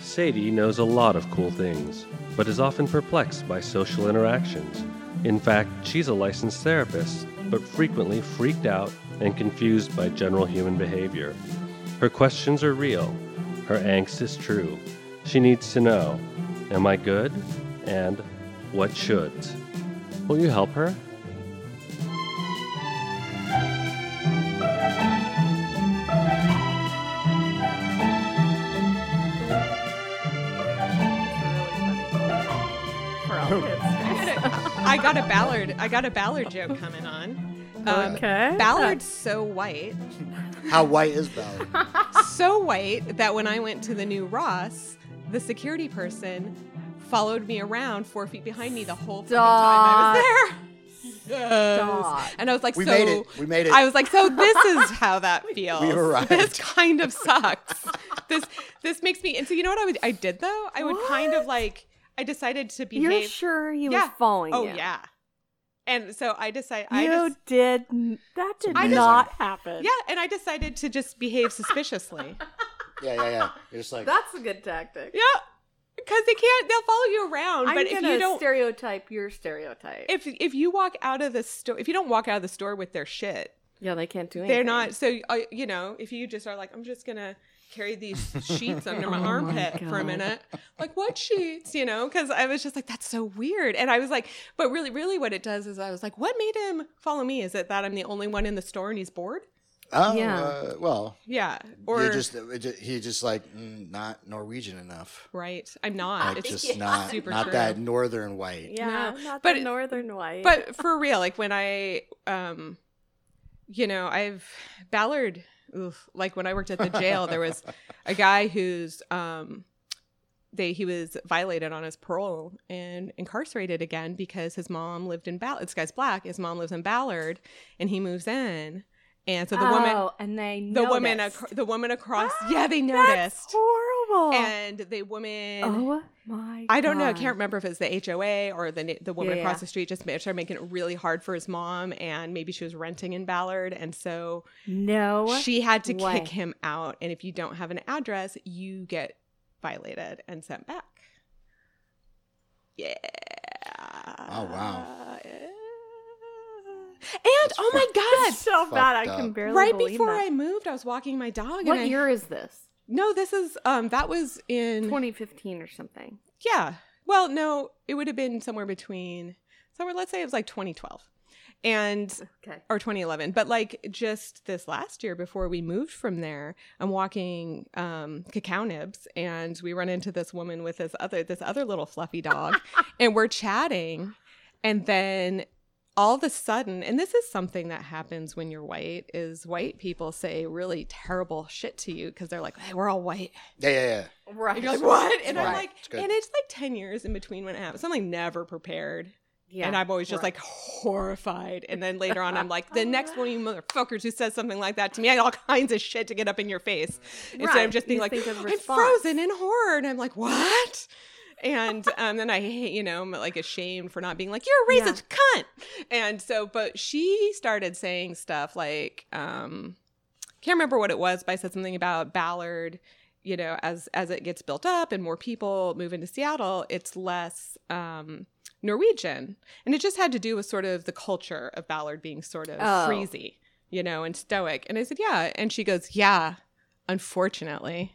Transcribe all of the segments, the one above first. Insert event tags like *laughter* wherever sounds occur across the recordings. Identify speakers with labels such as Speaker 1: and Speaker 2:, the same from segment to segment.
Speaker 1: Sadie knows a lot of cool things, but is often perplexed by social interactions. In fact, she's a licensed therapist, but frequently freaked out and confused by general human behavior. Her questions are real, her angst is true. She needs to know Am I good? And what should? Will you help her?
Speaker 2: for all kids.
Speaker 3: I got a Ballard. I got a Ballard joke coming on. Um,
Speaker 2: Okay.
Speaker 3: Ballard's so white,
Speaker 4: How white is Ballard?
Speaker 3: so white that when I went to the new Ross, the security person followed me around four feet behind me the whole freaking time I was there. Yes.
Speaker 2: Stop.
Speaker 3: And I was like,
Speaker 4: We
Speaker 3: so
Speaker 4: made it. We made it.
Speaker 3: I was like, so this is how that
Speaker 4: *laughs*
Speaker 3: feels.
Speaker 4: We arrived.
Speaker 3: This kind of sucks. this this makes me. And so you know what I would I did though? I would kind of like I decided to behave.
Speaker 2: You're sure he
Speaker 3: Yeah.
Speaker 2: was following
Speaker 3: Oh
Speaker 2: you?
Speaker 3: yeah. And so I decided. I
Speaker 2: You
Speaker 3: just,
Speaker 2: did. n- That did
Speaker 4: amazing.
Speaker 2: not happen.
Speaker 3: yeah, and I decided to just
Speaker 2: *laughs*
Speaker 3: behave suspiciously.
Speaker 4: yeah, yeah, yeah. You're just like,
Speaker 5: That's a good tactic.
Speaker 3: yeah, because they can't. They'll follow you around.
Speaker 5: I'm
Speaker 3: but if
Speaker 5: gonna
Speaker 3: you don't,
Speaker 5: stereotype your stereotype.
Speaker 3: if if you walk out of the store, if you don't walk out of the store with their shit,
Speaker 5: yeah, they can't do anything.
Speaker 3: they're not. So uh, you know, if you just are like, I'm just gonna
Speaker 2: *laughs*
Speaker 3: carry these sheets under my
Speaker 2: Oh my
Speaker 3: armpit for a
Speaker 2: God.
Speaker 3: minute, like what sheets? You know, because I was just like, that's so weird. And I was like, but really, really, what it does is I was like, what made him follow me? Is it that I'm the only one in the store and he's bored?
Speaker 4: oh,
Speaker 2: Yeah.
Speaker 4: uh, well,
Speaker 3: Yeah,
Speaker 4: or
Speaker 3: or
Speaker 4: just, it ju- he just like mm, not Norwegian enough.
Speaker 3: right? I'm not.
Speaker 4: Like
Speaker 3: Ah, It's
Speaker 2: *laughs*
Speaker 4: just
Speaker 3: just
Speaker 4: not
Speaker 3: super
Speaker 4: not
Speaker 3: true.
Speaker 4: that northern white.
Speaker 2: Yeah,
Speaker 3: No,
Speaker 2: not
Speaker 3: but-
Speaker 2: the northern white.
Speaker 3: but for real like when i um you know i've ballard oof, like when i worked at the jail there was a guy who's um they he was violated on his parole and incarcerated again because his mom lived in ballard this guy's black his mom lives in ballard and he moves in and so the woman
Speaker 5: Oh, and they
Speaker 3: the woman
Speaker 5: noticed.
Speaker 3: ac- the woman
Speaker 5: *gasps*
Speaker 2: *gasps*
Speaker 3: across yeah they
Speaker 2: That's
Speaker 3: noticed
Speaker 2: horrible.
Speaker 3: and the woman
Speaker 2: oh my!
Speaker 3: I don't know. I
Speaker 2: God.
Speaker 3: can't remember if it's the HOA or the na- the woman
Speaker 2: Um, Yeah,
Speaker 3: across
Speaker 2: yeah.
Speaker 3: the street just made, started making it really hard for his mom, and maybe she was renting in Ballard, and so
Speaker 2: No.
Speaker 3: she had to
Speaker 2: way.
Speaker 3: kick him out. And if you don't have an address, you get violated and sent back. Yeah. Oh
Speaker 4: wow.
Speaker 3: And oh my god!
Speaker 2: so
Speaker 4: Fucked
Speaker 2: bad. I can
Speaker 4: up.
Speaker 2: barely
Speaker 3: Right
Speaker 2: believe
Speaker 3: before
Speaker 2: that.
Speaker 3: I moved, I was walking my dog,
Speaker 5: What
Speaker 3: and I
Speaker 5: year is this?
Speaker 3: no, this is um that was in
Speaker 5: 2015 or something.
Speaker 3: Yeah. Well, no, it would have been somewhere between somewhere. Let's say it was like 2012, and
Speaker 5: Okay.
Speaker 3: or 2011. But like just this last year, before we moved from there, I'm walking um, cacao nibs, and we run into this woman with this other this other little fluffy dog, and we're chatting, and then all of a sudden, and this is something that happens when you're white, is white people say really terrible shit to you because they're like, hey, we're all white.
Speaker 4: Yeah, yeah, yeah.
Speaker 5: Right.
Speaker 3: And you're like, what? And I'm
Speaker 4: Right.
Speaker 3: like,
Speaker 4: It's good.
Speaker 3: and it's like 10 years in between when it happens. I'm like never prepared.
Speaker 5: Yeah.
Speaker 3: and I'm always just
Speaker 5: right.
Speaker 3: like horrified. And then later on, I'm like,
Speaker 5: *laughs*
Speaker 3: the next one of you motherfuckers who says something like that to me, I got all kinds of shit to get up in your face. Instead
Speaker 5: Right.
Speaker 3: of just being
Speaker 5: You
Speaker 3: like,
Speaker 5: think of
Speaker 3: I'm
Speaker 5: response."
Speaker 3: frozen in horror. And I'm like, what? And um, then I hate, you know, I'm like ashamed for not being like, you're a racist cunt. And so, but she started saying stuff like, um, can't remember what it was, but I said something about Ballard. You know, as as it gets built up and more people move into Seattle, it's less um, Norwegian, and it just had to do with sort of the culture of Ballard being sort of
Speaker 5: Oh.
Speaker 3: freezy, you know, and stoic. And I said, yeah, and she goes, yeah, unfortunately.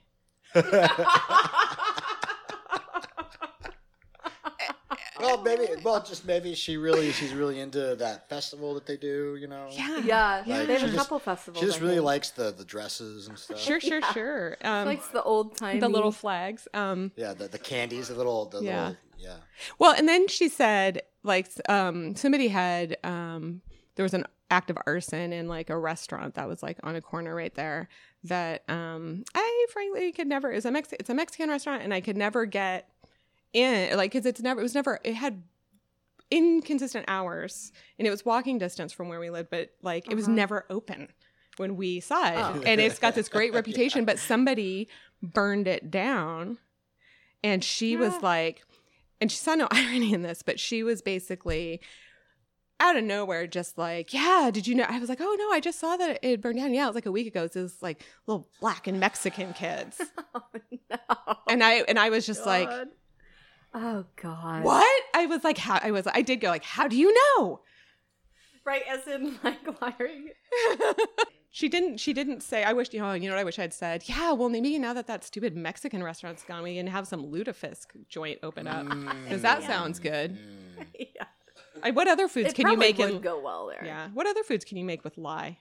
Speaker 4: Well, maybe. Well, just maybe she really she's really into that festival that they do. You know.
Speaker 3: Yeah,
Speaker 5: *laughs* yeah.
Speaker 4: Like,
Speaker 5: They have
Speaker 4: she
Speaker 5: a
Speaker 4: just-
Speaker 5: couple festivals.
Speaker 4: She just
Speaker 5: I
Speaker 4: really
Speaker 5: think.
Speaker 4: likes the the dresses and stuff.
Speaker 3: sure, sure, sure.
Speaker 5: She
Speaker 3: Um,
Speaker 5: likes the old time.
Speaker 3: the
Speaker 5: *laughs*
Speaker 3: little flags. Um,
Speaker 4: Yeah, the, the candies, the little, the
Speaker 3: Yeah.
Speaker 4: little, yeah.
Speaker 3: Well, and then she said, like, um, somebody had, um, there was an act of arson in like a restaurant that was like on a corner right there that um, I frankly could never. It's a Mex- it's a Mexican restaurant, and I could never get in, like, because it's never, it was never, it had inconsistent hours, and it was walking distance from where we lived, but like, it was
Speaker 5: Uh-huh.
Speaker 3: never open when we saw it,
Speaker 5: Oh.
Speaker 3: and it's got this great reputation, but somebody burned it down, and she was
Speaker 2: Yeah.
Speaker 3: like and she saw no *laughs* irony in this, but she was basically out of nowhere, just like, yeah, did you know? I was like, oh no, I just saw that it burned down. Yeah, it was like a week ago. It's this like little black and
Speaker 2: *laughs*
Speaker 3: Mexican kids,
Speaker 5: Oh no.
Speaker 3: *laughs* and I and I was just like,
Speaker 2: God. oh god.
Speaker 3: what? I was like, how? I was, I did go like, how do you know? *laughs*
Speaker 5: Right, as in *laughs* like lying.
Speaker 3: She didn't. She didn't say. I wish you know. You know what I wish I'd said. Yeah. Well, maybe now that that stupid Mexican restaurant's gone, we can have some lutefisk joint open up. Because that
Speaker 5: Yeah.
Speaker 3: sounds good.
Speaker 4: Mm.
Speaker 5: yeah.
Speaker 3: I, what other foods
Speaker 5: It
Speaker 3: can you
Speaker 5: probably
Speaker 3: make
Speaker 5: would
Speaker 3: in?
Speaker 5: go well there.
Speaker 3: Yeah. What other foods can you make with lye?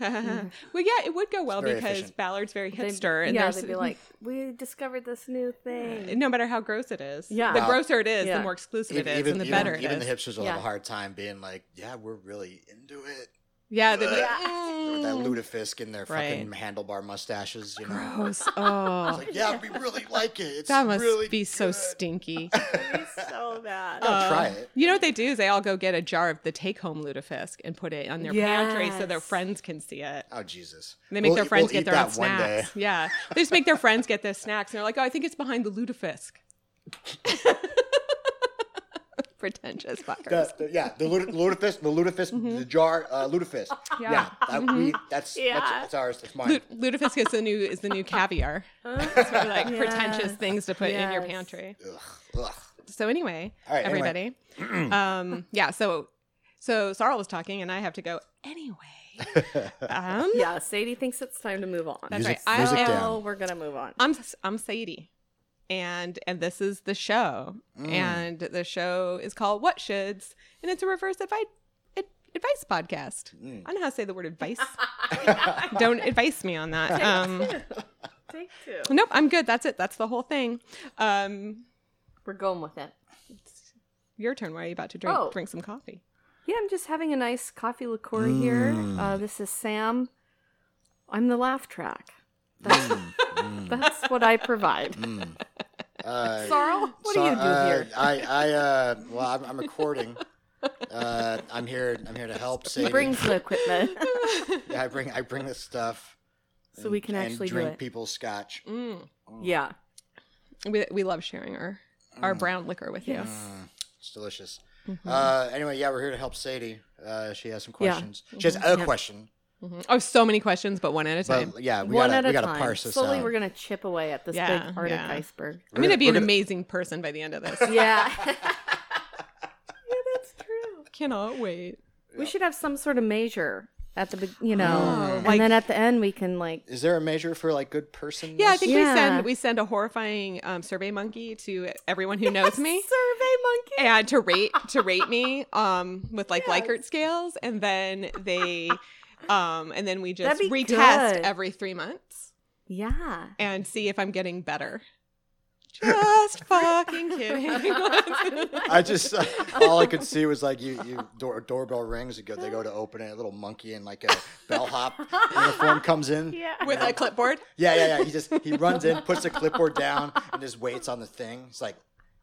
Speaker 3: *laughs* well, yeah, it would go well
Speaker 4: very
Speaker 3: because
Speaker 4: efficient.
Speaker 3: Ballard's very
Speaker 5: They'd-
Speaker 3: hipster, and
Speaker 5: Hmm. yeah,
Speaker 3: there's
Speaker 5: they'd
Speaker 3: *laughs*
Speaker 5: be like, "We discovered this new thing."
Speaker 3: no matter how gross it is.
Speaker 5: Yeah.
Speaker 3: The
Speaker 4: Wow.
Speaker 3: grosser it is,
Speaker 5: Yeah.
Speaker 3: the more exclusive
Speaker 4: Even,
Speaker 3: it is,
Speaker 4: even,
Speaker 3: and the
Speaker 4: even,
Speaker 3: better it is.
Speaker 4: even the hipsters will have
Speaker 5: Yeah.
Speaker 4: a hard time being like, "Yeah, we're really into it."
Speaker 3: yeah. The,
Speaker 4: With that
Speaker 3: Mm.
Speaker 4: lutefisk in their fucking
Speaker 3: Right.
Speaker 4: handlebar mustaches, you know. *laughs*
Speaker 3: Gross. Oh.
Speaker 4: Like, yeah, we
Speaker 3: *laughs*
Speaker 4: really like it. It's
Speaker 3: That must
Speaker 4: really
Speaker 3: be so
Speaker 4: good." *laughs*
Speaker 3: stinky.
Speaker 2: It'd be
Speaker 3: *laughs*
Speaker 2: so bad.
Speaker 4: I'll
Speaker 3: Uh,
Speaker 4: try it.
Speaker 3: You know what they do is they all go get a jar of the take-home lutefisk and put it on their pantry so their
Speaker 5: Yes.
Speaker 3: friends can see it.
Speaker 4: Oh Jesus!
Speaker 3: And they make
Speaker 4: We'll
Speaker 3: their
Speaker 4: eat-
Speaker 3: friends
Speaker 4: we'll
Speaker 3: get
Speaker 4: eat
Speaker 3: their own
Speaker 4: that one day.
Speaker 3: snacks. Yeah, they just make their friends get their snacks, and they're like, "Oh, I think it's behind the lutefisk." *laughs* Pretentious fuckers.
Speaker 4: *laughs* The, the- yeah, the lute- lutefisk, the lutefisk,
Speaker 3: Mm-hmm.
Speaker 4: the jar, uh,
Speaker 3: *laughs*
Speaker 4: lutefisk. Yeah, that- we- that's, that's
Speaker 2: Yeah.
Speaker 4: that's ours. That's mine.
Speaker 3: Lu- lutefisk is the new is the new caviar. It's sort of like pretentious
Speaker 5: Yes.
Speaker 3: things to put in your
Speaker 5: Yes.
Speaker 3: pantry.
Speaker 4: Ugh, ugh.
Speaker 3: So anyway,
Speaker 4: All right,
Speaker 3: everybody.
Speaker 4: anyway. *clears throat*
Speaker 3: um, yeah. So so Sarl was talking, and I have to go anyway.
Speaker 4: *laughs*
Speaker 3: Um,
Speaker 5: Yeah, Sadie thinks it's time to move on.
Speaker 3: That's Uh,
Speaker 4: Music-
Speaker 3: right.
Speaker 4: music
Speaker 3: I
Speaker 4: down.
Speaker 5: Oh, we're gonna move on.
Speaker 3: I'm I'm Sadie, and and this is the show,
Speaker 4: Mm.
Speaker 3: and the show is called What Shoulds, and it's a reverse advice advice podcast.
Speaker 4: Mm.
Speaker 3: I don't know how to say the word *laughs* advice. don't advise me on that. Um,
Speaker 5: Take two.
Speaker 3: nope, I'm good. That's it. That's the whole thing. Um,
Speaker 5: We're going with it.
Speaker 3: your turn. Why are you about to drink
Speaker 5: Oh.
Speaker 3: drink some coffee?
Speaker 5: Yeah, I'm just having a nice coffee liqueur here.
Speaker 4: Mm.
Speaker 5: Uh, this is Sam. I'm the laugh track. That's,
Speaker 4: Mm,
Speaker 5: that's what I provide.
Speaker 4: Uh,
Speaker 5: *laughs* Sarl, what do
Speaker 4: so-
Speaker 5: you do
Speaker 4: Mm. uh,
Speaker 5: here?
Speaker 4: I, I, uh,
Speaker 3: *laughs*
Speaker 4: well, I'm, I'm recording. Uh, I'm here. I'm here to help.
Speaker 5: He
Speaker 4: Sadie.
Speaker 5: brings
Speaker 4: *laughs*
Speaker 5: the equipment, *laughs*
Speaker 4: Yeah, I bring. I bring this stuff.
Speaker 5: so we can
Speaker 4: and
Speaker 5: actually do
Speaker 4: drink
Speaker 5: it.
Speaker 4: people's scotch.
Speaker 3: Mm.
Speaker 5: Yeah.
Speaker 3: We we love sharing our our
Speaker 4: Mm.
Speaker 3: brown liquor with you.
Speaker 4: It's delicious. Uh, anyway, yeah, we're here to help Sadie. Uh, she has some
Speaker 5: Yeah.
Speaker 4: questions. She has a
Speaker 5: Yeah.
Speaker 4: question,
Speaker 3: Mhm. Oh, so many questions, but one at a time.
Speaker 4: but yeah, we
Speaker 5: One
Speaker 4: gotta,
Speaker 5: at a
Speaker 4: we gotta
Speaker 5: time.
Speaker 4: parse this
Speaker 5: Slowly,
Speaker 4: out.
Speaker 5: we're gonna chip away at this
Speaker 3: Yeah,
Speaker 5: big Arctic
Speaker 3: yeah.
Speaker 5: iceberg.
Speaker 3: I'm gonna
Speaker 4: gonna-
Speaker 3: be
Speaker 4: we're
Speaker 3: an
Speaker 4: gonna-
Speaker 3: amazing person by the end of this.
Speaker 5: Yeah.
Speaker 4: *laughs*
Speaker 5: yeah, *laughs* that's true.
Speaker 3: *laughs* Cannot wait.
Speaker 5: We should have some sort of measure at the, be- you know,
Speaker 3: Oh,
Speaker 5: and
Speaker 3: like-
Speaker 5: then at the end we can like,
Speaker 4: Is there a measure for like good person?
Speaker 3: Yeah, I think we
Speaker 5: Yeah.
Speaker 3: send we send a horrifying um, survey monkey to everyone who knows me
Speaker 5: *laughs* survey monkey.
Speaker 3: and to rate to rate me um, with like Likert scales, and then they um, and then we just
Speaker 5: That'd be
Speaker 3: retest
Speaker 5: good.
Speaker 3: every three months *laughs*
Speaker 5: Yeah. *laughs*
Speaker 3: and see if I'm getting better. Just fucking kidding.
Speaker 5: *laughs*
Speaker 4: I just *laughs* all I could see was like you, you door, doorbell rings. You go, they go to open it. A little monkey in like a bellhop uniform comes in. Yeah.
Speaker 3: with a clipboard.
Speaker 4: yeah, yeah, He just he runs in, puts the clipboard down, and just waits on the thing. It's like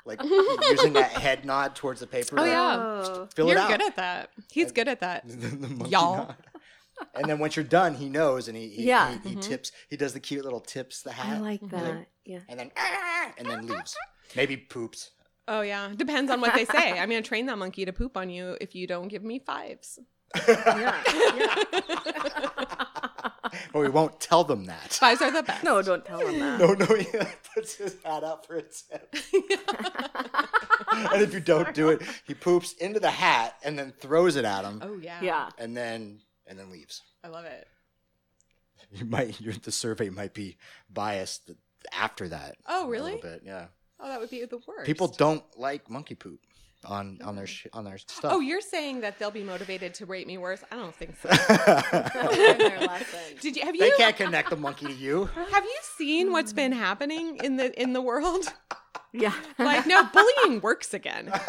Speaker 4: like using that head nod towards the paper.
Speaker 3: Oh
Speaker 4: like,
Speaker 3: yeah,
Speaker 5: Oh,
Speaker 4: fill
Speaker 3: you're
Speaker 4: it out.
Speaker 3: good at that. He's good at that.
Speaker 4: the, the monkey
Speaker 3: Y'all.
Speaker 4: nod. And then once you're done, he knows, and he, he
Speaker 5: Yeah. Mm-hmm.
Speaker 4: he, he tips. He does the cute little tips, the hat,
Speaker 5: I like *laughs* that. Yeah.
Speaker 4: and then "Ah," and then leaves. Maybe poops.
Speaker 3: Oh yeah, depends on what they say. I'm gonna train that monkey to poop on you if you don't give me fives.
Speaker 5: Yeah.
Speaker 4: *laughs*
Speaker 5: yeah.
Speaker 4: But
Speaker 5: *laughs*
Speaker 4: we won't tell them that.
Speaker 3: Fives are the best.
Speaker 5: No, don't tell him that.
Speaker 4: *laughs* No, no, he puts his hat out for a
Speaker 5: *laughs*
Speaker 4: tip. and if you don't do it, he poops into the hat and then throws it at him,
Speaker 3: Oh yeah.
Speaker 5: Yeah.
Speaker 4: and then and then leaves.
Speaker 3: I love it.
Speaker 4: You might your, the survey might be biased after that.
Speaker 3: Oh,
Speaker 4: a
Speaker 3: really?
Speaker 4: little bit, yeah.
Speaker 3: Oh, that would be the worst.
Speaker 4: People don't like monkey poop on on their sh- on their stuff.
Speaker 5: *laughs*
Speaker 3: Oh, you're saying that they'll be motivated to rate me worse? I don't think so.
Speaker 5: *laughs* Learn their lesson.
Speaker 3: Did you
Speaker 4: *laughs*
Speaker 3: have
Speaker 4: they
Speaker 3: you
Speaker 4: can't connect the monkey to
Speaker 5: *laughs*
Speaker 4: you.
Speaker 3: have you seen what's been happening in the in
Speaker 4: *laughs*
Speaker 3: the world?
Speaker 5: Yeah.
Speaker 3: Like, no, bullying works again. *laughs*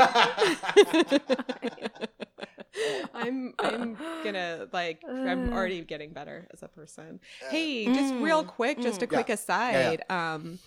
Speaker 3: I'm I'm gonna like
Speaker 5: Uh.
Speaker 3: I'm already getting better as a person. Hey, just
Speaker 5: Mm.
Speaker 3: real quick, just a quick aside. Um,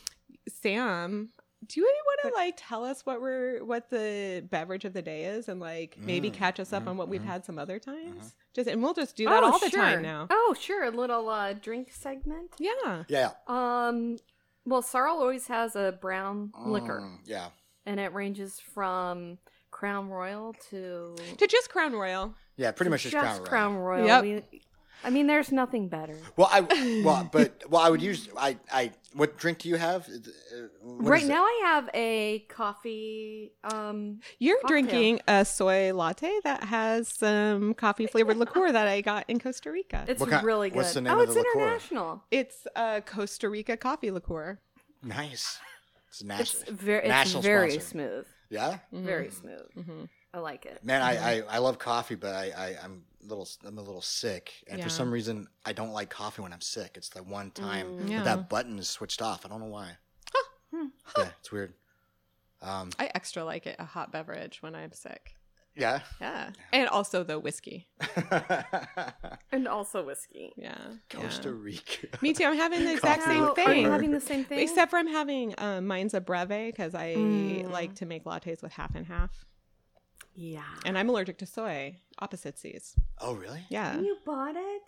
Speaker 3: Sam, do you want to like tell us what we're what the beverage of the day is and like maybe catch us up on what we've had some other times? Just and we'll just do that all the
Speaker 5: Oh, sure.
Speaker 3: time now.
Speaker 5: Oh, sure. A little uh, drink segment.
Speaker 3: Yeah.
Speaker 4: Yeah.
Speaker 5: Um, well, Sarl always has a brown liquor.
Speaker 4: Mm, yeah.
Speaker 5: and it ranges from Crown Royal to
Speaker 3: To just Crown Royal.
Speaker 4: Yeah, pretty much just,
Speaker 5: just
Speaker 4: Crown Royal.
Speaker 5: Crown Royal.
Speaker 3: Yep.
Speaker 5: We- I mean, there's nothing better.
Speaker 4: Well, I
Speaker 5: *laughs*
Speaker 4: well, but well, I would use I I. What drink do you have? Uh, what
Speaker 5: right
Speaker 4: is it?
Speaker 5: now, I have a coffee. Um,
Speaker 3: You're
Speaker 5: Cocktail.
Speaker 3: drinking a soy latte that has some coffee flavored liqueur that I got in Costa Rica. It's,
Speaker 5: it's
Speaker 4: What kind-
Speaker 5: really good.
Speaker 4: what's the name
Speaker 5: oh,
Speaker 4: of the
Speaker 5: it's
Speaker 4: liqueur?
Speaker 5: international.
Speaker 3: a Costa Rica coffee liqueur.
Speaker 4: nice. It's
Speaker 5: It's
Speaker 4: national.
Speaker 5: very, it's
Speaker 4: National
Speaker 5: very
Speaker 4: sponsor.
Speaker 5: smooth.
Speaker 4: yeah,
Speaker 3: Mm-hmm.
Speaker 5: Very smooth.
Speaker 3: Mhm.
Speaker 5: I like it.
Speaker 4: man, I,
Speaker 3: Mm-hmm.
Speaker 4: I I love coffee, but I, I I'm a little I'm a little sick, and
Speaker 3: Yeah. Mm,
Speaker 4: for some reason I don't like coffee when I'm sick. It's the one time
Speaker 3: yeah. Hmm.
Speaker 4: that that button is switched off. I don't know why. Yeah, it's weird. Um,
Speaker 3: I extra like it a hot beverage when I'm sick.
Speaker 4: yeah.
Speaker 3: Yeah. And also the whiskey.
Speaker 5: And also whiskey.
Speaker 3: Yeah.
Speaker 4: *laughs*
Speaker 3: yeah.
Speaker 4: Costa Rica.
Speaker 3: Me too. I'm having the exact
Speaker 4: Coffee
Speaker 3: same
Speaker 5: Now,
Speaker 4: liqueur.
Speaker 5: Are
Speaker 3: thing.
Speaker 5: you having the same thing?
Speaker 3: Except for I'm having um, mine's a breve because I
Speaker 5: Mm.
Speaker 3: like to make lattes with half and half.
Speaker 5: yeah.
Speaker 3: And I'm allergic to soy, opposite seas.
Speaker 4: Oh, really?
Speaker 3: Yeah.
Speaker 5: you bought it?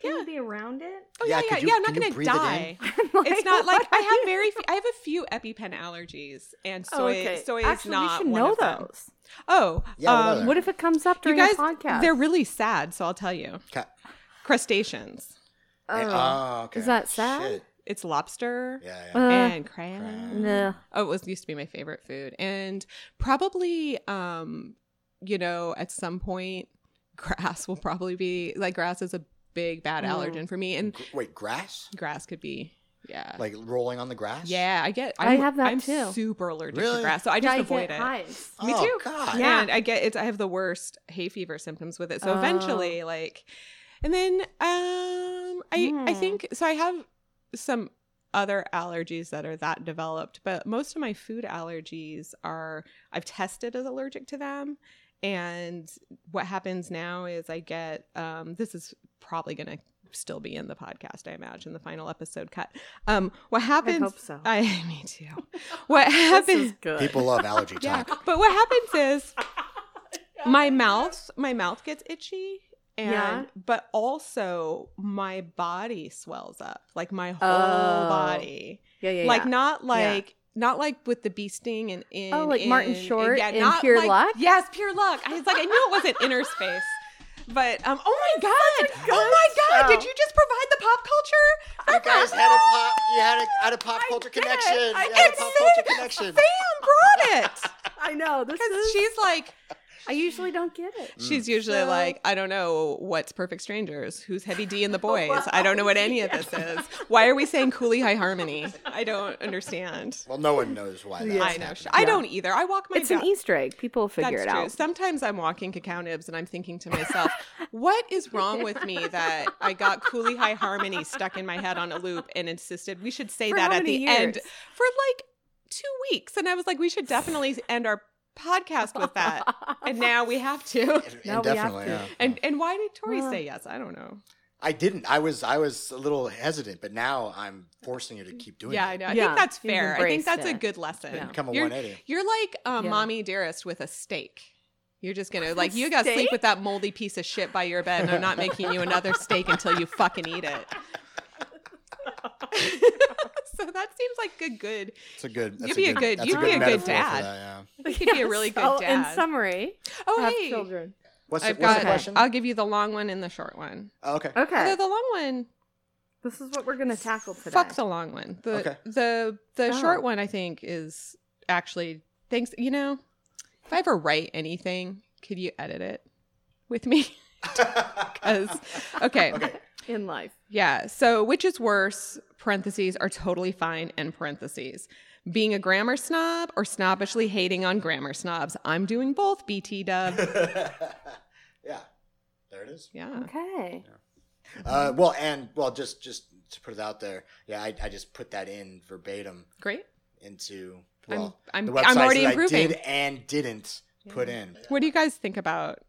Speaker 5: Can
Speaker 3: Yeah.
Speaker 5: you be around it?
Speaker 3: Oh,
Speaker 4: Yeah,
Speaker 3: yeah, yeah.
Speaker 4: could
Speaker 3: Yeah,
Speaker 4: you-
Speaker 3: I'm not
Speaker 4: can you
Speaker 3: going to
Speaker 4: breathe it in?
Speaker 3: die.
Speaker 5: *laughs* I'm
Speaker 3: It's not like
Speaker 5: what
Speaker 3: I
Speaker 5: are
Speaker 3: have
Speaker 5: you- *laughs*
Speaker 3: very few, I have a few EpiPen allergies, and soy
Speaker 5: Oh, okay.
Speaker 3: soy is
Speaker 5: Actually,
Speaker 3: not
Speaker 5: we should
Speaker 3: one
Speaker 5: know
Speaker 3: of them.
Speaker 5: those.
Speaker 3: Oh,
Speaker 4: Yeah, what are
Speaker 3: um,
Speaker 4: they?
Speaker 5: What if it comes up
Speaker 3: you
Speaker 5: during
Speaker 3: guys,
Speaker 5: the podcast?
Speaker 3: they're really sad. So I'll tell you,
Speaker 4: Ca-
Speaker 3: crustaceans.
Speaker 5: Oh.
Speaker 4: Oh, okay.
Speaker 5: Is that sad?
Speaker 4: Shit.
Speaker 3: It's lobster
Speaker 4: Yeah, yeah.
Speaker 5: Uh,
Speaker 3: and crab.
Speaker 4: Crab.
Speaker 5: no.
Speaker 3: Oh, it was used to be my favorite food, and probably, um, you know, at some point, *laughs* grass will probably be like grass is a big bad
Speaker 5: Mm.
Speaker 3: allergen for me, and
Speaker 4: Gr- Wait, grass?
Speaker 3: grass could be, yeah,
Speaker 4: Like rolling on the grass?
Speaker 3: yeah. I get,
Speaker 5: I
Speaker 3: I'm-
Speaker 5: have that
Speaker 3: I'm
Speaker 5: too.
Speaker 3: super allergic to
Speaker 4: Really?
Speaker 3: grass, so I just
Speaker 5: Yeah,
Speaker 3: avoid
Speaker 5: get
Speaker 3: it.
Speaker 5: hives.
Speaker 3: Me
Speaker 4: Oh,
Speaker 3: too.
Speaker 4: God.
Speaker 5: Yeah.
Speaker 3: And I get it's I have the worst hay fever symptoms with it. So
Speaker 5: Oh.
Speaker 3: eventually like and then um I I
Speaker 5: Hmm.
Speaker 3: think so I have some other allergies that are that developed, but most of my food allergies are I've tested as allergic to them. And what happens now is I get um this is probably going to still be in the podcast I imagine the final episode cut. Um what
Speaker 5: I
Speaker 3: happens
Speaker 5: hope so.
Speaker 3: I, *laughs* me too. What happens
Speaker 5: This is good.
Speaker 4: People love allergy
Speaker 3: yeah,
Speaker 4: talk.
Speaker 3: but what
Speaker 4: *laughs*
Speaker 3: happens is my mouth, my mouth gets itchy, and
Speaker 5: Yeah.
Speaker 3: but also my body swells up, like my whole
Speaker 5: Oh.
Speaker 3: body,
Speaker 5: yeah, yeah,
Speaker 3: like
Speaker 5: yeah.
Speaker 3: not like. Not like with the bee sting and in
Speaker 5: Oh, like Martin
Speaker 3: in-
Speaker 5: Short
Speaker 3: yeah,
Speaker 5: in
Speaker 3: not
Speaker 5: Pure
Speaker 3: like-
Speaker 5: Luck?
Speaker 3: Yes, pure luck. I was like, I knew it wasn't inner space, but um, oh my god, oh my god,
Speaker 5: show.
Speaker 3: did you just provide the pop culture?
Speaker 4: You guys had a pop. You had a, had a pop
Speaker 3: I
Speaker 4: culture
Speaker 3: did.
Speaker 4: connection. You
Speaker 3: I-
Speaker 4: had a
Speaker 3: and
Speaker 4: pop
Speaker 3: Sam-
Speaker 4: culture connection.
Speaker 3: Sam
Speaker 4: *laughs*
Speaker 3: brought it
Speaker 5: I know. This
Speaker 3: because
Speaker 5: *laughs*
Speaker 3: Mm.
Speaker 5: is.
Speaker 3: she's like,
Speaker 5: I usually don't get it.
Speaker 3: She's usually
Speaker 5: Mm. So-
Speaker 3: like, I don't know what's Perfect Strangers, who's Heavy D and
Speaker 5: *laughs*
Speaker 3: the Boys. I don't know what any of this is. Why are we saying Cooley High Harmony? I don't understand.
Speaker 5: *laughs*
Speaker 4: Well, no one knows why. That's
Speaker 3: I know.
Speaker 4: happening.
Speaker 3: I don't either. I walk my
Speaker 5: It's
Speaker 3: dog.
Speaker 5: an Easter egg. People will figure it
Speaker 3: That's true.
Speaker 5: out.
Speaker 3: Sometimes I'm walking cacao nibs and I'm thinking to myself, what is wrong with me that I got Cooley High Harmony stuck in my head on a loop and insisted we should say
Speaker 5: For
Speaker 3: that
Speaker 5: how
Speaker 3: at the
Speaker 5: many
Speaker 3: end
Speaker 5: years?
Speaker 3: for like two weeks. And I was like, we should definitely end our podcast with
Speaker 5: *laughs*
Speaker 3: that. And now we have to.
Speaker 5: No, we have
Speaker 4: Indefinitely.
Speaker 5: to.
Speaker 4: yeah.
Speaker 3: And and why did Tori
Speaker 5: Well-
Speaker 3: say yes? I don't know.
Speaker 4: uh, I didn't. I was. I was a little hesitant, but now I'm forcing you to keep doing.
Speaker 3: Yeah, I
Speaker 4: it.
Speaker 3: know. I
Speaker 5: Yeah,
Speaker 3: think that's
Speaker 5: you've
Speaker 3: fair. I think
Speaker 5: embraced
Speaker 3: that's a
Speaker 5: it.
Speaker 3: good lesson.
Speaker 5: Yeah.
Speaker 4: Become a
Speaker 3: you're,
Speaker 4: 180.
Speaker 3: you're like um,
Speaker 5: Yeah.
Speaker 3: mommy dearest with a steak. You're just gonna
Speaker 5: With
Speaker 3: like
Speaker 5: a
Speaker 3: you gotta sleep
Speaker 5: steak?
Speaker 3: with that moldy piece of shit by your bed, and I'm not making you
Speaker 5: *laughs*
Speaker 3: another steak until you fucking eat it. *laughs* so that seems like a good.
Speaker 4: It's a good. that's
Speaker 3: You'd be a good-
Speaker 4: that's
Speaker 3: you'd be a good
Speaker 4: metaphor for
Speaker 3: dad.
Speaker 4: that, yeah.
Speaker 3: I think you'd be
Speaker 5: *laughs*
Speaker 3: a really good
Speaker 5: So,
Speaker 3: dad.
Speaker 5: Oh, In summary,
Speaker 3: oh
Speaker 5: have
Speaker 3: hey,
Speaker 5: children.
Speaker 4: What's, the,
Speaker 3: I've
Speaker 4: what's
Speaker 3: got.
Speaker 4: the question?
Speaker 3: I'll give you the long one and the short one.
Speaker 4: oh, okay.
Speaker 5: Okay.
Speaker 3: Although the long one,
Speaker 5: this is what we're going to tackle today.
Speaker 3: Fuck the long one. The
Speaker 4: Okay.
Speaker 3: the the
Speaker 5: Oh.
Speaker 3: short one I think is actually thanks you know, if I ever write anything, could you edit it with me? *laughs*
Speaker 4: *laughs*
Speaker 3: Cuz
Speaker 4: Oh,
Speaker 3: *laughs* okay.
Speaker 4: Okay.
Speaker 5: in life.
Speaker 3: Yeah. So which is worse? Parentheses are totally fine and parentheses. Being a grammar snob or snobbishly hating on grammar snobs. I'm doing both, BT dub.
Speaker 4: *laughs* yeah. There it is.
Speaker 3: Yeah.
Speaker 5: Okay.
Speaker 4: Uh, well, and well, just just to put it out there, yeah, I, I just put that in verbatim
Speaker 3: Great.
Speaker 4: into
Speaker 3: I'm-
Speaker 4: well,
Speaker 3: I'm-
Speaker 4: the websites
Speaker 3: I'm already
Speaker 4: that I
Speaker 3: improving.
Speaker 4: did and didn't put in.
Speaker 3: What do you guys think about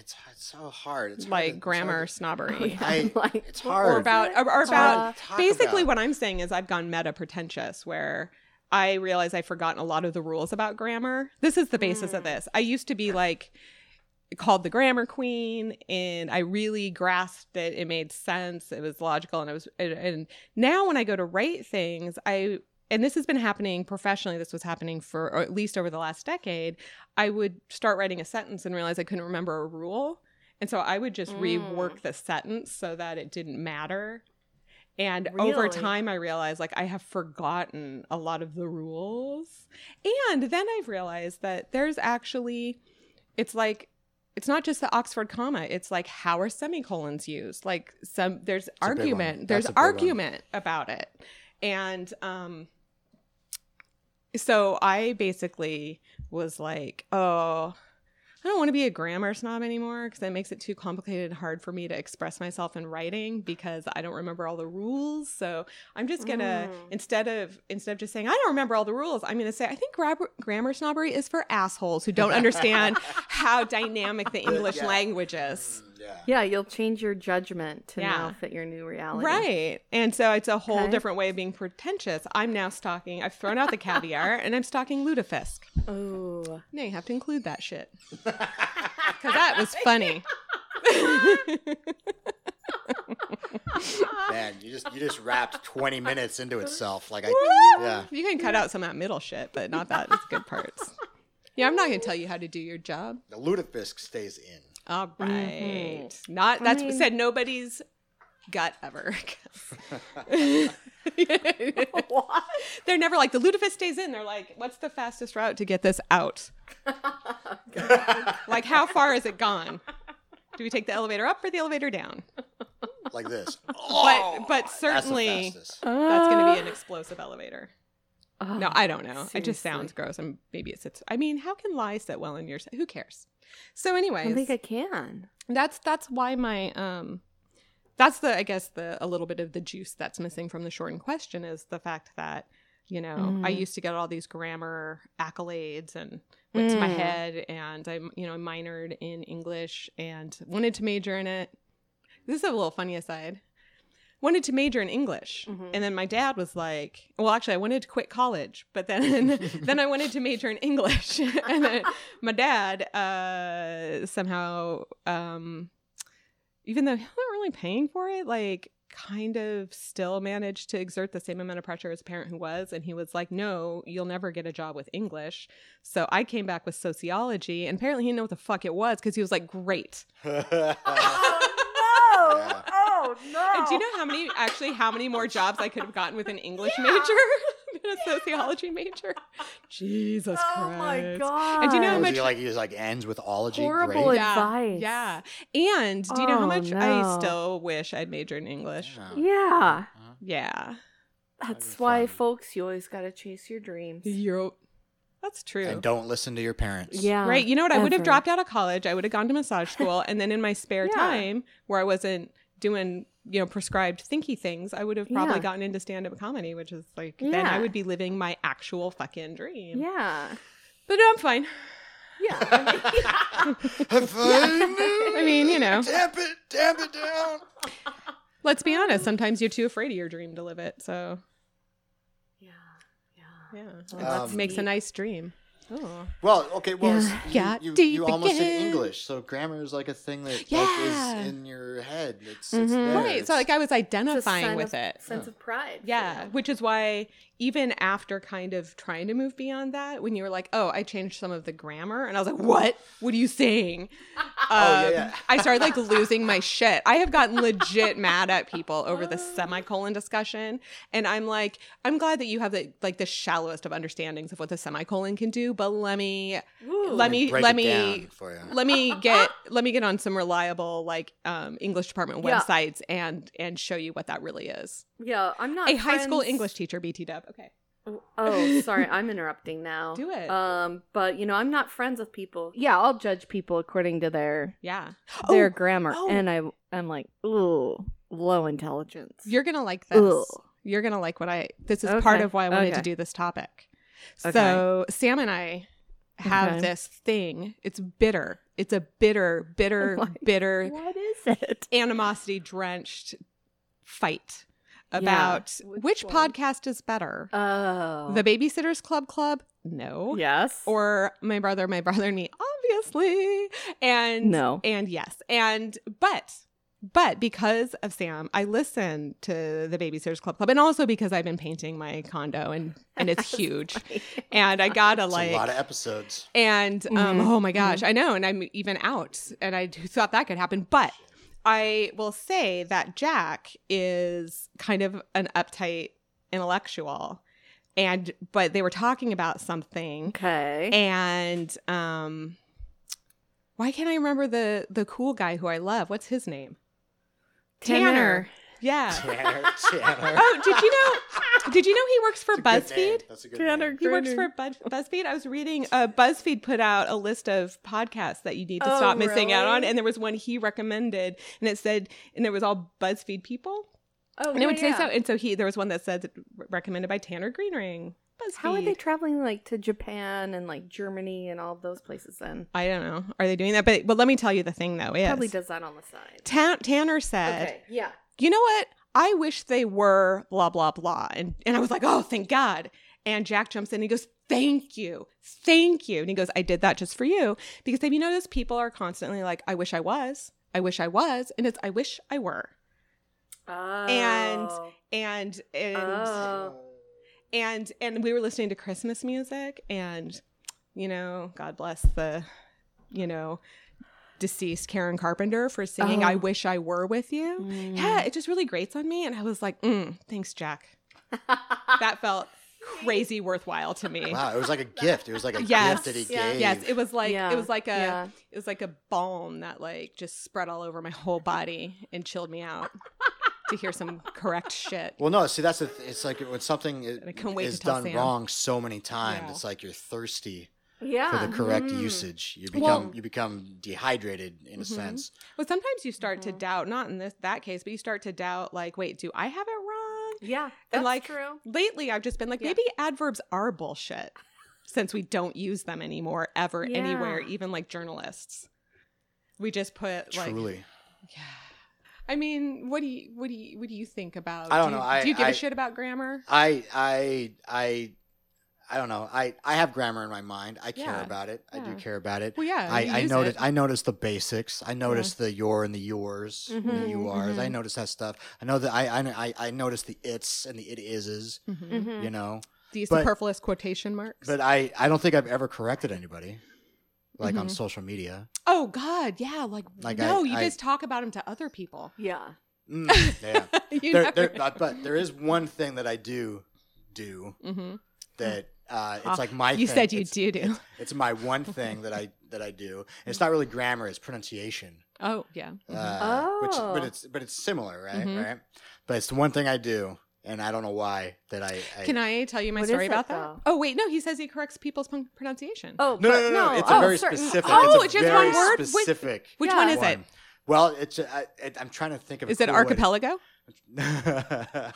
Speaker 4: It's, it's so hard. It's hard to-
Speaker 3: like
Speaker 4: it's hard
Speaker 3: grammar
Speaker 4: to-
Speaker 3: snobbery?
Speaker 4: *laughs* *laughs* I,
Speaker 5: *laughs* Like,
Speaker 4: it's
Speaker 5: what
Speaker 4: hard.
Speaker 3: or about or, or
Speaker 4: It's hard
Speaker 3: about
Speaker 4: to talk
Speaker 3: basically
Speaker 4: about.
Speaker 3: what i'm saying is i've gone meta pretentious where i realize i've forgotten a lot of the rules about grammar this is the basis
Speaker 4: Hmm.
Speaker 3: of this i used to be like called the grammar queen and i really grasped it it made sense it was logical and i was and, and now when i go to write things i and this has been happening professionally, this was happening for or at least over the last decade, I would start writing a sentence and realize I couldn't remember a rule. And so I would just
Speaker 5: Mm.
Speaker 4: Hmm.
Speaker 3: rework the sentence so that it didn't matter. And over
Speaker 2: Really?
Speaker 3: time, I realized like I have forgotten a lot of the rules. And then I've realized that there's actually, it's like, it's not just the Oxford comma. It's like how are semicolons used? Like some there's
Speaker 4: a big one. That's
Speaker 3: argument. There's
Speaker 4: a big one.
Speaker 3: argument about it, and um, so I basically was like, oh, I don't want to be a grammar snob anymore because that makes it too complicated and hard for me to express myself in writing because I don't remember all the rules. So I'm just gonna
Speaker 2: Mm.
Speaker 3: instead of instead of just saying I don't remember all the rules, I'm gonna say I think grab- grammar snobbery is for assholes who don't understand how dynamic the English
Speaker 4: Yeah.
Speaker 3: language is.
Speaker 4: Yeah.
Speaker 5: Yeah, you'll change your judgment to
Speaker 3: Yeah.
Speaker 5: now fit your new reality.
Speaker 3: Right. And so it's a whole
Speaker 5: Okay.
Speaker 3: different way of being pretentious. I'm now stalking, I've thrown out the caviar and I'm stalking lutefisk.
Speaker 5: Oh.
Speaker 3: Now you have to include that shit. *laughs* Because that was funny.
Speaker 4: Man, you just you just wrapped 20 minutes into itself. Like I, yeah.
Speaker 3: You can cut out some of that middle shit, but not that it's good parts. Yeah, I'm not gonna tell you how to do your job.
Speaker 4: The lutefisk stays in.
Speaker 3: All right. Not that's
Speaker 5: mean-
Speaker 3: said nobody's gut ever.
Speaker 2: What?
Speaker 3: They're never like the lutefisk stays in. They're like, what's the fastest route to get this out? like, how far is it gone? Do we take the elevator up or the elevator down?
Speaker 4: Like
Speaker 3: *laughs*
Speaker 4: this.
Speaker 3: but but
Speaker 4: Oh,
Speaker 3: certainly
Speaker 4: That's the fastest. *laughs*
Speaker 3: that's going to be an explosive elevator.
Speaker 5: Uh, Oh.
Speaker 3: No, I don't know. It just
Speaker 5: seriously.
Speaker 3: sounds gross. And maybe it sits. I mean, how can lies sit well in your? Who cares? So,
Speaker 5: I
Speaker 3: anyways,
Speaker 5: don't think I can.
Speaker 3: that's that's why my um that's the i guess the a little bit of the juice that's missing from the shortened question is the fact that you know i
Speaker 5: Mm.
Speaker 3: used to get all these grammar accolades and went to my
Speaker 5: Mm.
Speaker 3: head and i you know minored in english and wanted to major in it this is a little funny aside wanted to major in english
Speaker 5: Mm-hmm.
Speaker 2: Mhm.
Speaker 3: and then my dad was like well actually i wanted to quit college but then *laughs* then i wanted to major in english *laughs* and then my dad uh somehow um even though he wasn't really paying for it like kind of still managed to exert the same amount of pressure as a parent who was and he was like no you'll never get a job with english so i came back with sociology and apparently he didn't know what the fuck it was because he was like great
Speaker 2: Oh no!
Speaker 4: Yeah.
Speaker 2: Oh no!
Speaker 3: and do you know how many actually how many more jobs i could have gotten with an english major *laughs* than a sociology major jesus
Speaker 2: Oh
Speaker 3: christ
Speaker 2: my god!
Speaker 3: And do you know how
Speaker 4: Was
Speaker 3: much-
Speaker 4: he like he was like ends with ology.
Speaker 5: Horrible
Speaker 4: Great.
Speaker 3: Yeah,
Speaker 5: Oh, advice.
Speaker 3: Yeah. And do you know
Speaker 5: Oh,
Speaker 3: how much
Speaker 5: no.
Speaker 3: I still wish I'd majored in English?
Speaker 4: Yeah. Uh-huh.
Speaker 5: Yeah.
Speaker 4: Huh?
Speaker 3: Yeah.
Speaker 5: That's
Speaker 4: be
Speaker 5: why,
Speaker 4: fun.
Speaker 5: folks, you always got to chase your dreams.
Speaker 3: You're, that's true.
Speaker 4: And don't listen to your parents. *laughs*
Speaker 5: Yeah.
Speaker 3: right. You know what? I would have
Speaker 5: ever.
Speaker 3: dropped out of college. I would have gone to massage school. And then in my spare
Speaker 5: *laughs* Yeah.
Speaker 3: time where I wasn't doing, you know, prescribed thinky things, I would have probably
Speaker 5: Yeah.
Speaker 3: gotten into stand up comedy, which is like, then I
Speaker 5: Yeah.
Speaker 3: would be living my actual fucking dream.
Speaker 5: Yeah.
Speaker 3: But no, I'm fine.
Speaker 5: *laughs* Yeah. *laughs*
Speaker 3: *laughs* I mean, you know,
Speaker 4: Damp it, damp it down.
Speaker 3: let's be
Speaker 5: Oh.
Speaker 3: honest. Sometimes you're too afraid of your dream to live it. So,
Speaker 5: yeah.
Speaker 3: yeah,
Speaker 5: Oh,
Speaker 3: it
Speaker 4: that's
Speaker 3: makes a
Speaker 5: deep.
Speaker 3: nice dream. Oh.
Speaker 4: Well, okay, well,
Speaker 5: Yeah.
Speaker 4: it's-
Speaker 3: Got
Speaker 4: you, you,
Speaker 3: deep
Speaker 4: you almost said
Speaker 3: again.
Speaker 4: English, so grammar is like a thing that like,
Speaker 3: Yeah. Mm-hmm.
Speaker 4: is in your head. It's,
Speaker 5: Mhm.
Speaker 4: it's there.
Speaker 3: Right. So like I was
Speaker 5: It's a
Speaker 3: identifying
Speaker 5: sign
Speaker 3: with
Speaker 5: of-
Speaker 3: it.
Speaker 5: Sense of pride. for
Speaker 3: Yeah,
Speaker 5: them.
Speaker 3: which is why even after kind of trying to move beyond that, when you were like, "Oh, I changed some of the grammar," and I was like, "What? What are you saying?"
Speaker 4: Oh, yeah,
Speaker 3: Um,
Speaker 4: yeah.
Speaker 3: I started like losing my shit. I have gotten legit mad at people over the semicolon discussion, and I'm like, "I'm glad that you have the like the shallowest of understandings of what the semicolon can do, but let me
Speaker 5: Ooh.
Speaker 3: let me
Speaker 4: break
Speaker 3: let
Speaker 4: it
Speaker 3: me
Speaker 4: down for you.
Speaker 3: let me get let me get on some reliable like um english department
Speaker 5: Yeah.
Speaker 3: websites and and show you what that really is
Speaker 5: Yeah, I'm not
Speaker 3: a high school
Speaker 5: friends-
Speaker 3: english teacher bt dub okay
Speaker 5: *laughs* Oh, sorry, I'm interrupting now.
Speaker 3: Do it.
Speaker 5: Um, but you know, I'm not friends with people. Yeah, I'll judge people according to their
Speaker 3: yeah
Speaker 5: their
Speaker 3: Oh,
Speaker 5: grammar,
Speaker 3: oh.
Speaker 5: and I I'm like, ooh, low intelligence.
Speaker 3: you're gonna like this
Speaker 5: Ugh.
Speaker 3: you're gonna like what i this is part
Speaker 5: Okay,
Speaker 3: of why i wanted
Speaker 5: okay.
Speaker 3: to do this topic
Speaker 5: Okay.
Speaker 3: so sam and i have
Speaker 5: Okay.
Speaker 3: this thing it's bitter it's a bitter bitter
Speaker 5: *laughs* Like,
Speaker 3: bitter
Speaker 5: what is it?
Speaker 3: animosity drenched fight about
Speaker 5: Which
Speaker 3: which,
Speaker 5: one?
Speaker 3: podcast is better
Speaker 5: Oh,
Speaker 3: the babysitters club club no
Speaker 5: yes
Speaker 3: or my brother, my brother and me, obviously. And
Speaker 5: no.
Speaker 3: and yes. And but But because of Sam, I listen to the Babysitters Club Club, and also because I've been painting my condo and and it's huge, and I gotta
Speaker 4: It's
Speaker 3: like
Speaker 4: a lot of *laughs* episodes.
Speaker 3: and um,
Speaker 5: Mhm.
Speaker 3: oh my gosh, I know, and I'm even out, and I thought that could happen, but I will say that Jack is kind of an uptight intellectual, and but they were talking about something,
Speaker 5: Okay.
Speaker 3: and um, why can't I remember the the cool guy who I love? What's his name? Tanner.
Speaker 5: *laughs*
Speaker 3: Yeah.
Speaker 4: Tanner, *laughs* Tanner.
Speaker 3: Oh, did you know? Did you know he works for
Speaker 4: That's a good name.
Speaker 3: BuzzFeed?
Speaker 4: That's a good name.
Speaker 5: Tanner.
Speaker 3: He works for Bud- BuzzFeed. I was reading uh, BuzzFeed put out a list of podcasts that you need to
Speaker 5: Oh,
Speaker 3: stop missing out on,
Speaker 5: really?
Speaker 3: and there was one he recommended, and it said, and there was all BuzzFeed people,
Speaker 5: Oh,
Speaker 3: and it would say so. And so he, there was one that said recommended by Tanner Greenring. BuzzFeed.
Speaker 5: How are they traveling like to Japan and like Germany and all of those places then?
Speaker 3: I don't know. Are they doing that? But but let me tell you the thing though is
Speaker 5: Probably does that on the side.
Speaker 3: Ta- Tanner said.
Speaker 5: Okay. Yeah.
Speaker 3: you know what? I wish they were blah, blah, blah. And, and I was like, oh, thank God. And Jack jumps in and he goes, thank you. Thank you. And he goes, I did that just for you. Because have you noticed people are constantly like, I wish I was. I wish I was. And it's, I wish I were.
Speaker 5: Oh.
Speaker 3: And, and,
Speaker 5: Oh.
Speaker 3: and, and we were listening to Christmas music and, you know, God bless the, you know, deceased Karen Carpenter for singing
Speaker 5: Oh.
Speaker 3: I Wish I Were With You
Speaker 5: Mm-hmm.
Speaker 3: yeah, it just really grates on me. And I was like, mm, thanks, Jack. That felt crazy worthwhile to me.
Speaker 4: Wow, it was like a gift. It was like a gift
Speaker 3: Yes.
Speaker 4: that he
Speaker 5: Yeah.
Speaker 4: gave.
Speaker 3: Yes, it was like
Speaker 5: Yeah,
Speaker 3: it was like a
Speaker 5: yeah.
Speaker 3: it was like a balm that like just spread all over my whole body and chilled me out to hear some correct shit.
Speaker 4: Well, no. See, that's the th- it's like when something is,
Speaker 3: I couldn't wait
Speaker 4: is
Speaker 3: to tell
Speaker 4: done
Speaker 3: Sam.
Speaker 4: wrong so many times,
Speaker 3: Yeah.
Speaker 4: it's like you're thirsty
Speaker 5: *laughs* Yeah.
Speaker 4: for the correct
Speaker 5: Mhm.
Speaker 4: usage. You
Speaker 3: Well-
Speaker 4: become you become dehydrated in a
Speaker 3: Mhm.
Speaker 4: sense.
Speaker 3: But sometimes you start to
Speaker 5: Mhm.
Speaker 3: doubt, not in this that case, but you start to doubt like, wait, do I have it wrong?
Speaker 5: Yeah. That's
Speaker 3: like-
Speaker 5: true.
Speaker 3: Lately I've just been like,
Speaker 5: Yeah.
Speaker 3: maybe adverbs are bullshit since we don't use them anymore ever
Speaker 5: Yeah.
Speaker 3: anywhere, even like journalists. We just put like
Speaker 4: Truly,
Speaker 3: Yeah. I mean, what do you what do you what do you think about?
Speaker 4: I don't
Speaker 3: do you,
Speaker 4: know. I-
Speaker 3: do you give a
Speaker 4: I-
Speaker 3: shit about grammar?
Speaker 4: I I I I don't know. I I have grammar in my mind. I care
Speaker 3: Yeah.
Speaker 4: about it. I do
Speaker 3: Yeah.
Speaker 4: care about it.
Speaker 3: Well, yeah. Oh, you
Speaker 4: I, I
Speaker 3: use
Speaker 4: noticed.
Speaker 3: it.
Speaker 4: I noticed the basics. I noticed the your and the yours, and
Speaker 5: Mhm,
Speaker 4: the you are. I
Speaker 3: mhm.
Speaker 4: noticed that stuff. I know that I I I noticed the it's and the it is.
Speaker 3: Mhm.
Speaker 5: Mhm.
Speaker 4: You know,
Speaker 3: These
Speaker 4: but-
Speaker 3: superfluous quotation marks.
Speaker 4: but I I don't think I've ever corrected anybody, like on
Speaker 3: Mhm.
Speaker 4: social
Speaker 3: *laughs*
Speaker 4: media.
Speaker 3: oh God, yeah. Like,
Speaker 4: Like,
Speaker 3: no,
Speaker 4: I-
Speaker 3: you
Speaker 4: I-
Speaker 3: guys talk about them to other people. *laughs*
Speaker 5: Yeah.
Speaker 4: Mm, yeah.
Speaker 3: you
Speaker 4: there,
Speaker 3: never-
Speaker 4: there, but, but there is one thing that I do do
Speaker 3: Mhm.
Speaker 4: that uh, it's
Speaker 3: Ah,
Speaker 4: like my.
Speaker 3: You
Speaker 4: thing.
Speaker 3: said you
Speaker 4: It's-
Speaker 3: do do.
Speaker 4: It's my one thing that I that I do. And it's not really grammar; it's pronunciation.
Speaker 3: *laughs* Oh yeah.
Speaker 4: Uh, Which,
Speaker 5: Oh.
Speaker 4: but it's but it's similar, right?
Speaker 3: Mhm.
Speaker 4: Right. But it's the one thing I do, and I don't know why that I. I
Speaker 3: Can I tell you my
Speaker 5: What is
Speaker 3: story
Speaker 5: it,
Speaker 3: about
Speaker 5: though?
Speaker 3: that? Oh wait, no. He says he corrects people's pun- pronunciation.
Speaker 5: Oh
Speaker 4: No,
Speaker 5: but-
Speaker 4: no, no, no, It's
Speaker 5: oh,
Speaker 4: a very
Speaker 5: certain-
Speaker 4: specific.
Speaker 3: Oh,
Speaker 4: *laughs* it's,
Speaker 3: *laughs*
Speaker 4: a
Speaker 3: it's just
Speaker 4: very
Speaker 3: one word? Wait,
Speaker 4: Specific.
Speaker 3: Which
Speaker 5: yeah.
Speaker 3: one is it?
Speaker 4: one. Well, it's uh, I, I, I'm trying to think of. a
Speaker 3: Is it
Speaker 4: cool way to- *laughs*
Speaker 3: archipelago?
Speaker 5: Oh,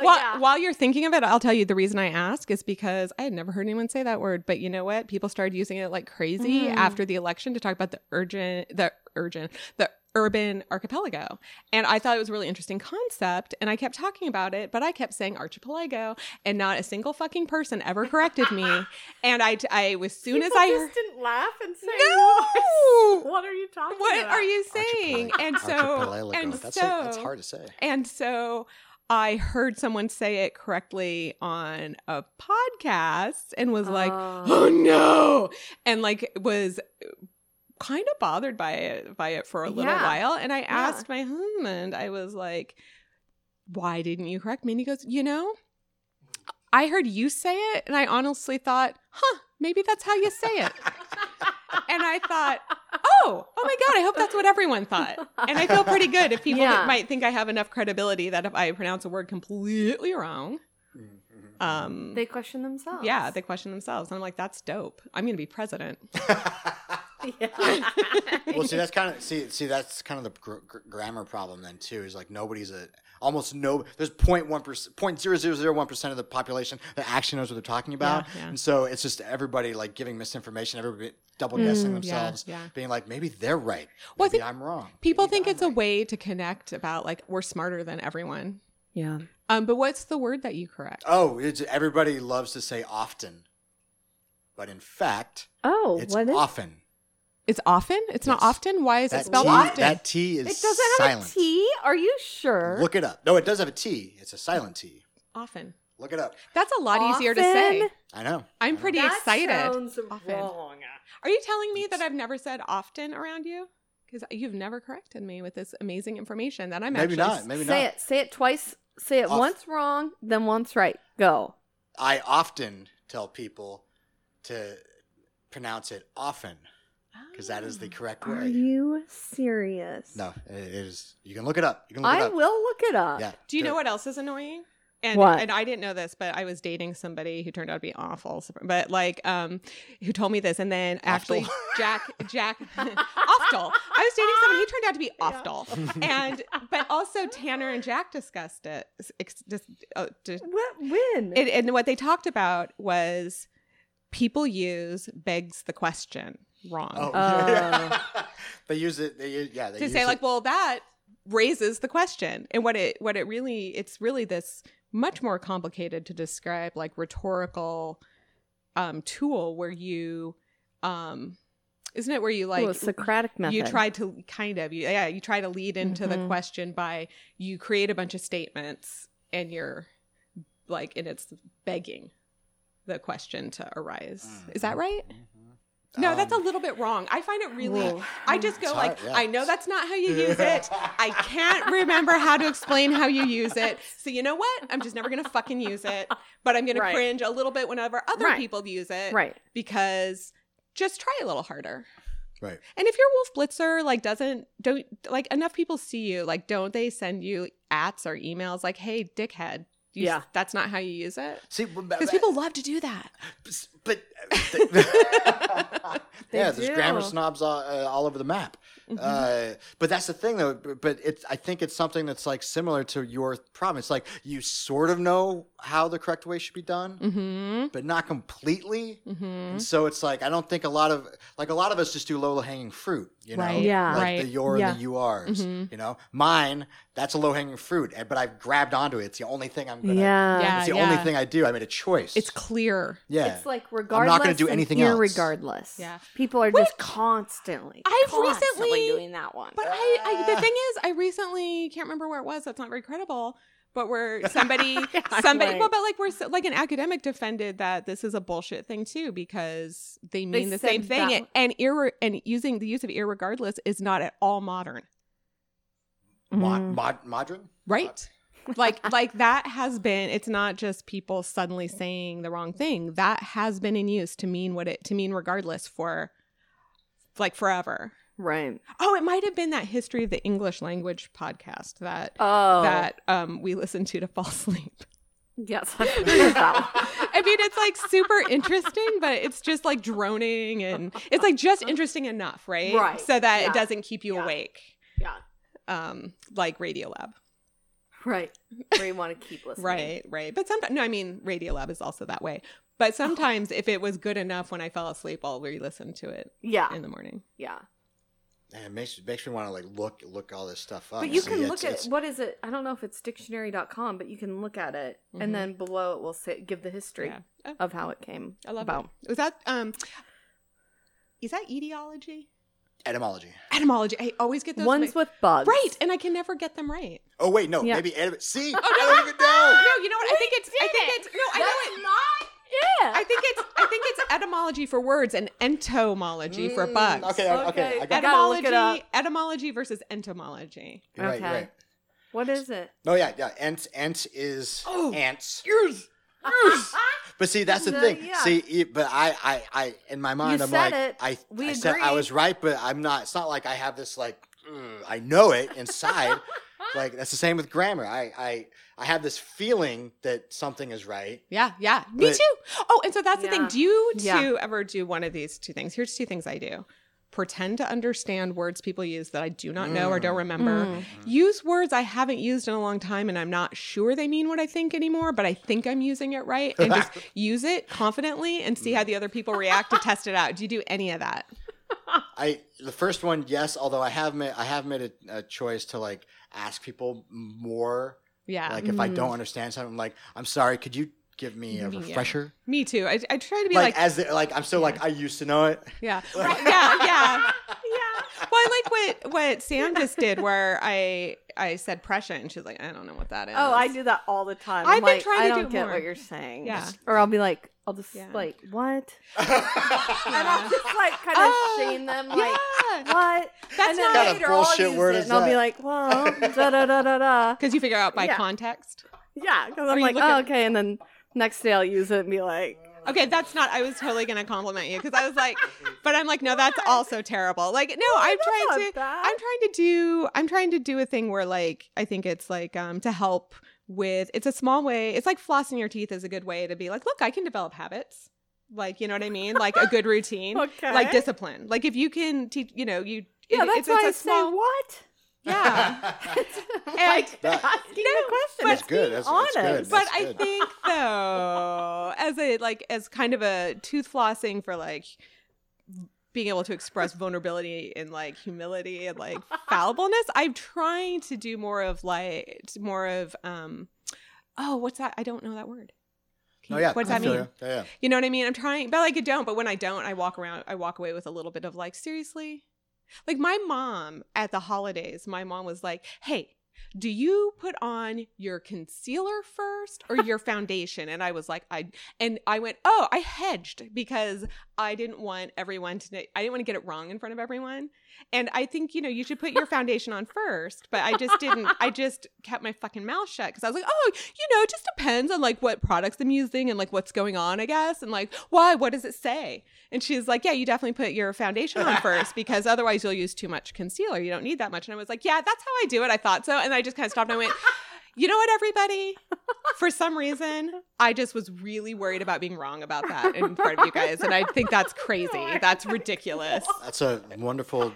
Speaker 3: while,
Speaker 5: yeah.
Speaker 3: while you're thinking of it, I'll tell you the reason I ask is because I had never heard anyone say that word, but you know what? People started using it like crazy
Speaker 5: Mm.
Speaker 3: after the election to talk about the urgent, the urgent, the urban archipelago. And I thought it was a really interesting concept and I kept talking about it, but I kept saying archipelago and not a single fucking person ever corrected me.
Speaker 5: *laughs*
Speaker 3: and I, I as soon as
Speaker 5: People
Speaker 3: I
Speaker 5: just
Speaker 3: *laughs* heard,
Speaker 5: didn't laugh and say,
Speaker 3: No!
Speaker 5: *laughs* What are you talking
Speaker 3: what
Speaker 5: about?
Speaker 3: are you saying?
Speaker 4: Archipelago.
Speaker 3: And so,
Speaker 4: Archipelago.
Speaker 3: and
Speaker 4: that's,
Speaker 3: so,
Speaker 4: a- that's hard to say.
Speaker 3: and so I heard someone say it correctly on a podcast and was like, *gasps* "Oh no." And like was kind of bothered by it by it for a little
Speaker 5: Yeah.
Speaker 3: while and I asked my husband, I was like, "Why didn't you correct me?" And he goes, "You know, I heard you say it and I honestly thought, "Huh, maybe that's how you say
Speaker 5: *laughs*
Speaker 3: it." and I thought, "Oh, oh my god, I hope that's what everyone thought." and I feel pretty good if people
Speaker 5: Yeah.
Speaker 3: might think I have enough credibility that if I pronounce a word completely wrong, um,
Speaker 5: They question themselves.
Speaker 3: yeah, they question themselves. And I'm like, that's dope. I'm going to be president.
Speaker 5: *laughs* Yeah.
Speaker 3: *laughs*
Speaker 4: well, see, that's kind of see, see, that's kind of the gr- gr- grammar problem then too. Is like nobody's a almost no. There's point one percent, point zero zero zero one percent of the population that actually knows what they're talking about,
Speaker 3: Yeah, yeah.
Speaker 4: and so it's just everybody like giving misinformation, everybody double guessing
Speaker 3: Mm, yeah,
Speaker 4: themselves,
Speaker 3: yeah.
Speaker 4: being like maybe they're right,
Speaker 3: Well, I
Speaker 4: maybe
Speaker 3: think
Speaker 4: I'm wrong.
Speaker 3: People
Speaker 4: Maybe
Speaker 3: think
Speaker 4: I'm
Speaker 3: it's a
Speaker 4: right.
Speaker 3: way to connect about like we're smarter than everyone.
Speaker 5: yeah.
Speaker 3: Um, but what's the word that you correct?
Speaker 4: Oh, it's, everybody loves to say often, but in fact,
Speaker 5: Oh,
Speaker 4: it's
Speaker 5: what is
Speaker 4: often.
Speaker 3: It's often. It's not
Speaker 4: Yes.
Speaker 3: often. Why is
Speaker 4: That
Speaker 3: it spelled
Speaker 4: T,
Speaker 3: often?
Speaker 4: that T is
Speaker 5: It doesn't
Speaker 4: silent.
Speaker 5: have a T. Are you sure?
Speaker 4: Look it up. No, it does have a T. It's a silent T.
Speaker 3: often.
Speaker 4: Look it up.
Speaker 3: That's a lot easier to
Speaker 5: Often?
Speaker 3: say.
Speaker 4: I know.
Speaker 3: I'm pretty
Speaker 5: that
Speaker 3: excited.
Speaker 5: Sounds
Speaker 3: Often.
Speaker 5: wrong.
Speaker 3: Are you telling me that I've never said often around you? Because you've never corrected me with this amazing information that I'm
Speaker 4: maybe
Speaker 3: actually
Speaker 4: not. Maybe
Speaker 5: say
Speaker 4: not.
Speaker 5: it. Say it twice. Say it
Speaker 4: Off-
Speaker 5: once wrong, then once right. Go.
Speaker 4: I often tell people to pronounce it often because that is
Speaker 5: *gasps*
Speaker 4: the correct
Speaker 5: Ah. Are
Speaker 4: way.
Speaker 5: you serious?
Speaker 4: No, it is. You can look it up. You can look it
Speaker 5: I
Speaker 4: up.
Speaker 5: will look it
Speaker 3: *laughs*
Speaker 5: up.
Speaker 4: Yeah.
Speaker 3: Do you know
Speaker 4: it.
Speaker 3: what else is annoying? And,
Speaker 5: What?
Speaker 3: and I didn't know this, but I was dating somebody who turned out to be awful, but like, um, who told me this, and then actually
Speaker 4: Awful.
Speaker 3: *laughs* Jack Jack Oftal. I was dating someone who turned out to be Oftal, and but also Tanner and Jack discussed it. Ex- dis- uh, dis-
Speaker 5: *laughs* What? When?
Speaker 3: and, and what they talked about was people use begs the question wrong
Speaker 4: Oh,
Speaker 5: Uh.
Speaker 4: *laughs* they use it. They use, yeah. They
Speaker 3: to
Speaker 4: use
Speaker 3: say
Speaker 4: it.
Speaker 3: like well that raises the question and what it what it really it's really this much more complicated to describe like rhetorical um tool where you um isn't it where you like
Speaker 5: Ooh, Socratic method.
Speaker 3: you try to kind of you, yeah you try to lead into the
Speaker 5: Mhm.
Speaker 3: question by you create a bunch of statements and you're like and it's begging the question to arise is that right no that's
Speaker 4: Mm-hmm.
Speaker 3: a
Speaker 4: Mm. Um,
Speaker 3: little bit wrong i find it really *laughs*
Speaker 5: Whoa.
Speaker 3: i
Speaker 4: *laughs*
Speaker 3: just go
Speaker 4: It's
Speaker 3: like
Speaker 4: hard, yeah.
Speaker 3: i know that's not how
Speaker 4: *laughs*
Speaker 3: you use it i can't remember how to explain how you use it so you know what i'm just never gonna fucking use it but i'm gonna
Speaker 5: Right.
Speaker 3: cringe a little bit whenever other
Speaker 5: Right.
Speaker 3: people use it
Speaker 5: Right.
Speaker 3: because just try a little harder
Speaker 4: Right.
Speaker 3: and if your wolf blitzer like doesn't don't like enough people see you, like don't they send you ats or emails like, "Hey, dickhead, you,
Speaker 5: Yeah.
Speaker 3: that's not how you use it."
Speaker 4: See,
Speaker 3: Because people love to do that.
Speaker 4: *laughs* but
Speaker 5: They
Speaker 4: yeah, there's grammar
Speaker 5: do.
Speaker 4: snobs all, uh, all over the map. Uh, but that's the thing, though. b- But it's I think it's something that's like similar to your problem. It's like you sort of know how the correct way should be done,
Speaker 3: Mm-hmm.
Speaker 4: but not completely.
Speaker 3: Mm-hmm.
Speaker 4: And so it's like I don't think a lot of like a lot of us just do low hanging fruit, you know?
Speaker 3: Right.
Speaker 5: Yeah.
Speaker 4: Like
Speaker 3: Right.
Speaker 4: the your
Speaker 5: Yeah.
Speaker 4: and the you are's.
Speaker 3: Mhm.
Speaker 4: You know? Mine, that's a low hanging fruit. and- But I've grabbed onto it. It's the only thing I'm gonna
Speaker 5: Yeah.
Speaker 3: Yeah.
Speaker 4: it's the only
Speaker 3: yeah.
Speaker 4: thing I do. I made a choice.
Speaker 3: It's clear.
Speaker 4: yeah.
Speaker 5: It's like
Speaker 4: gonna
Speaker 5: regardless.
Speaker 4: do
Speaker 5: and
Speaker 4: anything else.
Speaker 5: irregardless.
Speaker 3: Yeah.
Speaker 5: People are
Speaker 3: What-
Speaker 5: just constantly.
Speaker 3: I've
Speaker 5: constantly
Speaker 3: recently-
Speaker 5: doing that one.
Speaker 3: But I, I the thing is, I recently can't remember where it was. That's not very credible. But where
Speaker 5: *laughs*
Speaker 3: somebody,
Speaker 5: I'm
Speaker 3: somebody,
Speaker 5: like-
Speaker 3: well, but like we're so- like an academic defended that this is a bullshit thing too because they mean the
Speaker 5: said
Speaker 3: same thing
Speaker 5: that-
Speaker 3: and irre- and using the use of irregardless is not at all modern,
Speaker 4: Mo-
Speaker 5: Mm.
Speaker 4: mod- modern?
Speaker 5: *laughs*
Speaker 3: right? like like that has been. It's not just people suddenly saying the wrong thing. That has been in use to mean what it to mean regardless for like forever.
Speaker 5: right.
Speaker 3: Oh, it might have been that history of the English language podcast that
Speaker 5: Oh.
Speaker 3: that um, we listen to to fall *laughs* asleep. *laughs*
Speaker 5: Yes. *laughs* I've heard that one.
Speaker 3: I mean, it's like super interesting, but it's just like droning and it's like just interesting enough, right?
Speaker 5: Right.
Speaker 3: So that
Speaker 5: Yeah.
Speaker 3: it doesn't keep you
Speaker 5: Yeah.
Speaker 3: awake,
Speaker 5: Yeah.
Speaker 3: um, like Radiolab.
Speaker 5: Right. Where you want to
Speaker 3: *laughs*
Speaker 5: keep listening.
Speaker 3: Right, right. But sometimes, no, I mean, Radiolab is also that way. But sometimes if it was good enough when I fell asleep, I'll re listen to it
Speaker 5: Yeah.
Speaker 3: in the morning.
Speaker 5: Yeah.
Speaker 4: And it makes makes me want to like look look all this stuff up.
Speaker 5: But you
Speaker 4: See,
Speaker 5: can
Speaker 4: it's-
Speaker 5: look at
Speaker 4: it's-
Speaker 5: what is it? I don't know if it's dictionary.com, but you can look at it
Speaker 3: Mhm.
Speaker 5: and then below it will say give the history
Speaker 3: Yeah. Oh,
Speaker 5: of how it came
Speaker 3: I love
Speaker 5: about.
Speaker 3: it. Was that, um, is that etiology?
Speaker 4: etymology.
Speaker 3: Etymology. I always get those.
Speaker 5: Ones
Speaker 3: mixed-
Speaker 5: with bugs.
Speaker 3: right. And I can never get them right.
Speaker 4: Oh wait, no,
Speaker 5: Yeah.
Speaker 4: maybe etym-
Speaker 5: *laughs*
Speaker 4: see,
Speaker 3: Oh,
Speaker 4: I don't even know.
Speaker 3: No, you know what? I think it's. I think it's. No, I know it.
Speaker 5: not
Speaker 3: I think it's. I think it's etymology for words and entomology for
Speaker 4: Mm,
Speaker 3: bugs.
Speaker 4: Okay, okay,
Speaker 5: Okay.
Speaker 4: I got
Speaker 5: I gotta look
Speaker 3: Etymology,
Speaker 5: it up.
Speaker 3: etymology versus entomology.
Speaker 4: it. Right,
Speaker 5: Okay.
Speaker 4: right.
Speaker 5: What is
Speaker 3: *laughs*
Speaker 5: it?
Speaker 4: No, yeah, yeah. Ants, ants is
Speaker 3: Oh.
Speaker 4: ants. But see, that's the
Speaker 5: No,
Speaker 4: thing.
Speaker 5: yeah.
Speaker 4: See, e- but I, I, I, in my mind, I'm
Speaker 5: said
Speaker 4: like,
Speaker 5: it.
Speaker 4: I,
Speaker 5: We
Speaker 4: I said I
Speaker 5: agree.
Speaker 4: was right, but I'm not. It's not like I have this like, "Ugh," I know it
Speaker 5: *laughs*
Speaker 4: inside. like that's the same with grammar. I, I, I have this feeling that something is right.
Speaker 3: Yeah, yeah. Me
Speaker 4: But-
Speaker 3: too. Oh, and so that's the thing.
Speaker 5: Yeah.
Speaker 3: Do you two
Speaker 5: Yeah.
Speaker 3: ever do one of these two things? Here's two things I do. Pretend to understand words people use that I do not know or don't
Speaker 4: Mm.
Speaker 3: remember.
Speaker 5: Mm.
Speaker 3: Use words I haven't used in a long time and I'm not sure they mean what I think anymore, but I think I'm using it right. And
Speaker 4: *laughs*
Speaker 3: just use it confidently and see how the other people react to test it out. Do you do any of that?
Speaker 4: I the first one, yes. Although I have made I have made a, a choice to like ask people more.
Speaker 3: Yeah.
Speaker 4: Like if I
Speaker 5: Mm-hmm.
Speaker 4: don't understand something, I'm like, I'm sorry. Could you give me a
Speaker 3: Yeah.
Speaker 4: refresher?
Speaker 3: Me too. I, I try to be
Speaker 4: Like,
Speaker 3: like,
Speaker 4: as the, like I'm still like I used to know it.
Speaker 3: yeah, right, yeah, yeah. I like what what Sam just did, where I I said Prussia, and she's like, I don't know what that is.
Speaker 5: *laughs* Oh, I do that all the time.
Speaker 3: I've
Speaker 5: I'm
Speaker 3: been
Speaker 5: like,
Speaker 3: trying to
Speaker 5: I
Speaker 3: do
Speaker 5: don't
Speaker 3: it
Speaker 5: get
Speaker 3: more.
Speaker 5: what you're saying.
Speaker 3: Yeah.
Speaker 5: Or I'll be like, I'll just
Speaker 3: Yeah.
Speaker 5: like, what?
Speaker 4: kind
Speaker 5: And I'll just *laughs* like kind of
Speaker 3: Oh,
Speaker 5: shame them, like,
Speaker 3: Yeah,
Speaker 5: what?
Speaker 3: That's
Speaker 5: and then
Speaker 3: not-
Speaker 4: of
Speaker 5: later I'll
Speaker 4: bullshit
Speaker 5: use
Speaker 4: word
Speaker 5: it
Speaker 4: is
Speaker 5: and I'll be
Speaker 4: that?
Speaker 5: like, well, *laughs* da da da da da.
Speaker 3: because you figure out by
Speaker 5: Yeah.
Speaker 3: context.
Speaker 5: Yeah, because
Speaker 3: Or
Speaker 5: I'm
Speaker 3: you
Speaker 5: like,
Speaker 3: look
Speaker 5: oh,
Speaker 3: at-
Speaker 5: okay. And then next day I'll use it and be like,
Speaker 3: Okay, that's not. I was totally gonna compliment you because I was like, but I'm like, no, that's also terrible. Like, no, I'm
Speaker 5: that's
Speaker 3: trying
Speaker 5: not
Speaker 3: to.
Speaker 5: bad.
Speaker 3: I'm trying to do. I'm trying to do a thing where like I think it's like um to help with. It's a small way. It's like flossing your teeth is a good way to be like, look, I can develop habits. Like you know what I mean? Like a good routine.
Speaker 5: okay.
Speaker 3: Like discipline. Like if you can teach, you know, you.
Speaker 5: Yeah,
Speaker 3: it-
Speaker 5: that's
Speaker 3: it's,
Speaker 5: why I
Speaker 3: it's a small.
Speaker 5: say what.
Speaker 3: *laughs*
Speaker 5: *laughs*
Speaker 3: Yeah,
Speaker 4: *laughs*
Speaker 3: and
Speaker 4: That-
Speaker 5: asking
Speaker 3: No,
Speaker 5: the question.
Speaker 3: but-
Speaker 5: It's
Speaker 4: That's good.
Speaker 5: being
Speaker 4: That's- that's good.
Speaker 5: honest.
Speaker 3: but
Speaker 4: That's
Speaker 3: I
Speaker 4: good. *laughs*
Speaker 3: think though, as a like as kind of a tooth flossing for like being able to express vulnerability and like humility
Speaker 4: *laughs*
Speaker 3: and like fallibleness, I'm trying to do more of like more of um oh what's that? I don't know that word. Can
Speaker 4: *laughs* No,
Speaker 3: you-
Speaker 4: yeah.
Speaker 3: what does
Speaker 4: I
Speaker 3: that
Speaker 4: feel
Speaker 3: mean?
Speaker 4: you. Yeah, yeah.
Speaker 3: You know what I mean? I'm trying, but like I don't. But when I don't, I walk around, I walk away with a little bit of like, seriously? Like my mom at the holidays, my mom was like, hey, do you put on your concealer first or your foundation? And I was like, I, and I went, oh, I hedged because I didn't want everyone to, I didn't want to get it wrong in front of everyone. And I think, you know, you should put your foundation on first, but I just didn't. I just kept my fucking mouth shut because I was like, oh, you know, it just depends on like what products I'm using and like what's going on, I guess. And like, why? What does it say? And she's like, yeah, you definitely put your foundation on first because otherwise you'll use too much concealer. You don't need that much. And I was like, yeah, that's how I do it. I thought so. And I just kind of stopped and I went, you know what, everybody? For some reason, I just was really worried about being wrong about that in front of you guys. And I think that's crazy. That's ridiculous.
Speaker 4: That's a wonderful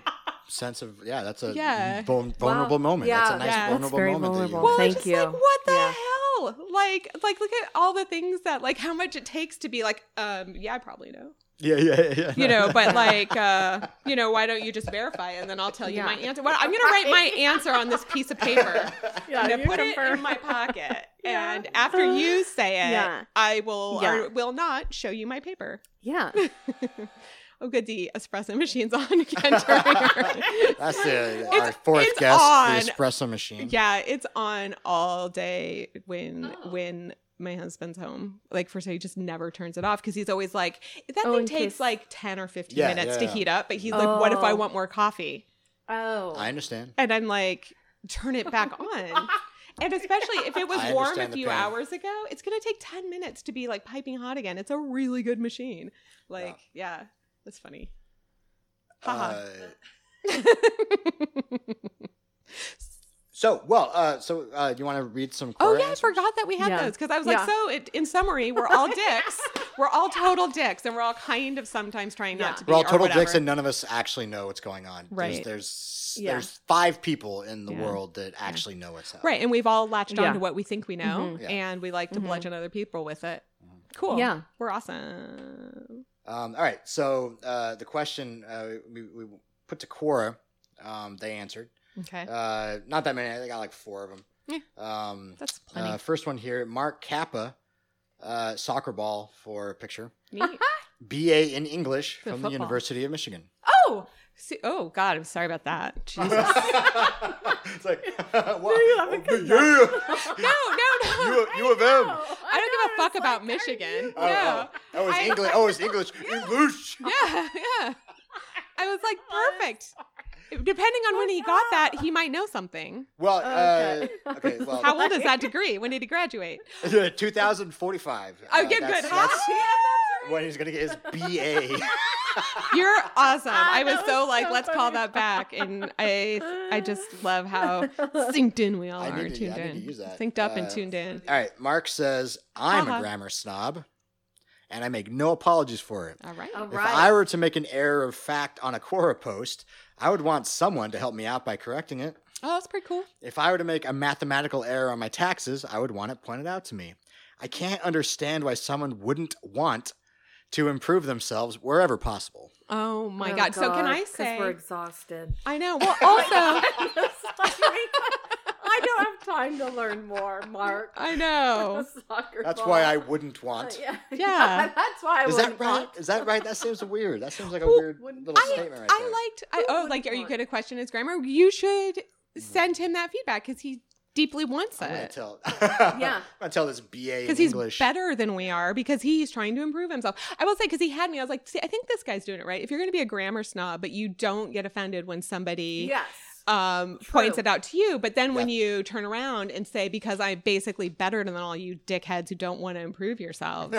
Speaker 4: sense of yeah. That's a
Speaker 3: Yeah.
Speaker 4: vul- vulnerable moment. that's a
Speaker 5: Yeah,
Speaker 4: nice
Speaker 3: yeah. That's
Speaker 4: vulnerable
Speaker 5: very
Speaker 4: moment.
Speaker 5: vulnerable.
Speaker 4: That you
Speaker 3: Well,
Speaker 5: Oh, Thank
Speaker 3: it's just
Speaker 5: you.
Speaker 3: like what the
Speaker 5: Yeah.
Speaker 3: hell? Like, like look at all the things that like how much it takes to be like, um, yeah, I probably know.
Speaker 4: yeah, yeah, yeah, yeah.
Speaker 3: You know, but like, uh, you know, why don't you just verify it and then I'll tell you
Speaker 5: Yeah.
Speaker 3: my answer. Well, I'm gonna write my answer on this piece of
Speaker 5: *laughs*
Speaker 3: paper.
Speaker 5: Yeah,
Speaker 3: I'm gonna
Speaker 5: you
Speaker 3: put it
Speaker 5: confirm.
Speaker 3: in my pocket,
Speaker 5: Yeah.
Speaker 3: and after you say it,
Speaker 5: Yeah.
Speaker 3: I will
Speaker 5: Yeah.
Speaker 3: or will not show you my paper.
Speaker 5: *laughs* Yeah.
Speaker 3: Oh, good, the espresso machine's on
Speaker 5: *laughs*
Speaker 3: again. during-
Speaker 4: That's the,
Speaker 3: *laughs* It's-
Speaker 4: our fourth
Speaker 3: it's
Speaker 4: guest,
Speaker 3: on.
Speaker 4: the espresso machine.
Speaker 5: Mm.
Speaker 3: Yeah, it's on all day when
Speaker 5: Oh.
Speaker 3: when my husband's home. Like for say, he just never turns it off because he's always like that
Speaker 5: Oh,
Speaker 3: thing
Speaker 5: in
Speaker 3: takes
Speaker 5: case-
Speaker 3: like ten or fifteen
Speaker 4: Yeah,
Speaker 3: minutes
Speaker 4: yeah,
Speaker 3: to
Speaker 4: yeah.
Speaker 3: heat up. But he's like, what if I
Speaker 5: Oh.
Speaker 3: want more coffee?
Speaker 5: Oh.
Speaker 4: I understand.
Speaker 3: And I'm like, turn it
Speaker 5: *laughs*
Speaker 3: back on. And especially if it was
Speaker 4: I
Speaker 3: warm a
Speaker 4: understand the
Speaker 3: few
Speaker 4: pain.
Speaker 3: hours ago, it's gonna take ten minutes to be like piping hot again. It's a really good machine. Like, yeah, that's funny.
Speaker 5: *laughs*
Speaker 3: *laughs* Haha.
Speaker 4: Uh, so well, uh, so uh, you want to read some?
Speaker 3: Oh
Speaker 4: Quora
Speaker 3: yeah, I
Speaker 4: answers?
Speaker 3: forgot that we had
Speaker 5: Yeah.
Speaker 3: those because I was
Speaker 5: Yeah.
Speaker 3: like, so it, in summary, we're
Speaker 5: *laughs*
Speaker 3: all dicks. we're all total dicks, and we're all kind of sometimes trying
Speaker 5: Yeah.
Speaker 3: not to be.
Speaker 4: We're all
Speaker 3: or
Speaker 4: total
Speaker 3: whatever.
Speaker 4: dicks, and none of us actually know what's going on.
Speaker 3: Right.
Speaker 4: There's there's,
Speaker 5: Yeah.
Speaker 4: there's five people in the
Speaker 3: Yeah.
Speaker 4: world that actually know what's up.
Speaker 3: right, and we've all latched
Speaker 5: Yeah.
Speaker 3: on to what we think we know,
Speaker 5: Mhm.
Speaker 4: Yeah. Mm-hmm.
Speaker 3: and we like to
Speaker 5: Mhm.
Speaker 3: bludgeon other people with it. Cool.
Speaker 5: Yeah.
Speaker 3: we're
Speaker 5: Oh,
Speaker 3: awesome.
Speaker 4: Um, all right. So uh, the question uh, we, we put to Quora, um, they answered.
Speaker 3: Okay,
Speaker 4: Uh, not that many. I got like four of them.
Speaker 3: Yeah.
Speaker 4: Um,
Speaker 3: that's plenty.
Speaker 4: uh, first one here, Mark Kappa, uh, soccer ball for a picture.
Speaker 3: Neat.
Speaker 4: BA in English from
Speaker 3: For
Speaker 4: the
Speaker 3: football.
Speaker 4: University of Michigan.
Speaker 3: *laughs* oh, see, oh God, I'm sorry about
Speaker 4: *laughs*
Speaker 3: that. Jesus.
Speaker 4: it's
Speaker 3: *laughs*
Speaker 4: like, *laughs* wow.
Speaker 5: you haven't
Speaker 4: yeah,
Speaker 5: come
Speaker 3: no,
Speaker 5: *laughs*
Speaker 3: no,
Speaker 4: *laughs*
Speaker 3: no.
Speaker 4: you, you of M.
Speaker 3: *laughs* I don't give a fuck about Michigan.
Speaker 4: Oh,
Speaker 3: no.
Speaker 4: oh, oh, it's
Speaker 3: I-
Speaker 4: English. Oh, it's English.
Speaker 3: *laughs*
Speaker 4: English.
Speaker 3: Yeah, *laughs* yeah. I was
Speaker 5: *laughs*
Speaker 3: like, perfect. Depending on when
Speaker 5: Oh,
Speaker 3: he got that, he might know something.
Speaker 4: Well,
Speaker 5: Okay.
Speaker 4: uh, okay. Well, *laughs*
Speaker 3: How old is that degree? When did he graduate?
Speaker 4: 2045.
Speaker 3: Oh,
Speaker 4: Uh,
Speaker 3: yeah,
Speaker 4: *laughs*
Speaker 3: good.
Speaker 4: that's- that's When he's gonna get
Speaker 3: *laughs*
Speaker 4: his BA.
Speaker 3: You're awesome. I
Speaker 5: That
Speaker 3: was so
Speaker 5: was
Speaker 3: like,
Speaker 5: so
Speaker 3: let's call
Speaker 5: funny.
Speaker 3: that back. And I, I just love how synced in we all
Speaker 4: I
Speaker 3: are,
Speaker 4: need to-
Speaker 3: tuned
Speaker 4: I need to
Speaker 3: in,
Speaker 4: use that.
Speaker 3: synced up
Speaker 4: Uh,
Speaker 3: and tuned in.
Speaker 4: All right. Mark says I'm
Speaker 3: Uh-huh.
Speaker 4: a grammar snob, and I make no apologies for it.
Speaker 3: All right.
Speaker 5: All
Speaker 4: If
Speaker 5: right.
Speaker 4: I were to make an error of fact on a Quora post, I would want someone to help me out by correcting it.
Speaker 3: Oh, that's pretty cool.
Speaker 4: If I were to make a mathematical error on my taxes, I would want it pointed out to me. I can't understand why someone wouldn't want to improve themselves wherever possible.
Speaker 3: Oh my
Speaker 5: Oh,
Speaker 3: god. So can I
Speaker 5: 'cause
Speaker 3: say?
Speaker 5: *laughs* we're exhausted?
Speaker 3: I know. Well, also.
Speaker 5: I don't have time to learn more, Mark. *laughs*
Speaker 3: I know.
Speaker 5: Soccer
Speaker 4: Oh. That's
Speaker 5: ball.
Speaker 4: why
Speaker 5: *laughs*
Speaker 4: I wouldn't want.
Speaker 5: Yeah.
Speaker 3: Oh, Yeah.
Speaker 5: That's why I
Speaker 4: Is that
Speaker 5: wouldn't
Speaker 4: right?
Speaker 5: want-
Speaker 4: Is that right? That seems weird. That seems like a
Speaker 3: Who
Speaker 4: weird
Speaker 5: wouldn't-
Speaker 4: little
Speaker 3: I,
Speaker 4: statement right there.
Speaker 3: I liked. I,
Speaker 5: Who
Speaker 3: oh,
Speaker 5: wouldn't
Speaker 3: like, are you
Speaker 5: want-
Speaker 3: going to question his grammar? You should send him that feedback because he deeply wants
Speaker 4: Mm-hmm. I'm gonna
Speaker 3: it.
Speaker 4: tell. *laughs*
Speaker 5: Yeah.
Speaker 4: I'm gonna tell this BA in
Speaker 3: Because he's
Speaker 4: English.
Speaker 3: better than we are because he's trying to improve himself. I will say because he had me. I was like, see, I think this guy's doing it right. If you're going to be a grammar snob, but you don't get offended when somebody.
Speaker 4: *laughs*
Speaker 5: Yes.
Speaker 3: Um,
Speaker 5: True.
Speaker 3: points it out to you, but then when you turn around and say, "Because I'm basically better than all you dickheads who don't want to improve yourselves,"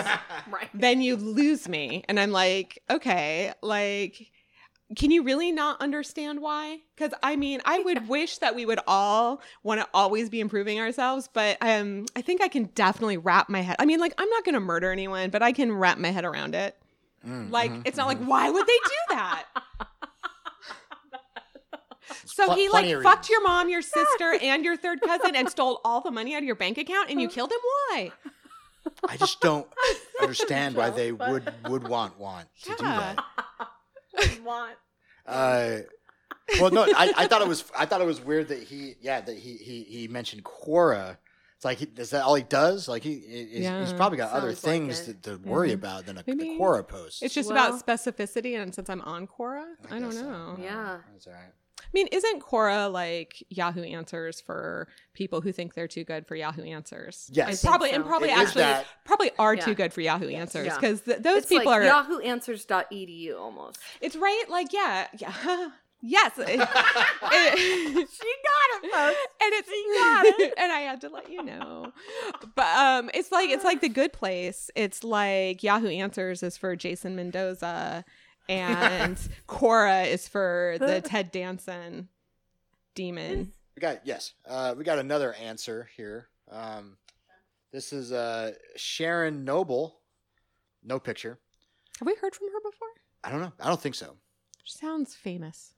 Speaker 5: Right.
Speaker 3: then you lose me. And I'm like, okay, like, can you really not understand why? Because I mean, I would wish that we would all want to always be improving ourselves, but um, I think I can definitely wrap my head. I mean, like, I'm not going to murder anyone, but I can wrap my head around it.
Speaker 4: Mm,
Speaker 3: Like,
Speaker 4: mhm,
Speaker 3: it's not like,
Speaker 4: mhm.
Speaker 3: why would they do
Speaker 4: *laughs*
Speaker 3: that? So
Speaker 4: Pl-
Speaker 3: he like
Speaker 4: plenty of reasons.
Speaker 3: fucked your mom, your sister, and your third cousin, and stole all the money out of your bank account, and you killed him. Why?
Speaker 4: mm-hmm. I just
Speaker 3: *laughs*
Speaker 4: don't understand why
Speaker 5: joke,
Speaker 4: they
Speaker 5: but-
Speaker 4: would would want want to do
Speaker 3: Yeah.
Speaker 4: that.
Speaker 5: Wouldn't want.
Speaker 4: Uh, well, no, I, I thought it was I thought it was weird that he yeah that he he, he mentioned Quora. It's like he, is that all he does? Like he he's, he's
Speaker 3: Yeah.
Speaker 4: probably got other
Speaker 5: Sounds like
Speaker 4: things
Speaker 5: it.
Speaker 4: to, to worry
Speaker 3: Mhm.
Speaker 4: about than a, the
Speaker 3: Maybe-
Speaker 4: Quora post.
Speaker 3: It's just
Speaker 5: Well-
Speaker 3: about specificity, and since I'm on Quora, I, don't know.
Speaker 4: guess so.
Speaker 5: Yeah.
Speaker 4: that's all right.
Speaker 3: I mean, isn't Quora like Yahoo Answers for people who think they're too good for Yahoo Answers?
Speaker 4: Yes.
Speaker 3: and probably and
Speaker 5: so.
Speaker 3: probably
Speaker 4: It is
Speaker 3: actually
Speaker 4: that.
Speaker 3: probably are
Speaker 5: Yeah.
Speaker 3: too good for Yahoo Answers
Speaker 5: Yeah.
Speaker 3: because th- those
Speaker 5: it's
Speaker 3: people
Speaker 5: like
Speaker 3: are.
Speaker 5: yahooanswers.edu E
Speaker 3: *laughs*
Speaker 5: almost.
Speaker 3: It's right, like yeah, yeah, *laughs*
Speaker 4: *laughs*
Speaker 3: yes. It- it-
Speaker 5: She got it, folks.
Speaker 3: *laughs* and it's *laughs* and I had to let you know. But um it's like it's *sighs* like the good place. It's like Yahoo Answers is for Jason Mendoza *laughs* and Cora is *laughs* for the Ted Danson demon.
Speaker 4: We got yes. Uh, we got another answer here. Um, this is uh, Sharon Noble. No picture.
Speaker 3: Have we heard from her before?
Speaker 4: I don't know. I don't think so.
Speaker 3: She sounds famous.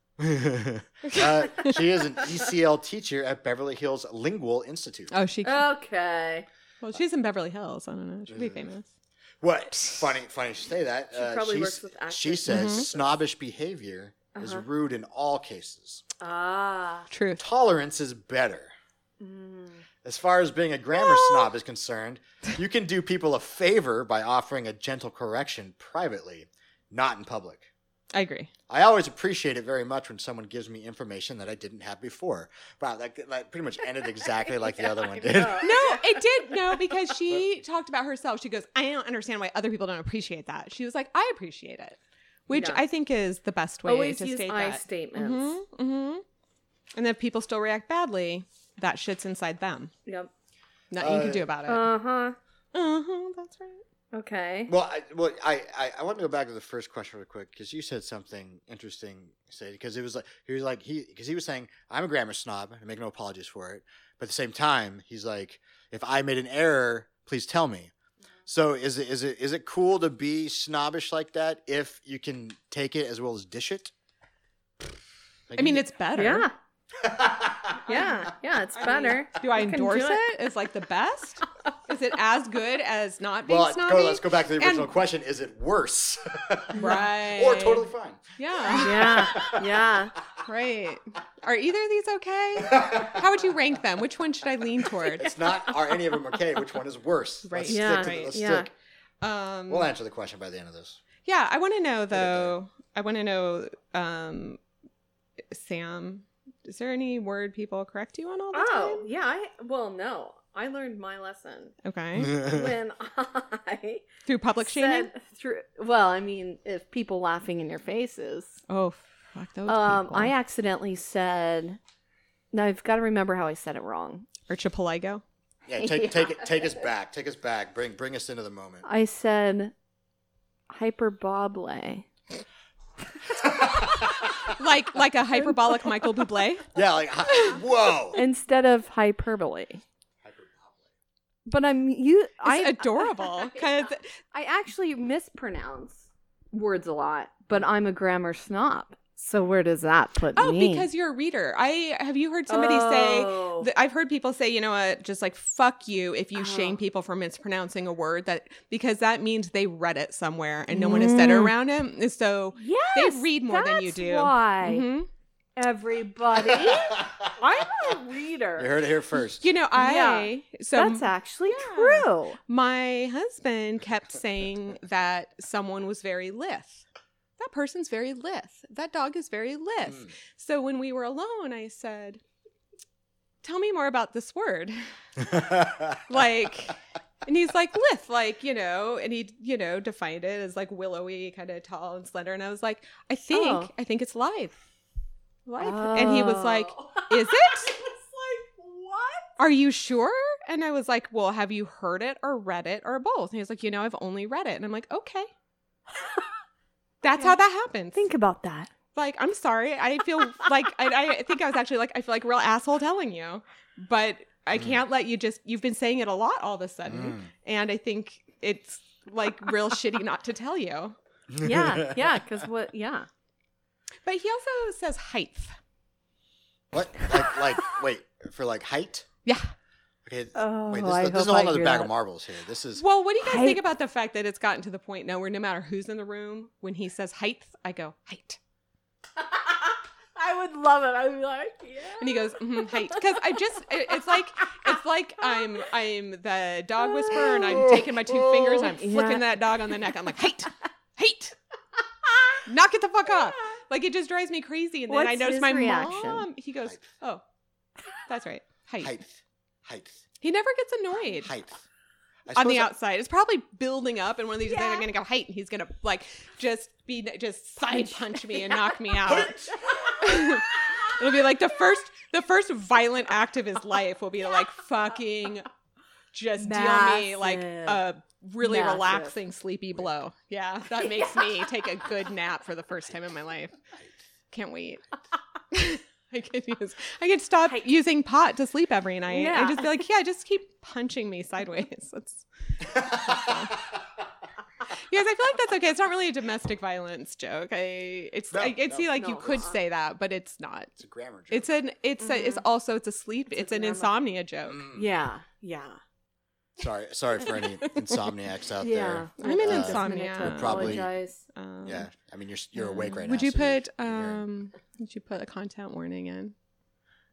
Speaker 4: uh, she is an
Speaker 5: *laughs*
Speaker 4: ECL teacher at Beverly Hills Lingual Institute.
Speaker 3: Oh, she
Speaker 5: Okay.
Speaker 3: well, she's in Beverly Hills. I don't know. She'll be
Speaker 4: Mhm.
Speaker 3: famous.
Speaker 4: What? Funny, funny you say that. Uh,
Speaker 5: She probably
Speaker 4: she's-
Speaker 5: works with
Speaker 4: She
Speaker 5: actors. Mm-hmm.
Speaker 4: says
Speaker 3: Mhm.
Speaker 4: snobbish behavior is
Speaker 5: Uh-huh.
Speaker 4: rude in all cases.
Speaker 5: Ah.
Speaker 3: Truth.
Speaker 4: Tolerance is better.
Speaker 5: Mm.
Speaker 4: As far as being a grammar
Speaker 5: Ah.
Speaker 4: snob is concerned, you can do people a favor by offering a gentle correction privately, not in public.
Speaker 3: I agree.
Speaker 4: I always appreciate it very much when someone gives me information that I didn't have before. Wow, that, that pretty much ended exactly
Speaker 5: *laughs*
Speaker 4: like the other one did.
Speaker 3: No, it did. No, because she talked about herself. She goes, I don't understand why other people don't appreciate that. She was like, I appreciate it, which
Speaker 5: Yeah.
Speaker 3: I think is the best way
Speaker 5: Always
Speaker 3: to
Speaker 5: use
Speaker 3: state
Speaker 5: I
Speaker 3: that.
Speaker 5: statements.
Speaker 3: hmm hmm And if people still react badly, that shit's inside them.
Speaker 5: Yep.
Speaker 3: Nothing you
Speaker 4: Uh,
Speaker 3: can do about it. Uh
Speaker 5: Uh huh.
Speaker 3: huh. That's right.
Speaker 5: Okay.
Speaker 4: Well, I, well, I, I, I want to go back to the first question real quick because you said something interesting, Sadie. Because it was like he was like he because he was saying I'm a grammar snob. I make no apologies for it. But at the same time, he's like, if I made an error, please tell me.
Speaker 3: Mm-hmm.
Speaker 4: So is it is it is it cool to be snobbish like that if you can take it as well as dish it? Like,
Speaker 3: I mean,
Speaker 4: you-
Speaker 3: it's better.
Speaker 5: Yeah.
Speaker 4: *laughs*
Speaker 5: Yeah. Yeah. It's
Speaker 3: I mean,
Speaker 5: better.
Speaker 3: Do I
Speaker 5: You can
Speaker 3: endorse
Speaker 5: do
Speaker 3: it as like the
Speaker 5: *laughs*
Speaker 3: best? Is it as good as not being
Speaker 4: Well, let's
Speaker 3: snobby?
Speaker 4: go, let's go back to the
Speaker 3: And-
Speaker 4: original question: Is it worse *laughs*
Speaker 3: Right.
Speaker 4: or totally fine?
Speaker 3: Yeah.
Speaker 5: *laughs* Yeah.
Speaker 4: *laughs*
Speaker 5: Yeah.
Speaker 3: Right. Are either of these okay? How would you rank them? Which one should I lean toward?
Speaker 4: It's not are any of them okay? Which one is worse?
Speaker 3: Right.
Speaker 4: Let's
Speaker 5: Yeah.
Speaker 4: stick to the-
Speaker 3: Right.
Speaker 4: let's
Speaker 5: Yeah.
Speaker 4: stick.
Speaker 3: Um,
Speaker 4: We'll answer the question by the end of this.
Speaker 3: Yeah, I want to know though. I want to know, um, Sam. Is there any word people correct you on all the
Speaker 5: Oh, yeah. I, well, no. I learned my lesson
Speaker 4: *laughs*
Speaker 3: time?
Speaker 4: Mm-hmm.
Speaker 3: Okay,
Speaker 4: yeah.
Speaker 5: when I
Speaker 3: through public shaming.
Speaker 5: said through. Well, I mean, if people laughing in your faces.
Speaker 3: Oh, fuck those
Speaker 5: Um,
Speaker 3: people.
Speaker 5: I accidentally said. Now I've got to remember how I said it wrong.
Speaker 3: or Chipolago.
Speaker 4: Take take it take us back. Take us back. Bring bring us into the moment. *laughs*
Speaker 5: I said hyperbole.
Speaker 3: like like
Speaker 5: *laughs*
Speaker 3: a hyperbolic Michael Bublé.
Speaker 4: Yeah. Like hi- whoa.
Speaker 5: instead of hyperbole. But I'm you. *laughs* I
Speaker 3: It's
Speaker 5: *laughs*
Speaker 3: adorable because
Speaker 5: I actually mispronounce words a lot, but I'm a grammar snob. So where does that put
Speaker 3: oh,
Speaker 5: me?
Speaker 3: because you're a reader. I have you heard somebody
Speaker 5: Oh.
Speaker 3: say. th- I've heard people say, you know what, just like fuck you if you shame
Speaker 5: Oh.
Speaker 3: people for mispronouncing a word that because that means they read it somewhere and no one has said it
Speaker 5: Mm.
Speaker 3: around it. And So
Speaker 5: yes,
Speaker 3: read more than you
Speaker 5: that's
Speaker 3: do.
Speaker 5: Why?
Speaker 3: Mhm.
Speaker 5: everybody.
Speaker 3: *laughs*
Speaker 5: I'm a reader.
Speaker 4: *laughs* You heard it here first.
Speaker 3: You know, I so
Speaker 5: That's actually
Speaker 3: yeah.
Speaker 5: true.
Speaker 3: my husband kept saying that someone was very lith. That person's very lith. That dog is very lith.
Speaker 4: Mm.
Speaker 3: So when we were alone, I said, "Tell me more about this word." *laughs* Like and he's like lith, like, you know, and he, you know, defined it as like willowy, kind of tall and slender and I was like, "I think,
Speaker 5: Oh.
Speaker 3: I think it's lithe." Lithe. And he was like,
Speaker 5: Oh. *laughs*
Speaker 3: "Is it?" are you sure? And I was like, well, have you heard it or read it or both? And he was like, you know, I've only read it. And I'm like, okay.
Speaker 5: *laughs*
Speaker 3: That's how
Speaker 5: Okay.
Speaker 3: that happens.
Speaker 5: Think about that.
Speaker 3: like, I'm sorry. I feel like I, I think I was actually like, I feel like a real asshole telling you, but I
Speaker 4: Mm.
Speaker 3: can't let you just. You've been saying it a lot all of a sudden,
Speaker 4: *laughs* Mm.
Speaker 3: and I think it's like real shitty not to tell you.
Speaker 5: *laughs* Yeah, yeah, because what? Yeah,
Speaker 3: But he also says height.
Speaker 4: What? Like, like, wait, for like height?
Speaker 3: Yeah.
Speaker 4: Okay.
Speaker 5: Oh,
Speaker 4: wait, this,
Speaker 5: I
Speaker 4: is, this is a
Speaker 5: hope
Speaker 4: whole
Speaker 5: I
Speaker 4: other
Speaker 5: hear
Speaker 4: bag
Speaker 5: that.
Speaker 4: of marbles here. This is.
Speaker 3: Well, what do you guys
Speaker 5: Height.
Speaker 3: think about the fact that it's gotten to the point now where no matter who's in the room, when he says height, I go height.
Speaker 5: I would love it. I'd be like, yeah.
Speaker 3: and he goes mm height because i just it, it's like it's like i'm i'm the dog whisperer and i'm taking my two fingers and i'm
Speaker 5: Yeah.
Speaker 3: flicking that dog on the neck i'm like height height knock it the fuck off like it just drives me crazy and then i
Speaker 5: What's
Speaker 3: notice
Speaker 5: his
Speaker 3: my
Speaker 5: reaction?
Speaker 3: mom he goes oh that's right height.
Speaker 4: height. Height.
Speaker 3: he never gets annoyed
Speaker 4: Height. I
Speaker 3: on the
Speaker 4: suppose I-
Speaker 3: outside it's probably building up and one of these days
Speaker 5: Yeah.
Speaker 3: i'm gonna go height and he's gonna like just be just side punch me and knock me out *laughs* It'll be like the first the first violent act of his life will be to like fucking just deal me like a
Speaker 5: Massive.
Speaker 3: really
Speaker 5: Massive.
Speaker 3: relaxing sleepy blow. Yeah, that makes me take a good nap for the first time in my life. Can't wait. I could use I could stop
Speaker 5: Height.
Speaker 3: using pot to sleep every night.
Speaker 5: Yeah.
Speaker 3: I just be like, yeah, just keep punching me sideways. That's yes, I feel like that's okay. It's not really a domestic violence joke. I it's
Speaker 4: No,
Speaker 3: I, it's
Speaker 4: no,
Speaker 3: like you
Speaker 5: no,
Speaker 3: could
Speaker 5: uh-uh.
Speaker 3: say that, but it's not.
Speaker 4: *laughs* it's a grammar joke. Mm-hmm.
Speaker 3: It's an it's a, it's
Speaker 5: Mhm.
Speaker 3: also it's a sleep
Speaker 5: It's a
Speaker 3: it's, an
Speaker 5: drama.
Speaker 3: insomnia joke.
Speaker 4: Mm.
Speaker 5: Yeah, yeah,
Speaker 4: Sorry, sorry for
Speaker 5: *laughs*
Speaker 4: any insomniacs out
Speaker 5: yeah.
Speaker 4: there. Uh,
Speaker 3: I'm an
Speaker 5: Just a
Speaker 3: insomniac.
Speaker 5: minute to
Speaker 3: We'll
Speaker 4: probably-
Speaker 3: *laughs*
Speaker 5: apologize.
Speaker 3: Um,
Speaker 4: Yeah, I mean you're s- you're
Speaker 3: uh,
Speaker 4: awake right
Speaker 3: Would
Speaker 4: now.
Speaker 3: you
Speaker 4: so you're-
Speaker 3: put
Speaker 4: you're hearing.
Speaker 3: um would you put a content warning in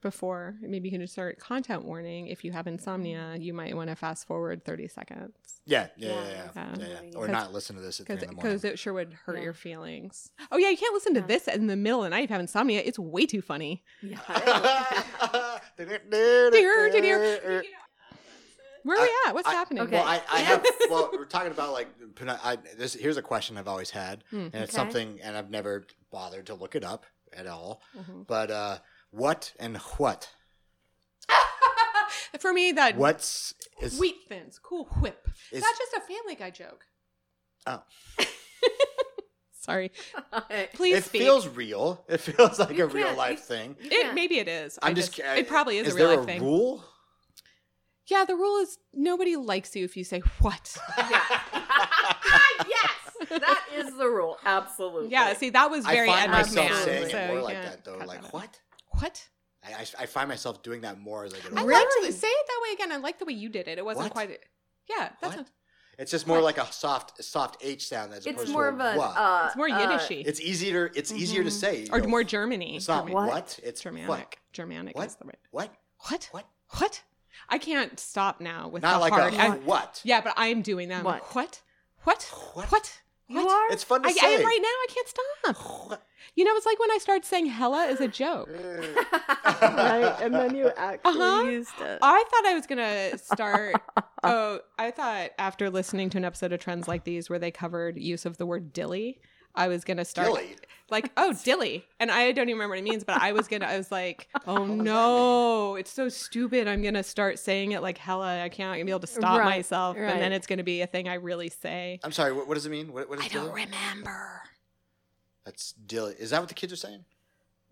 Speaker 3: before maybe you can just start content warning if you have insomnia,
Speaker 4: Mm-hmm.
Speaker 3: you might want to fast forward 30 seconds
Speaker 4: Yeah, yeah, yeah, yeah,
Speaker 5: Yeah,
Speaker 4: yeah,
Speaker 3: it's
Speaker 4: yeah,
Speaker 5: morning.
Speaker 4: Or
Speaker 3: 'Cause-
Speaker 4: not listen to this at three in the morning. *laughs*
Speaker 3: because it sure would hurt
Speaker 5: Yeah.
Speaker 3: your feelings. Oh yeah, you can't listen to
Speaker 5: Yeah.
Speaker 3: this in the middle of the night if you have insomnia. It's way too funny.
Speaker 5: Yeah.
Speaker 4: *laughs* well,
Speaker 3: Where are we
Speaker 4: I-
Speaker 3: at? What's
Speaker 4: I-
Speaker 3: happening?
Speaker 5: Okay.
Speaker 4: I, I
Speaker 3: *laughs*
Speaker 4: have. Well, we're talking about like. pron- I, this here's a question I've always had,
Speaker 3: Hmm.
Speaker 4: and it's
Speaker 5: Okay.
Speaker 4: something, and I've never bothered to look it up at all.
Speaker 3: Mhm.
Speaker 4: But uh, what and what?
Speaker 3: For me that
Speaker 4: What's is
Speaker 3: wheat thins, cool whip.
Speaker 4: is
Speaker 3: That's just a family guy joke.
Speaker 4: Oh.
Speaker 3: *laughs* Sorry.
Speaker 5: Please.
Speaker 3: Please
Speaker 4: it
Speaker 3: speak.
Speaker 4: feels real. It feels like a
Speaker 5: You
Speaker 4: real
Speaker 5: can't-
Speaker 4: life
Speaker 5: you-
Speaker 4: thing.
Speaker 5: you
Speaker 3: It
Speaker 5: can't-
Speaker 3: maybe it is.
Speaker 4: I'm
Speaker 3: I
Speaker 4: just. ca-
Speaker 3: It probably is,
Speaker 4: Is
Speaker 3: a real
Speaker 4: there
Speaker 3: life
Speaker 4: a
Speaker 3: thing.
Speaker 4: rule?
Speaker 3: Yeah, the rule is nobody likes you if you say
Speaker 4: *laughs*
Speaker 3: what.
Speaker 5: *laughs* yes, that is the rule. Absolutely.
Speaker 3: yeah, see, that was very
Speaker 4: I find
Speaker 3: Ed
Speaker 4: myself
Speaker 3: McMahon.
Speaker 4: saying
Speaker 3: so
Speaker 4: it more
Speaker 3: you
Speaker 4: like
Speaker 3: can't
Speaker 4: that though.
Speaker 3: cut
Speaker 4: Like
Speaker 3: out.
Speaker 4: what?
Speaker 3: What?
Speaker 4: I, I, I find myself doing that more as I get
Speaker 3: I
Speaker 4: older.
Speaker 5: like-
Speaker 3: liked
Speaker 5: Really?
Speaker 3: it. Say it that way again. I like the way you did it. It wasn't
Speaker 4: What?
Speaker 3: quite. yeah, that's.
Speaker 4: What?
Speaker 3: a-
Speaker 4: It's just more like a soft soft H sound as
Speaker 5: It's
Speaker 4: opposed
Speaker 5: more
Speaker 4: to
Speaker 5: of
Speaker 4: a
Speaker 5: a.
Speaker 4: what.
Speaker 5: Uh,
Speaker 3: it's more
Speaker 5: uh,
Speaker 3: Yiddishy
Speaker 4: it's easier. It's easier to
Speaker 3: Mhm.
Speaker 4: say. you
Speaker 3: or
Speaker 4: know,
Speaker 3: more Germany.
Speaker 4: It's not
Speaker 3: German-
Speaker 4: what.
Speaker 5: What?
Speaker 4: It's
Speaker 3: Germanic.
Speaker 4: what.
Speaker 3: Germanic
Speaker 4: What?
Speaker 3: is the right.
Speaker 4: What?
Speaker 3: What?
Speaker 4: What?
Speaker 3: What? I can't stop now with
Speaker 4: Not
Speaker 3: how
Speaker 4: like
Speaker 3: hard.
Speaker 4: a
Speaker 3: I-
Speaker 4: what.
Speaker 3: yeah, but I'm doing that. I'm like, What? What?
Speaker 4: What?
Speaker 3: What?
Speaker 5: You are.
Speaker 4: It's fun to
Speaker 3: I, I
Speaker 4: say.
Speaker 3: am right now. I can't stop. You know, it's like when I started saying "hella" is a joke.
Speaker 5: *laughs* right, and then you actually
Speaker 3: Uh-huh.
Speaker 5: used it.
Speaker 3: I thought I was gonna
Speaker 5: *laughs*
Speaker 3: start. oh, I thought after listening to an episode of Trends Like These where they covered use of the word dilly, I was gonna start
Speaker 4: Dilly.
Speaker 3: like,
Speaker 5: *laughs*
Speaker 3: oh, dilly, and I don't even remember what it means, but I was gonna. I was like, oh no, it's so stupid. I'm gonna start saying it like hella. I can't I'm gonna be able to stop
Speaker 5: Right,
Speaker 3: myself, and
Speaker 5: right.
Speaker 3: then it's gonna be a thing I really say.
Speaker 4: I'm sorry. What, what does it mean? What, what is
Speaker 3: I don't
Speaker 4: dilly?
Speaker 3: remember.
Speaker 4: That's dilly. Is that what the kids are saying?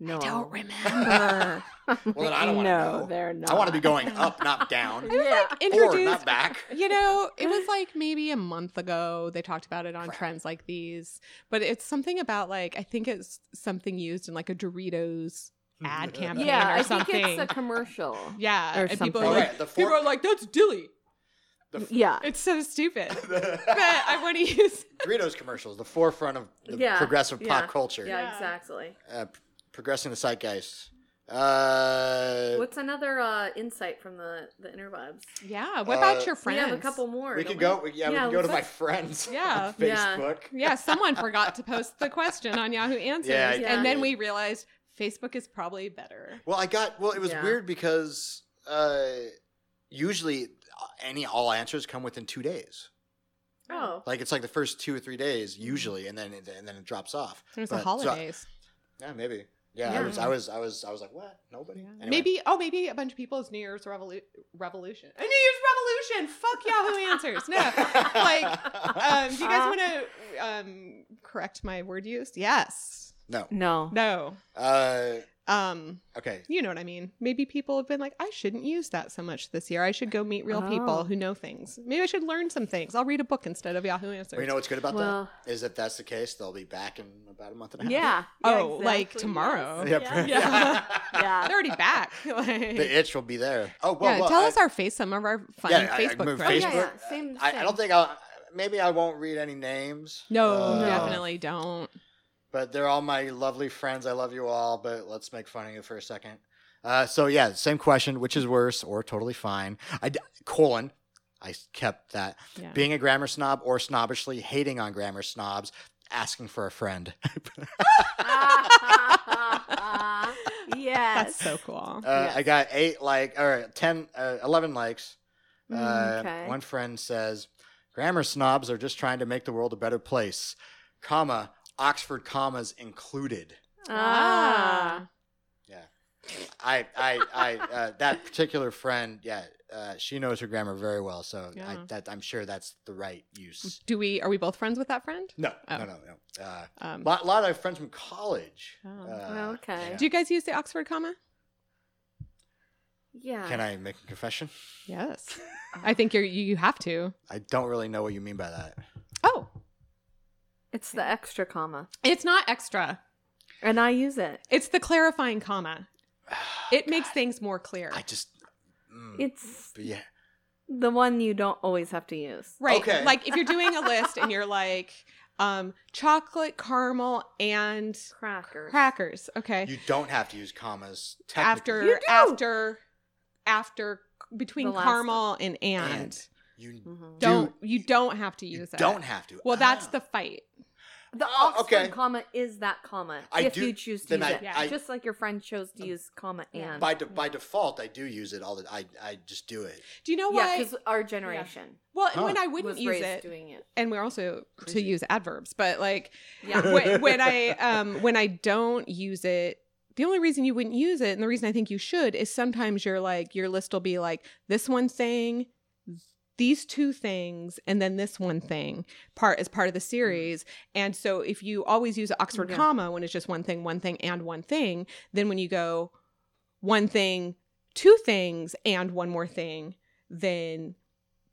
Speaker 5: no,
Speaker 3: I
Speaker 5: *laughs*
Speaker 3: don't remember.
Speaker 4: *laughs* Well, then I don't want to
Speaker 5: no,
Speaker 4: know.
Speaker 5: they're not.
Speaker 4: I want to be going up, not
Speaker 3: *laughs*
Speaker 4: down,
Speaker 5: Yeah.
Speaker 4: or
Speaker 3: Introduced
Speaker 4: not back.
Speaker 3: You know, it was like maybe a month ago they talked about it on
Speaker 4: Crap.
Speaker 3: trends like these, but it's something about like I think it's something used in like a Doritos ad
Speaker 4: Mm-hmm.
Speaker 3: campaign
Speaker 5: yeah,
Speaker 3: or
Speaker 5: I
Speaker 3: something.
Speaker 5: think it's a commercial.
Speaker 3: yeah,
Speaker 5: or
Speaker 3: and *laughs* people
Speaker 5: something.
Speaker 3: are
Speaker 4: Okay,
Speaker 3: like
Speaker 4: the fork-
Speaker 3: people are like that's dilly.
Speaker 4: the-
Speaker 5: Yeah.
Speaker 3: It's so stupid. but I
Speaker 4: Doritos
Speaker 3: want to
Speaker 4: *laughs*
Speaker 3: use
Speaker 4: commercials, the forefront of the
Speaker 5: Yeah,
Speaker 4: progressive
Speaker 5: yeah,
Speaker 4: pop culture.
Speaker 5: Yeah,
Speaker 3: Yeah.
Speaker 5: exactly.
Speaker 4: Uh, progressing the zeitgeist. Uh,
Speaker 5: What's another uh, insight from the the inner vibes?
Speaker 3: Yeah. What about
Speaker 4: Uh,
Speaker 3: your
Speaker 5: We
Speaker 3: friends?
Speaker 5: have a couple more.
Speaker 4: we
Speaker 5: don't
Speaker 4: could go. Yeah, we
Speaker 5: Yeah,
Speaker 4: could go to my
Speaker 5: let's-
Speaker 4: friends. *laughs*
Speaker 3: Yeah.
Speaker 4: on
Speaker 5: Yeah.
Speaker 4: Facebook.
Speaker 3: Yeah, someone forgot to post the question on Yahoo Answers,
Speaker 4: Yeah,
Speaker 5: yeah.
Speaker 3: and then we realized Facebook is probably better.
Speaker 4: Well, I got. Well, it was
Speaker 5: Yeah.
Speaker 4: weird because uh, usually uh, any all answers come within two days.
Speaker 5: Oh,
Speaker 4: Like it's like the first two or three days
Speaker 5: Mm-hmm.
Speaker 4: usually, and then it, and then it drops off.
Speaker 3: There's
Speaker 4: But-
Speaker 3: the
Speaker 4: so-
Speaker 3: holidays.
Speaker 4: yeah, maybe. Yeah, I
Speaker 5: Yeah.
Speaker 4: was, I was, I was, I was like, what? Nobody.
Speaker 3: Yeah.
Speaker 4: Anyway.
Speaker 3: Maybe oh maybe a bunch of people it's New Year's revolu- revolution. A New Year's revolution. Fuck Yahoo Answers. *laughs* No,
Speaker 4: *laughs*
Speaker 3: like
Speaker 5: uh,
Speaker 3: um, do you guys want to um, correct my word use? Yes.
Speaker 4: no.
Speaker 5: no.
Speaker 3: No.
Speaker 4: Uh,
Speaker 3: Um,
Speaker 4: okay.
Speaker 3: you know what I mean. Maybe people have been like, I shouldn't use that so much this year. I should go meet real
Speaker 5: Oh.
Speaker 3: people who know things. Maybe I should learn some things. I'll read a book instead of Yahoo Answers.
Speaker 4: Well, you know what's good about
Speaker 5: Well,
Speaker 4: that is if that's the case, they'll be back in about a month and a half.
Speaker 5: yeah.
Speaker 3: Oh,
Speaker 5: Yeah,
Speaker 3: like
Speaker 5: exactly,
Speaker 3: tomorrow.
Speaker 5: yes.
Speaker 4: *laughs* Yeah.
Speaker 3: *laughs* Yeah.
Speaker 5: *laughs* Yeah.
Speaker 3: They're already back. Like-
Speaker 4: *laughs* the itch will be there. Oh well.
Speaker 3: yeah,
Speaker 4: well,
Speaker 3: tell
Speaker 4: I-
Speaker 3: us our face, some of our fun
Speaker 4: Yeah, I- I
Speaker 3: Facebook
Speaker 4: moved
Speaker 5: Oh,
Speaker 3: friends.
Speaker 5: yeah, yeah.
Speaker 4: *laughs* Facebook,
Speaker 5: Same.
Speaker 4: I, I don't
Speaker 5: *laughs*
Speaker 4: think I'll. Maybe I won't read any names.
Speaker 3: No,
Speaker 4: Uh,
Speaker 3: definitely don't.
Speaker 4: But they're all my lovely friends. I love you all. But let's make fun of you for a second. Uh, so yeah, same question. Which is worse, or totally fine? I d- colon. I kept that.
Speaker 3: Yeah.
Speaker 4: Being a grammar snob or snobbishly hating on grammar snobs, asking for a friend.
Speaker 5: yes.
Speaker 3: That's so cool.
Speaker 4: Uh,
Speaker 5: Yes.
Speaker 4: I got eight like or ten, uh, eleven likes. *laughs*
Speaker 3: Mm,
Speaker 4: Uh,
Speaker 5: Okay.
Speaker 4: One friend says, "Grammar snobs are just trying to make the world a better place," comma Oxford commas included.
Speaker 5: Ah.
Speaker 4: I, I, I uh, that particular friend, yeah, uh, she knows her grammar very well, so I,
Speaker 3: Yeah.
Speaker 4: that, I'm sure that's the right use.
Speaker 3: Do we? Are we both friends with that friend?
Speaker 4: No,
Speaker 3: Oh.
Speaker 4: no, no, no. Uh,
Speaker 3: Um,
Speaker 4: a lot, lot of friends from college.
Speaker 3: Oh.
Speaker 4: uh,
Speaker 5: Okay.
Speaker 4: yeah.
Speaker 3: do you guys use the Oxford comma?
Speaker 5: Yeah.
Speaker 4: Can I make a confession?
Speaker 3: Yes. I think you're. You you have to.
Speaker 4: I don't really know what you mean by that.
Speaker 3: Oh,
Speaker 5: It's the extra comma,
Speaker 3: it's not extra.
Speaker 5: and I use it.
Speaker 3: It's the clarifying comma. It makes things more clear.
Speaker 4: I just. mm,
Speaker 5: It's
Speaker 4: but yeah.
Speaker 5: the one you don't always have to use.
Speaker 3: Right.
Speaker 4: Okay.
Speaker 3: Like if you're doing a list and you're like, um, chocolate, caramel, and
Speaker 5: Crackers.
Speaker 3: crackers. Okay.
Speaker 4: You don't have to use commas technically.
Speaker 3: after
Speaker 5: You do.
Speaker 3: after after between
Speaker 5: The last
Speaker 3: caramel and and,
Speaker 4: And you
Speaker 5: Mhm.
Speaker 3: don't you don't have to
Speaker 4: you
Speaker 3: use that.
Speaker 4: don't have to.
Speaker 3: Well, that's
Speaker 4: Ah.
Speaker 3: the fight.
Speaker 5: The
Speaker 4: Oh,
Speaker 5: Oxford
Speaker 4: okay.
Speaker 5: comma is that comma.
Speaker 4: I
Speaker 5: if
Speaker 4: do-
Speaker 5: you choose to
Speaker 4: then
Speaker 5: use
Speaker 4: I-
Speaker 5: it,
Speaker 3: Yeah. I-
Speaker 5: just like your friend chose to use comma
Speaker 3: Yeah.
Speaker 5: and.
Speaker 4: by de- by default. I do use it all the. I I just do it.
Speaker 3: Do you know
Speaker 5: yeah,
Speaker 3: why?
Speaker 5: because our generation
Speaker 3: well,
Speaker 4: Huh.
Speaker 3: when I wouldn't
Speaker 5: was
Speaker 3: use
Speaker 5: raised
Speaker 3: it,
Speaker 5: doing it.
Speaker 3: and we're also to
Speaker 4: Crazy.
Speaker 3: use adverbs, but like *laughs*
Speaker 5: *laughs* Yeah.
Speaker 3: when, when I um when I don't use it, the only reason you wouldn't use it, and the reason I think you should, is sometimes you're like your list will be like this one thing, these two things, and then this one thing part is part of the series. And so if you always use Oxford
Speaker 5: Mm. Yeah.
Speaker 3: comma when it's just one thing, one thing, and one thing, then when you go one thing, two things, and one more thing, then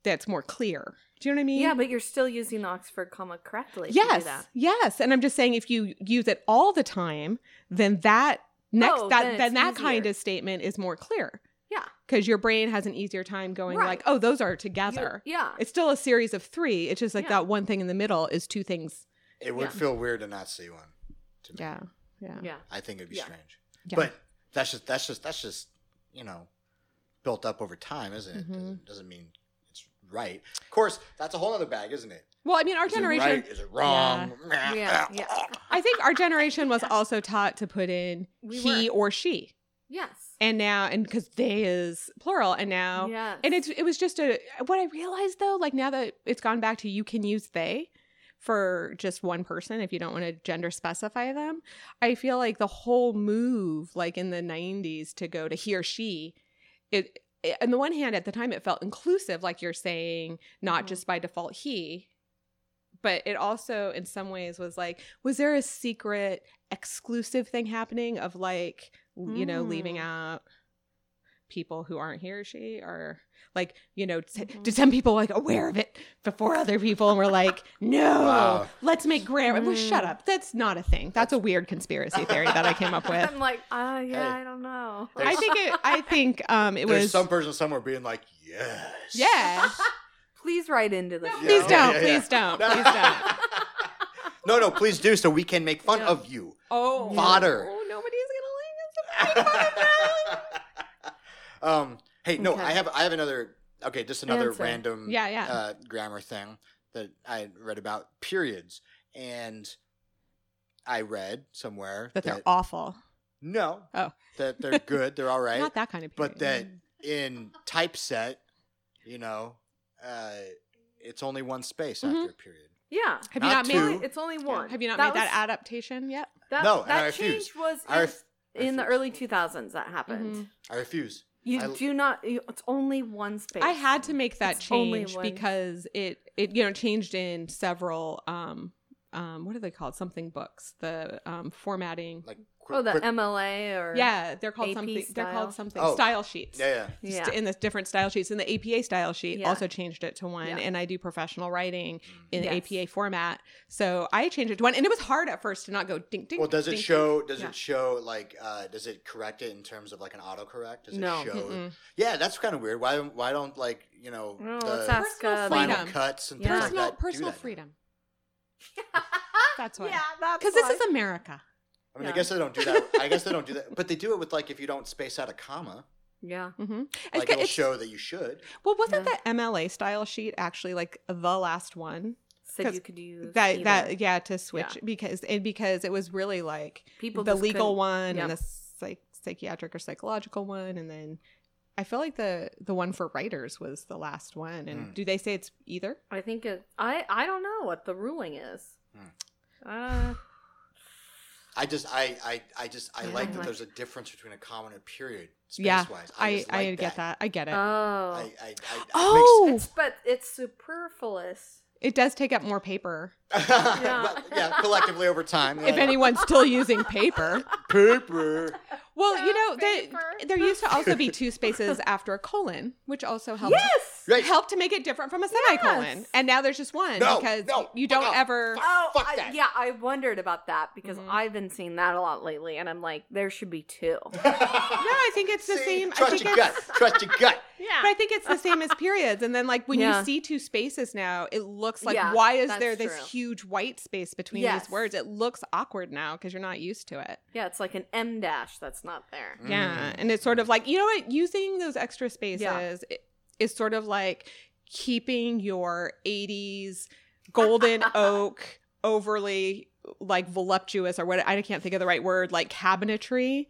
Speaker 3: that's more clear. Do you know what I mean?
Speaker 5: yeah, but you're still using the Oxford comma correctly. if you do
Speaker 3: Yes,
Speaker 5: that.
Speaker 3: yes. And I'm just saying, if you use it all the time, then that next
Speaker 5: Oh,
Speaker 3: that
Speaker 5: then
Speaker 3: then,
Speaker 5: it's
Speaker 3: that kind
Speaker 5: easier.
Speaker 3: of statement is more clear.
Speaker 5: Yeah.
Speaker 3: because your brain has an easier time going
Speaker 5: Right.
Speaker 3: like, oh, those are
Speaker 5: You-
Speaker 3: together.
Speaker 5: Yeah.
Speaker 3: It's still a series of three. It's just like
Speaker 5: Yeah.
Speaker 3: that one thing in the middle is two things.
Speaker 4: It would
Speaker 5: Yeah.
Speaker 4: feel weird to not see one. To me.
Speaker 3: Yeah, yeah.
Speaker 5: Yeah.
Speaker 4: I think it'd be
Speaker 5: Yeah.
Speaker 4: strange.
Speaker 3: Yeah.
Speaker 4: But that's just that's just that's just you know built up over time, isn't it?
Speaker 3: Mhm.
Speaker 4: Doesn't, doesn't mean it's right. Of course, that's a whole other bag, isn't it?
Speaker 3: Well, I mean, our
Speaker 4: Is
Speaker 3: generation.
Speaker 4: it right? Is it wrong?
Speaker 5: Yeah,
Speaker 4: *laughs*
Speaker 5: yeah.
Speaker 3: I think our generation was also taught to put in
Speaker 5: We
Speaker 3: he
Speaker 5: were.
Speaker 3: or she,
Speaker 5: Yes.
Speaker 3: and now and because they is plural, and now
Speaker 5: Yes.
Speaker 3: And it's it was just a what I realized though, like now that it's gone back to you can use they for just one person if you don't want to gender specify them. I feel like the whole move, like in the '90s, to go to he or she, it. it- on the one hand, at the time, it felt inclusive, like you're saying, not
Speaker 5: Mhm.
Speaker 3: just by default he, but it also, in some ways, was like, was there a secret exclusive thing happening of like, l- you know, leaving
Speaker 5: Mm.
Speaker 3: out people who aren't he or she, or like, you know, t-
Speaker 5: Mhm.
Speaker 3: did some people like aware of it before other people and were like, no,
Speaker 4: Wow.
Speaker 3: let's make grammar. Well,
Speaker 5: Mm.
Speaker 3: shut up. That's not a thing. That's a weird conspiracy theory that I came up with.
Speaker 5: I'm like, oh, yeah,
Speaker 4: Hey.
Speaker 5: I don't know.
Speaker 4: *laughs* There's-
Speaker 3: I think it, I think um, it
Speaker 4: There's
Speaker 3: was.
Speaker 4: some person somewhere being like, yes.
Speaker 3: yeah.
Speaker 5: Please write into this.
Speaker 4: please
Speaker 5: show.
Speaker 4: don't.
Speaker 5: *laughs*
Speaker 3: Please don't.
Speaker 4: *laughs*
Speaker 3: Please don't.
Speaker 4: no, no, please do so we can make fun
Speaker 5: Yeah.
Speaker 4: of you.
Speaker 3: Oh,
Speaker 4: Fodder.
Speaker 3: Oh, nobody's
Speaker 4: *laughs* um, hey, no,
Speaker 5: Okay.
Speaker 4: I have I have another. Okay, just another
Speaker 5: Answer.
Speaker 4: random
Speaker 3: Yeah, yeah.
Speaker 4: Uh, grammar thing that I had read about periods, and I read somewhere
Speaker 3: that they're awful.
Speaker 4: no,
Speaker 3: Oh.
Speaker 4: that
Speaker 3: *laughs*
Speaker 4: they're good, they're all right,
Speaker 3: Not that kind of period.
Speaker 4: but that in typeset, you know, uh, it's only one space
Speaker 3: Mm-hmm.
Speaker 4: after a period.
Speaker 5: Yeah.
Speaker 3: Have
Speaker 4: Not
Speaker 3: you not
Speaker 4: two.
Speaker 3: made?
Speaker 5: It's only one.
Speaker 3: Have you not
Speaker 5: That
Speaker 3: made
Speaker 5: was-
Speaker 3: that adaptation yet?
Speaker 5: That,
Speaker 4: No, and I
Speaker 5: that
Speaker 4: refuse.
Speaker 5: change was in,
Speaker 4: I ref-
Speaker 5: in the
Speaker 4: refuse.
Speaker 5: early 2000s that happened.
Speaker 3: Mhm.
Speaker 4: I refuse.
Speaker 5: You
Speaker 4: I-
Speaker 5: do not. You, it's only one space.
Speaker 3: I had to make that
Speaker 5: It's only
Speaker 3: change
Speaker 5: one.
Speaker 3: because it it you know changed in several um um what are they called something books the um formatting
Speaker 4: Like quick,
Speaker 5: Oh, the
Speaker 4: quick-
Speaker 5: MLA or
Speaker 3: yeah they're called
Speaker 5: AP
Speaker 3: something they're
Speaker 5: style.
Speaker 3: called something
Speaker 4: Oh,
Speaker 3: style sheets
Speaker 4: yeah, yeah.
Speaker 5: Yeah.
Speaker 3: in the different style sheets and the APA style sheet
Speaker 5: Yeah.
Speaker 3: also changed it to one
Speaker 5: Yeah.
Speaker 3: and I do professional writing
Speaker 4: Mm.
Speaker 3: in
Speaker 5: Yes.
Speaker 3: APA format so I changed it to one and it was hard at first to not go ding ding
Speaker 4: Well, does
Speaker 3: ding,
Speaker 4: it
Speaker 3: ding.
Speaker 4: show? Does
Speaker 3: Yeah.
Speaker 4: it show like? Uh, does it correct it in terms of like an autocorrect? Does it
Speaker 5: No.
Speaker 4: show?
Speaker 3: Mm-mm.
Speaker 4: Yeah, that's kind of weird. Why? Why don't like you know
Speaker 5: Oh, let's
Speaker 4: the
Speaker 5: ask
Speaker 3: Personal
Speaker 5: uh, the-
Speaker 4: final
Speaker 3: freedom.
Speaker 4: cuts and
Speaker 5: Yeah.
Speaker 4: things
Speaker 3: personal
Speaker 4: like that? do
Speaker 3: personal
Speaker 4: that now?
Speaker 3: freedom *laughs*
Speaker 4: *laughs*
Speaker 3: That's why.
Speaker 5: Ah, yeah, that's
Speaker 3: because this
Speaker 5: why.
Speaker 3: is America
Speaker 4: I mean, I
Speaker 5: Yeah.
Speaker 4: guess they don't do that. I guess they don't do that. But they do it with like if you don't space out a comma,
Speaker 5: yeah.
Speaker 3: mm-hmm.
Speaker 4: like it'll show that you should.
Speaker 3: well wasn't
Speaker 5: Yeah.
Speaker 3: the MLA style sheet actually like the last one
Speaker 5: Said
Speaker 3: 'Cause
Speaker 5: you could use
Speaker 3: that
Speaker 5: either.
Speaker 3: that yeah to switch because it because it was really like
Speaker 5: people
Speaker 3: the
Speaker 5: just
Speaker 3: legal
Speaker 5: couldn't-
Speaker 3: one
Speaker 5: yeah.
Speaker 3: and the psych, psychiatric or psychological one and then I feel like the the one for writers was the last one and
Speaker 4: Hmm.
Speaker 3: do they say it's either
Speaker 5: I think it. I I don't know what the ruling is.
Speaker 4: Hmm.
Speaker 5: Uh,
Speaker 4: I just, I, I, I just, I
Speaker 5: Yeah.
Speaker 4: like that
Speaker 5: Like-
Speaker 4: there's a difference between a comma and a period space
Speaker 3: Yeah,
Speaker 4: wise.
Speaker 3: I
Speaker 4: just
Speaker 3: I,
Speaker 4: like
Speaker 3: get that I get it
Speaker 5: oh,
Speaker 4: I, I, I, it *laughs*
Speaker 3: oh
Speaker 5: it's but it's superfluous.
Speaker 3: it does take up more paper
Speaker 4: makes-
Speaker 5: Yeah.
Speaker 4: Well, yeah, collectively over time.
Speaker 3: if
Speaker 4: yeah.
Speaker 3: anyone's still using
Speaker 5: *laughs*
Speaker 3: paper *laughs*
Speaker 4: paper.
Speaker 3: well you know they,
Speaker 5: Paper.
Speaker 3: there used to also be two spaces after a colon which
Speaker 5: *laughs*
Speaker 3: also helped
Speaker 5: Yes.
Speaker 4: Right.
Speaker 3: helped to make it different from a semicolon
Speaker 5: Yes.
Speaker 3: and now there's just one
Speaker 4: No,
Speaker 3: because
Speaker 4: no,
Speaker 3: you
Speaker 4: fuck
Speaker 3: don't
Speaker 4: off.
Speaker 3: ever
Speaker 5: Oh,
Speaker 4: Fuck
Speaker 5: I-
Speaker 4: that.
Speaker 5: yeah. I wondered about that because
Speaker 3: Mhm.
Speaker 5: I've been seeing that a lot lately, and I'm like, there should be two.
Speaker 4: *laughs*
Speaker 3: No, I think it's the
Speaker 4: See?
Speaker 3: same. I
Speaker 4: Trust
Speaker 3: think
Speaker 4: your
Speaker 3: it's,
Speaker 4: gut. Trust your gut.
Speaker 5: Yeah.
Speaker 3: but I think it's the same as periods. And then, like when
Speaker 5: Yeah.
Speaker 3: you see two spaces now, it looks like
Speaker 5: Yeah,
Speaker 3: why is
Speaker 5: that's
Speaker 3: there this
Speaker 5: true.
Speaker 3: huge white space between
Speaker 5: Yes.
Speaker 3: these words? It looks awkward now because you're not used to it.
Speaker 5: yeah, it's like an M dash that's not there.
Speaker 4: Mm.
Speaker 3: Yeah, and it's sort of like you know what using those extra spaces i- is sort of like keeping your '80s
Speaker 4: *laughs*
Speaker 3: golden oak overly like voluptuous or what I can't think of the right word like cabinetry.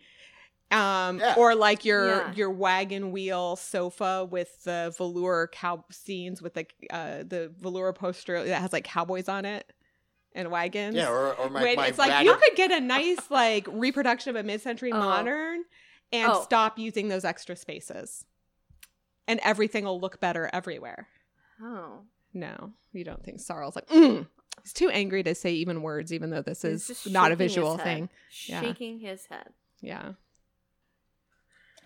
Speaker 3: Um,
Speaker 4: Yeah.
Speaker 3: or like your
Speaker 5: Yeah.
Speaker 3: your wagon wheel sofa with the velour cow scenes with the uh, the velour poster that has like cowboys on it *laughs* and wagons.
Speaker 4: Yeah, or, or my,
Speaker 3: Wait,
Speaker 4: my
Speaker 3: it's like
Speaker 4: ratted-
Speaker 3: you could get a nice like reproduction of a mid-century
Speaker 5: Oh.
Speaker 3: modern and
Speaker 5: Oh.
Speaker 3: stop using those extra spaces and everything will look better everywhere
Speaker 5: Oh,
Speaker 3: no you don't think sarl's like mm. he's too angry to say even words even though this
Speaker 5: He's
Speaker 3: is
Speaker 5: just
Speaker 3: not a
Speaker 5: shaking his
Speaker 3: visual
Speaker 5: head.
Speaker 3: thing Yeah.
Speaker 5: Shaking his head.
Speaker 3: yeah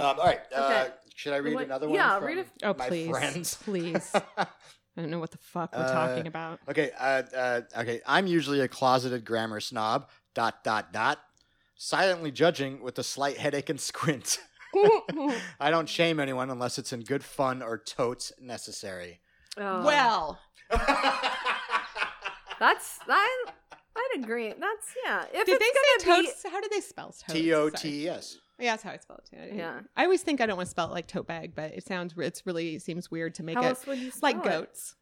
Speaker 4: Um, all right. Uh,
Speaker 5: Okay.
Speaker 4: should I read
Speaker 5: What-
Speaker 4: another one?
Speaker 5: yeah,
Speaker 4: from
Speaker 5: read a-
Speaker 3: oh
Speaker 4: my
Speaker 3: please
Speaker 4: *laughs* Friends?
Speaker 3: please i don't know what the fuck we're
Speaker 4: Uh,
Speaker 3: talking
Speaker 4: *laughs*
Speaker 3: about *laughs*
Speaker 4: Okay, uh, uh, okay. I'm usually a closeted grammar snob. Dot dot dot. Silently judging with a slight headache and squint.
Speaker 5: Oh.
Speaker 4: *laughs* I don't shame anyone unless it's in good fun or totes
Speaker 3: *laughs*
Speaker 4: necessary.
Speaker 5: Oh.
Speaker 3: well
Speaker 5: that's I. I'd agree. That's yeah. If
Speaker 3: did
Speaker 5: it's
Speaker 3: they say
Speaker 5: gonna be-
Speaker 3: totes how do they spell totes
Speaker 4: T O
Speaker 3: Sorry.
Speaker 4: T E S.
Speaker 3: Yeah, that's how I spell it. Too.
Speaker 5: Yeah.
Speaker 3: I always think I don't want to spell it like tote bag, but it sounds it's really seems weird to make
Speaker 5: how
Speaker 3: it
Speaker 5: else would you
Speaker 3: like
Speaker 5: spell it?
Speaker 3: goats.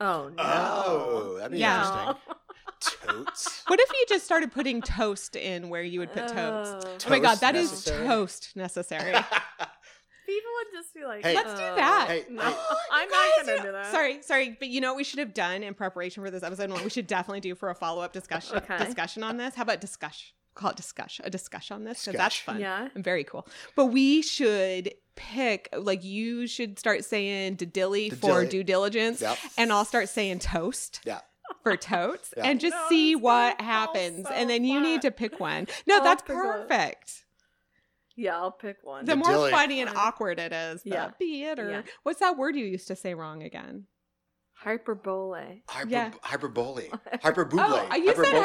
Speaker 5: Oh no.
Speaker 4: Oh, that'd be
Speaker 3: Yeah.
Speaker 4: interesting.
Speaker 3: *laughs*
Speaker 4: Totes.
Speaker 3: What if you just started putting toast in where you would put toast?
Speaker 5: Oh.
Speaker 3: Oh my god,
Speaker 4: Toast
Speaker 3: that is
Speaker 4: necessary.
Speaker 3: toast necessary.
Speaker 5: People would just be like,
Speaker 4: Hey.
Speaker 3: Let's do
Speaker 5: "Oh,
Speaker 3: that.
Speaker 4: Hey,
Speaker 5: *laughs* No,
Speaker 4: hey.
Speaker 3: Guys,
Speaker 5: I'm not
Speaker 3: you
Speaker 5: gonna
Speaker 3: know-
Speaker 5: do that.
Speaker 3: Sorry, sorry, but you know what we should have done in preparation for this episode? and What we should definitely do for a follow up discussion
Speaker 5: Okay.
Speaker 3: discussion on this? How about discuss? Call it discuss a discussion on this because that's
Speaker 4: Discuss.
Speaker 3: fun.
Speaker 5: Yeah.
Speaker 3: and very cool. But we should pick like you should start saying "didilly" for
Speaker 4: Didilly.
Speaker 3: due diligence,
Speaker 4: Yep.
Speaker 3: and I'll start saying toast.
Speaker 4: Yeah.
Speaker 3: For totes,
Speaker 4: Yeah.
Speaker 3: and just
Speaker 5: No,
Speaker 3: see
Speaker 5: it's gonna
Speaker 3: what
Speaker 5: fall
Speaker 3: happens,
Speaker 5: so
Speaker 3: and then you need
Speaker 5: flat.
Speaker 3: to pick one. No,
Speaker 5: I'll
Speaker 3: that's
Speaker 5: pick one.
Speaker 3: perfect.
Speaker 5: Yeah, I'll pick one.
Speaker 3: The more
Speaker 4: Didilly.
Speaker 3: funny and awkward it is, the
Speaker 5: Yeah.
Speaker 3: better.
Speaker 5: Yeah.
Speaker 3: What's that word you used to say wrong again?
Speaker 5: Hyperbole.
Speaker 4: Hyper,
Speaker 3: Yeah.
Speaker 4: Hyperbole. Hyperboble.
Speaker 3: *laughs* Oh, you said
Speaker 4: Hyperbole.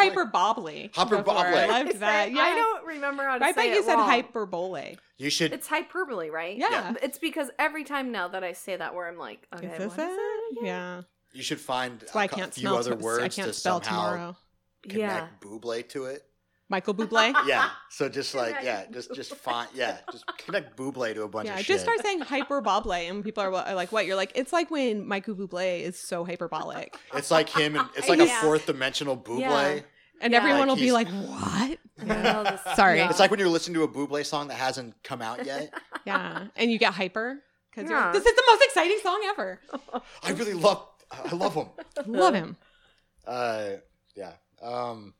Speaker 3: hyperbole.
Speaker 4: Hyperbole.
Speaker 3: before. I loved
Speaker 5: It's
Speaker 3: that.
Speaker 5: like-
Speaker 3: Yeah,
Speaker 5: I don't remember how to
Speaker 3: I
Speaker 5: say
Speaker 3: bet
Speaker 5: it
Speaker 3: you said
Speaker 5: wrong.
Speaker 3: hyperbole.
Speaker 4: You should.
Speaker 5: It's hyperbole, right?
Speaker 3: Yeah.
Speaker 4: Yeah.
Speaker 5: It's because every time now that I say that word, I'm like, okay,
Speaker 3: Is
Speaker 5: what
Speaker 3: this
Speaker 5: is
Speaker 3: it?
Speaker 5: it? again?
Speaker 3: Yeah.
Speaker 4: you should find
Speaker 3: That's
Speaker 4: a
Speaker 3: why I
Speaker 4: cou-
Speaker 3: can't
Speaker 4: few
Speaker 3: smell.
Speaker 4: other
Speaker 3: toast.
Speaker 4: words *laughs*
Speaker 3: I can't
Speaker 4: to
Speaker 3: spell
Speaker 4: somehow
Speaker 3: tomorrow. *laughs*
Speaker 4: connect Buble to it.
Speaker 3: Michael Bublé.
Speaker 4: Yeah. So just like
Speaker 2: Connect
Speaker 4: yeah, just just font yeah, just connect Buble to a bunch
Speaker 3: yeah,
Speaker 4: of
Speaker 3: just
Speaker 4: shit.
Speaker 3: start saying hyperbole, and people are, wa- are like, "What?" You're like, "It's like when Michael Bublé is so hyperbolic,"
Speaker 5: *laughs*
Speaker 4: it's like him. And, it's
Speaker 3: *laughs*
Speaker 4: like
Speaker 5: Yeah.
Speaker 4: a fourth dimensional Buble.
Speaker 5: Yeah.
Speaker 3: and
Speaker 5: Yeah.
Speaker 3: everyone
Speaker 4: Like
Speaker 3: will be
Speaker 4: he's-
Speaker 3: like, "What?"
Speaker 5: I don't know
Speaker 3: *laughs*
Speaker 5: this-
Speaker 3: Sorry.
Speaker 5: no.
Speaker 4: It's
Speaker 5: *laughs*
Speaker 4: like when you're listening to a Buble song that hasn't come out
Speaker 3: *laughs*
Speaker 4: yet.
Speaker 5: *laughs*
Speaker 3: Yeah, and you get hyper because you're like,
Speaker 5: Yeah.
Speaker 3: this is the most exciting song ever.
Speaker 4: I really love. I love him.
Speaker 3: Love him.
Speaker 5: *laughs*
Speaker 4: Uh, yeah. Um,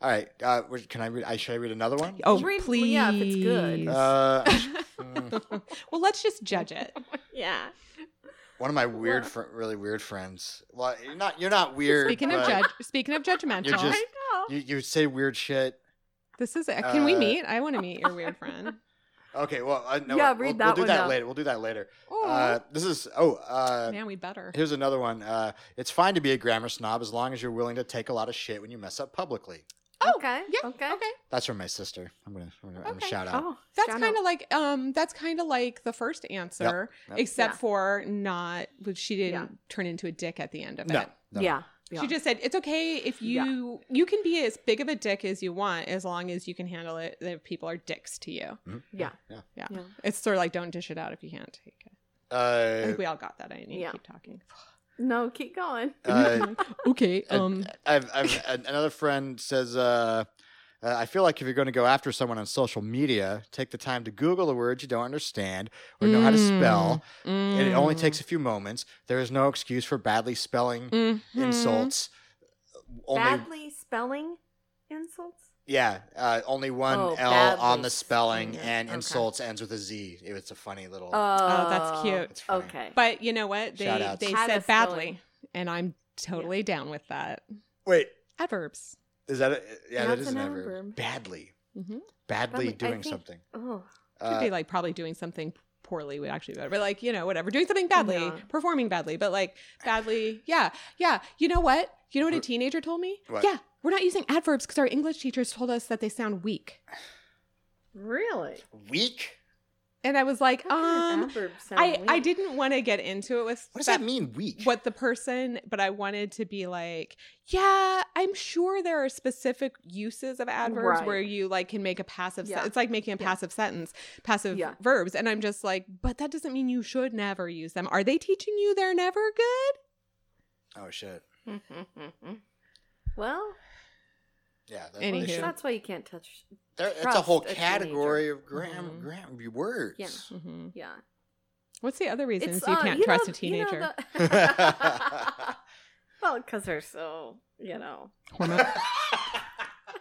Speaker 4: all right. Uh, where- can I read? I should I read another one?
Speaker 3: Oh,
Speaker 5: Read- well,
Speaker 3: please.
Speaker 5: yeah, if it's good.
Speaker 4: Uh, I sh-
Speaker 3: *laughs*
Speaker 4: mm.
Speaker 3: well, let's just judge it.
Speaker 5: Yeah.
Speaker 4: one of my weird, fr- really weird friends. Well, you're not. You're not weird.
Speaker 3: Speaking of
Speaker 4: but
Speaker 3: judge, speaking of judgmental,
Speaker 4: You're just.
Speaker 5: know.
Speaker 4: You, you say weird shit.
Speaker 3: this is. it. Can we
Speaker 4: uh,
Speaker 3: meet? I want
Speaker 4: *laughs*
Speaker 3: to meet your weird friend.
Speaker 4: Okay. Well, uh, no.
Speaker 5: Yeah,
Speaker 4: we'll-
Speaker 5: read
Speaker 4: we'll,
Speaker 5: that
Speaker 4: do
Speaker 5: one
Speaker 4: that
Speaker 5: out.
Speaker 4: later. We'll do that later.
Speaker 3: Oh,
Speaker 4: Uh, this is. Oh. Uh,
Speaker 3: man, we better.
Speaker 4: here's another one. Uh, it's fine to be a grammar snob as long as you're willing to take a lot of shit when you mess up publicly.
Speaker 3: Oh,
Speaker 5: okay.
Speaker 3: yeah,
Speaker 5: Okay.
Speaker 3: Okay,
Speaker 4: That's from my sister. I'm gonna. I'm gonna, I'm gonna
Speaker 3: Okay.
Speaker 4: shout out.
Speaker 5: Oh,
Speaker 3: that's kind of like um, that's kind of like the first answer,
Speaker 4: Yep.
Speaker 3: except
Speaker 5: Yeah.
Speaker 3: for not. but She didn't
Speaker 5: Yeah.
Speaker 3: turn into a dick at the end of
Speaker 4: No,
Speaker 3: it.
Speaker 4: no.
Speaker 5: yeah. yeah.
Speaker 3: She just said it's okay if
Speaker 5: Yeah.
Speaker 3: you you can be as big of a dick as you want as long as you can handle it. That people are dicks to you.
Speaker 4: Mhm.
Speaker 5: Yeah.
Speaker 4: Yeah.
Speaker 5: Yeah.
Speaker 3: It's sort of like don't dish it out if you can't take it. I
Speaker 4: Uh,
Speaker 3: think we all got that. I need
Speaker 5: yeah.
Speaker 3: to keep talking.
Speaker 5: No, keep going.
Speaker 4: uh,
Speaker 3: *laughs* okay.
Speaker 4: And-
Speaker 3: Um.
Speaker 4: I've, I've, an- another friend says, uh, uh, I feel like if you're going to go after someone on social media, take the time to Google the words you don't understand or know how to spell. It only
Speaker 5: Mm.
Speaker 4: takes a few moments. There is no excuse for badly spelling
Speaker 3: mm-hmm.
Speaker 4: insults. Only,
Speaker 5: Mm-hmm. Badly spelling insults?
Speaker 4: yeah, uh, only one
Speaker 5: Oh,
Speaker 4: L
Speaker 5: badly
Speaker 4: on the spelling,
Speaker 5: spelling it.
Speaker 4: and
Speaker 5: Okay.
Speaker 4: insults ends with a Z. It- It's a funny little.
Speaker 3: Oh, that's cute.
Speaker 4: it's funny.
Speaker 5: Okay.
Speaker 3: But you know
Speaker 4: Shout
Speaker 3: what? They
Speaker 4: outs.
Speaker 3: they
Speaker 5: How to
Speaker 3: said
Speaker 5: spell it.
Speaker 3: badly, and I'm totally down with that.
Speaker 4: Wait,
Speaker 3: Adverbs.
Speaker 4: is that a, yeah? that
Speaker 5: That's
Speaker 4: is
Speaker 5: an
Speaker 4: an adverb.
Speaker 5: adverb.
Speaker 4: Badly,
Speaker 3: Mhm.
Speaker 4: badly
Speaker 5: Badly- I
Speaker 4: doing
Speaker 5: think-
Speaker 4: something.
Speaker 5: oh,
Speaker 3: Could
Speaker 4: Uh,
Speaker 3: be like probably doing something poorly would actually be better. But like, you know, whatever. Doing something badly,
Speaker 5: Yeah.
Speaker 3: performing badly, but like badly. Yeah. Yeah. You know what? You know what a
Speaker 4: Wh-
Speaker 3: teenager told me?
Speaker 4: What?
Speaker 3: Yeah. We're not using adverbs because our English teachers told us that they sound weak.
Speaker 5: really?
Speaker 4: weak.
Speaker 3: And I was like,
Speaker 5: How can an
Speaker 3: um,
Speaker 5: adverb sound
Speaker 3: I, I
Speaker 5: weak?
Speaker 3: didn't want to get into it with
Speaker 4: What does
Speaker 3: that-
Speaker 4: that mean? Weak.
Speaker 3: what the person, but I wanted to be like, yeah, I'm sure there are specific uses of adverbs
Speaker 5: Right.
Speaker 3: where you like can make a passive. se-
Speaker 5: Yeah.
Speaker 3: it's like making a
Speaker 5: Yeah.
Speaker 3: passive sentence, passive
Speaker 5: Yeah.
Speaker 3: verbs, and I'm just like, but that doesn't mean you should never use them. Are they teaching you they're never good?
Speaker 4: Oh shit.
Speaker 5: *laughs* Well,
Speaker 4: Yeah, that's what they
Speaker 3: Anywho.
Speaker 4: should-
Speaker 5: that's why you can't touch.
Speaker 4: there- it's a whole
Speaker 5: trust a
Speaker 4: category of grammar,
Speaker 3: Mhm.
Speaker 4: grammar words.
Speaker 5: Yeah.
Speaker 3: Mhm.
Speaker 5: Yeah.
Speaker 3: What's the other reasons
Speaker 5: Mm-hmm. It's,
Speaker 3: you
Speaker 5: uh,
Speaker 3: can't
Speaker 5: know-
Speaker 3: trust a
Speaker 5: you know
Speaker 3: teenager? *laughs*
Speaker 5: *laughs* the- well, because they're so, you know. *laughs*
Speaker 3: Hormo-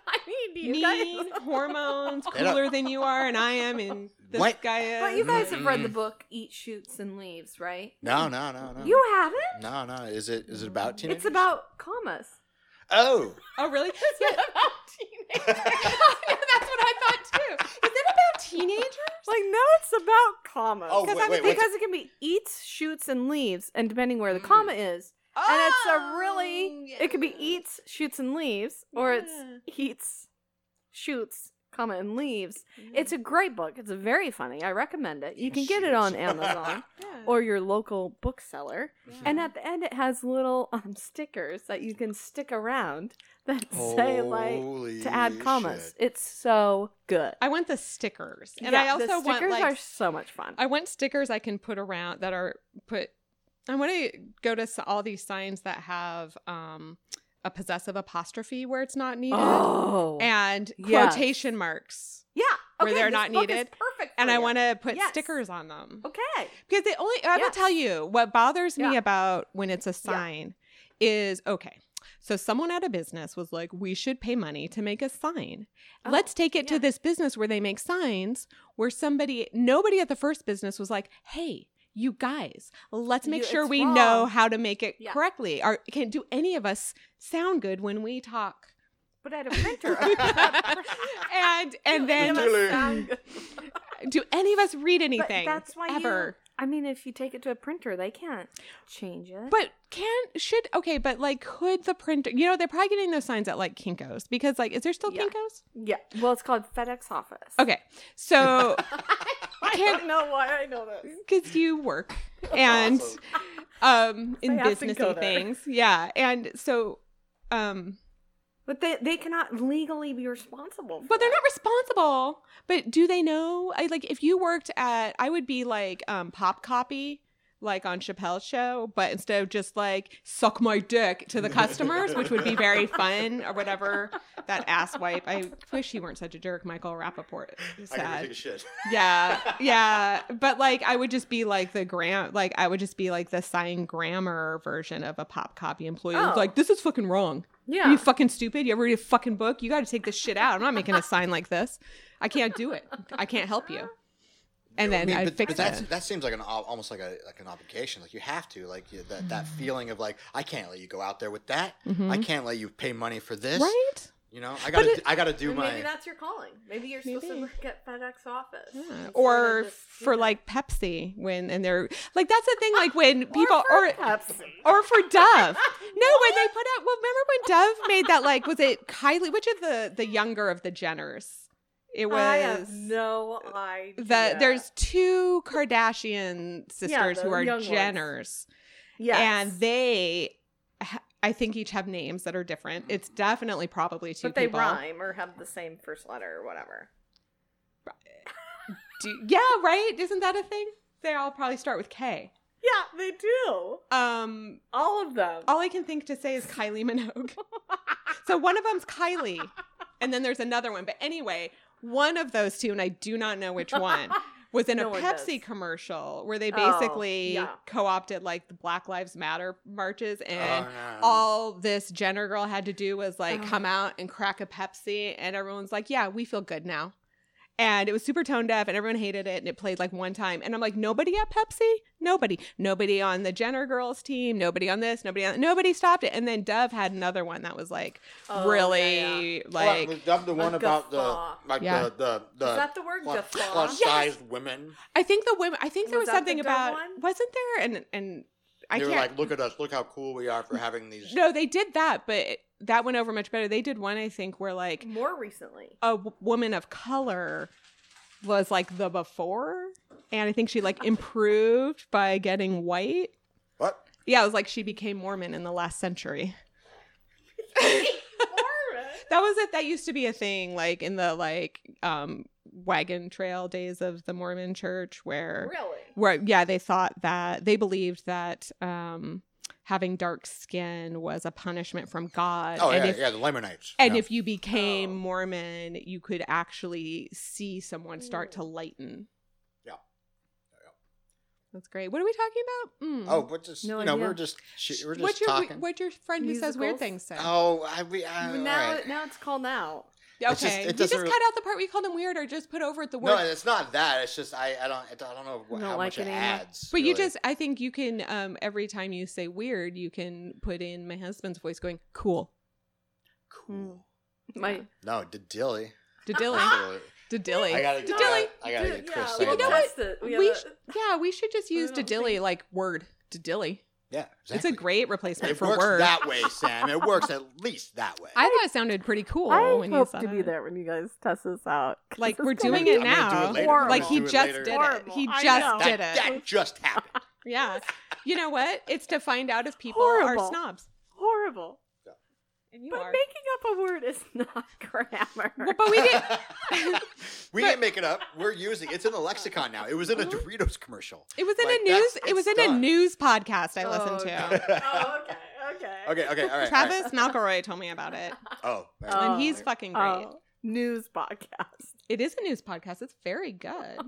Speaker 5: I mean, you
Speaker 3: mean
Speaker 5: guys.
Speaker 3: hormones,
Speaker 4: *laughs* They don't-
Speaker 3: cooler than you are, and I
Speaker 4: *laughs*
Speaker 3: am, and this
Speaker 4: What?
Speaker 3: guy is.
Speaker 5: *laughs* But you guys have read the
Speaker 4: Mm.
Speaker 5: book Eat, Shoots, and Leaves, right?
Speaker 4: *laughs* no, no, no, no.
Speaker 5: You haven't?
Speaker 4: no, no. Is it is it about teenagers?
Speaker 5: It's about commas.
Speaker 4: Oh,
Speaker 3: oh, really?
Speaker 5: It's
Speaker 3: Yeah.
Speaker 5: not
Speaker 3: *laughs*
Speaker 5: about teenagers.
Speaker 3: I know, that's what I thought too. Is it about teenagers?
Speaker 5: Like, no, it's about commas.
Speaker 4: Oh,
Speaker 5: 'Cause
Speaker 4: wait,
Speaker 5: I'm-
Speaker 4: wait, wait.
Speaker 5: because it can be eats, shoots, and leaves, and depending where the comma is. And it's a really, it could be eats, shoots, and leaves, or
Speaker 3: Yeah.
Speaker 5: it's eats, shoots, comma, and leaves. It's a great book. It's very funny. I recommend it. You can get it on
Speaker 4: Shoots.
Speaker 5: Amazon
Speaker 3: Mm.
Speaker 5: or your local bookseller.
Speaker 3: Mm-hmm.
Speaker 5: And at the end, it has little *laughs* um, stickers that you can stick around that *laughs* say, like,
Speaker 4: Holy
Speaker 5: to add commas.
Speaker 4: shit.
Speaker 5: It's so good.
Speaker 3: I want the stickers, and
Speaker 5: Yeah,
Speaker 3: I also
Speaker 5: the
Speaker 3: want
Speaker 5: stickers
Speaker 3: like
Speaker 5: are so much fun.
Speaker 3: I want stickers I can put around that are put. I want to go to s- all these signs that have um, a possessive apostrophe where it's not needed
Speaker 5: oh,
Speaker 3: and
Speaker 5: yes.
Speaker 3: quotation marks,
Speaker 5: yeah,
Speaker 3: where
Speaker 5: okay,
Speaker 3: they're
Speaker 5: this
Speaker 3: not
Speaker 5: book is
Speaker 3: needed,
Speaker 5: perfect.
Speaker 3: and
Speaker 5: for
Speaker 3: I
Speaker 5: you.
Speaker 3: want to put
Speaker 5: Oh, Yes.
Speaker 3: stickers on them.
Speaker 5: Okay.
Speaker 3: Because they only, I will
Speaker 5: Yes.
Speaker 3: tell you what bothers me
Speaker 5: Yeah.
Speaker 3: about when it's a
Speaker 5: Yeah.
Speaker 3: sign is okay. So someone at a business was like, "We should pay money to make a sign.
Speaker 5: Oh,
Speaker 3: Let's take it
Speaker 5: yeah.
Speaker 3: to this business where they make signs." Where somebody, nobody at the first business was like, "Hey." You guys, let's make
Speaker 5: You-
Speaker 3: sure
Speaker 5: it's
Speaker 3: we know
Speaker 5: wrong."
Speaker 3: how to make it
Speaker 5: Yeah.
Speaker 3: correctly. Or can do any of us sound good when we
Speaker 5: *laughs*
Speaker 3: talk? *laughs*
Speaker 5: But at a printer. *laughs*
Speaker 3: and and
Speaker 5: It must
Speaker 4: Really?
Speaker 3: then
Speaker 5: sound good.
Speaker 3: do any of us read
Speaker 5: But
Speaker 3: anything?
Speaker 5: that's why
Speaker 3: ever.
Speaker 5: you. I mean, if you take it to a printer, they can't change it.
Speaker 3: But can should okay, but like could the printer you know, they're probably getting those signs at like Kinko's because like is there still
Speaker 5: Yeah.
Speaker 3: Kinko's?
Speaker 5: yeah, well, it's called FedEx Office.
Speaker 3: Okay. So
Speaker 5: *laughs*
Speaker 3: *laughs*
Speaker 5: I
Speaker 3: can't-
Speaker 5: don't know why I know this.
Speaker 3: because you work and
Speaker 4: Awesome.
Speaker 3: um in
Speaker 5: I have to
Speaker 3: businessy
Speaker 5: go there.
Speaker 3: things. Yeah. And so um
Speaker 5: But they, they cannot legally be responsible. For
Speaker 3: But they're
Speaker 5: that.
Speaker 3: not responsible. But do they know? I like if you worked at I would be like um pop copy like on Chappelle's show, but instead of just like suck my dick to the customers, which would be
Speaker 5: *laughs*
Speaker 3: very fun or whatever that asswipe. I wish he weren't such a jerk, Michael Rappaport. is
Speaker 4: I can
Speaker 3: Sad.
Speaker 4: take a shit.
Speaker 3: Yeah, yeah. But like, I would just be like the gram, like I would just be like the sign grammar version of a pop copy employee. who's
Speaker 5: Oh.
Speaker 3: Like, this is fucking wrong. Are
Speaker 5: Yeah.
Speaker 3: you fucking stupid? You ever read a fucking book? You got to take this shit out. I'm not making a sign like this. I can't do it. I can't help you. And
Speaker 4: I
Speaker 3: then
Speaker 4: mean,
Speaker 3: I
Speaker 4: but,
Speaker 3: fixed
Speaker 4: but that's,
Speaker 3: it.
Speaker 4: that seems like an al- almost like a like an obligation. Like you have to like you, that that feeling of like I can't let you go out there with that. I
Speaker 3: Mhm.
Speaker 4: can't let you pay money for this.
Speaker 3: Right?
Speaker 4: You know, I gotta
Speaker 3: it-
Speaker 4: I gotta do
Speaker 5: And
Speaker 4: my.
Speaker 5: maybe that's your calling. Maybe you're supposed
Speaker 3: Maybe.
Speaker 5: to work at FedEx office.
Speaker 3: Yeah.
Speaker 5: instead of
Speaker 3: Or
Speaker 5: just, you
Speaker 3: for
Speaker 5: know,
Speaker 3: like Pepsi when and they're like that's the thing like when people
Speaker 5: for
Speaker 3: or
Speaker 5: Pepsi.
Speaker 3: or for Dove. No, when they put out well, remember when Dove made that like was it Kylie? Which of the the younger of the Jenners? It was
Speaker 5: I have no idea.
Speaker 3: the there's two Kardashian sisters who
Speaker 5: the
Speaker 3: are
Speaker 5: young ones.
Speaker 3: Jenners,
Speaker 5: yes.
Speaker 3: and they ha- I think each have names that are different. It's definitely probably two
Speaker 5: but they
Speaker 3: people.
Speaker 5: rhyme or have the same first letter or whatever.
Speaker 3: Do- yeah, right? Isn't that a thing? They all probably start with K.
Speaker 5: Yeah, they do.
Speaker 3: Um,
Speaker 5: All of them.
Speaker 3: All I can think to say is Kylie
Speaker 5: *laughs*
Speaker 3: Minogue. so one of them's Kylie, and then there's another one. But anyway, one of those two, and I do not know
Speaker 5: *laughs*
Speaker 3: which one, was in
Speaker 5: No
Speaker 3: a
Speaker 5: one does.
Speaker 3: Pepsi commercial where they
Speaker 5: Oh,
Speaker 3: basically
Speaker 5: yeah.
Speaker 3: co opted like the Black Lives Matter marches
Speaker 5: Uh-huh.
Speaker 3: and.
Speaker 4: Oh, no.
Speaker 3: Eh. All this Jenner girl had to do was like
Speaker 5: Um, Oh.
Speaker 3: come out and crack a Pepsi, and everyone's like, "Yeah, we feel good now." And it was super tone deaf, and everyone hated it. And it played like one time, and I'm like, nobody at Pepsi, nobody, nobody on the Jenner girls team, nobody on this, nobody on, nobody stopped it. And then Dove had another one that was like
Speaker 5: Oh,
Speaker 3: really
Speaker 5: yeah, yeah.
Speaker 4: well,
Speaker 3: like.
Speaker 4: was that the one about the
Speaker 5: guffaw.
Speaker 4: like
Speaker 3: Yeah.
Speaker 4: the the the
Speaker 5: Is that the word
Speaker 4: plus,
Speaker 5: guffaw?
Speaker 4: plus sized women?
Speaker 3: I think the women. I think there
Speaker 5: Was
Speaker 3: was,
Speaker 5: that the
Speaker 3: something
Speaker 5: Dove
Speaker 3: about
Speaker 5: one?
Speaker 3: wasn't there? And and I
Speaker 4: They were
Speaker 3: can't.
Speaker 4: like, look at us, look how cool we are for having these.
Speaker 3: no, they did that, but it- that went over much better. They did one, I think, where like
Speaker 5: More
Speaker 3: *laughs*
Speaker 5: recently.
Speaker 3: a w- woman of color was like the before and i think she like improved by getting white
Speaker 4: What?
Speaker 3: yeah it was like she became mormon in the last century
Speaker 5: Mormon.
Speaker 3: that was it that used to be a thing like in the like um wagon trail days of the mormon church where
Speaker 5: Really?
Speaker 3: where yeah they thought that they believed that um having dark skin was a punishment from god
Speaker 4: Oh
Speaker 3: and
Speaker 4: yeah,
Speaker 3: if
Speaker 4: yeah, the Lemonites.
Speaker 3: And
Speaker 4: Yeah.
Speaker 3: if you became
Speaker 5: Oh.
Speaker 3: Mormon, you could actually see someone start to lighten.
Speaker 4: Mm. Yeah. Yeah.
Speaker 3: That's great. What are we talking about? Mm.
Speaker 4: oh, we're just
Speaker 5: No
Speaker 4: you know
Speaker 5: idea.
Speaker 4: we're just sh- we're just
Speaker 3: what's your
Speaker 4: talking.
Speaker 3: what's your friend who says weird
Speaker 5: Musicals?
Speaker 3: things say?
Speaker 4: oh, I, we I,
Speaker 5: But now,
Speaker 4: all right.
Speaker 5: now it's called now.
Speaker 3: okay.
Speaker 4: it's just- it
Speaker 3: you just
Speaker 4: doesn't really-
Speaker 3: cut out the part where you called him weird, or just put over at the word.
Speaker 4: No, it's not that. It's just I, I don't I don't know wh-
Speaker 5: Don't
Speaker 4: how
Speaker 5: like
Speaker 4: much it
Speaker 5: it anymore.
Speaker 4: adds.
Speaker 3: but you
Speaker 4: really.
Speaker 3: just, I think you can. Um, every time you say weird, you can put in my husband's voice going
Speaker 4: *laughs*
Speaker 3: cool,
Speaker 4: cool.
Speaker 3: *laughs*
Speaker 5: My
Speaker 4: No, Didilly.
Speaker 3: dadilly,
Speaker 4: Absolutely.
Speaker 3: dadilly,
Speaker 4: I gotta, I
Speaker 3: dadilly.
Speaker 4: gotta, I gotta get Chris
Speaker 5: we
Speaker 4: saying
Speaker 3: You know
Speaker 4: that.
Speaker 5: test it. We,
Speaker 3: We
Speaker 5: have
Speaker 3: sh-
Speaker 5: a-
Speaker 3: yeah, we should just
Speaker 5: I
Speaker 3: use
Speaker 5: don't
Speaker 3: dadilly
Speaker 5: think-
Speaker 3: like word dadilly.
Speaker 4: Yeah,
Speaker 3: It's a
Speaker 4: exactly.
Speaker 3: great replacement
Speaker 4: It
Speaker 3: for
Speaker 4: works
Speaker 3: word.
Speaker 4: that way, Sam. It works at least that way.
Speaker 3: I thought it sounded pretty cool when you said that.
Speaker 5: when you guys test this out. 'cause
Speaker 3: Like,
Speaker 5: it's
Speaker 3: we're
Speaker 5: gonna
Speaker 3: doing
Speaker 5: be
Speaker 3: it
Speaker 4: I'm
Speaker 5: *laughs*
Speaker 4: gonna do
Speaker 3: now.
Speaker 4: it later.
Speaker 5: Horrible.
Speaker 4: I'm
Speaker 3: Like he
Speaker 4: gonna do it
Speaker 3: just
Speaker 4: later.
Speaker 3: did it.
Speaker 5: Horrible.
Speaker 3: He
Speaker 5: I
Speaker 3: just
Speaker 5: know.
Speaker 4: That,
Speaker 3: did it.
Speaker 4: that just happened.
Speaker 3: Yeah. You know what? It's to find out if people are
Speaker 5: Horrible.
Speaker 3: snobs.
Speaker 5: horrible.
Speaker 3: And you
Speaker 5: But
Speaker 3: are.
Speaker 5: making up a word is *laughs* not grammar.
Speaker 4: *laughs*
Speaker 3: Well, but we did.
Speaker 4: we didn't make it up. We're using it's in the lexicon now. It was in a Doritos commercial.
Speaker 3: It was in
Speaker 4: Like,
Speaker 3: a news.
Speaker 4: that's-
Speaker 3: It was in
Speaker 4: it's
Speaker 3: a
Speaker 4: done.
Speaker 3: news podcast I listened
Speaker 4: *laughs*
Speaker 5: Oh,
Speaker 3: to.
Speaker 5: okay. oh, okay, okay.
Speaker 4: Okay, okay, all right, all right.
Speaker 3: Travis McElroy told me about it,
Speaker 4: Oh, all right.
Speaker 5: Oh,
Speaker 3: and he's fucking great.
Speaker 5: Oh, news podcast.
Speaker 3: It is a news podcast. It's very
Speaker 5: *laughs*
Speaker 3: good.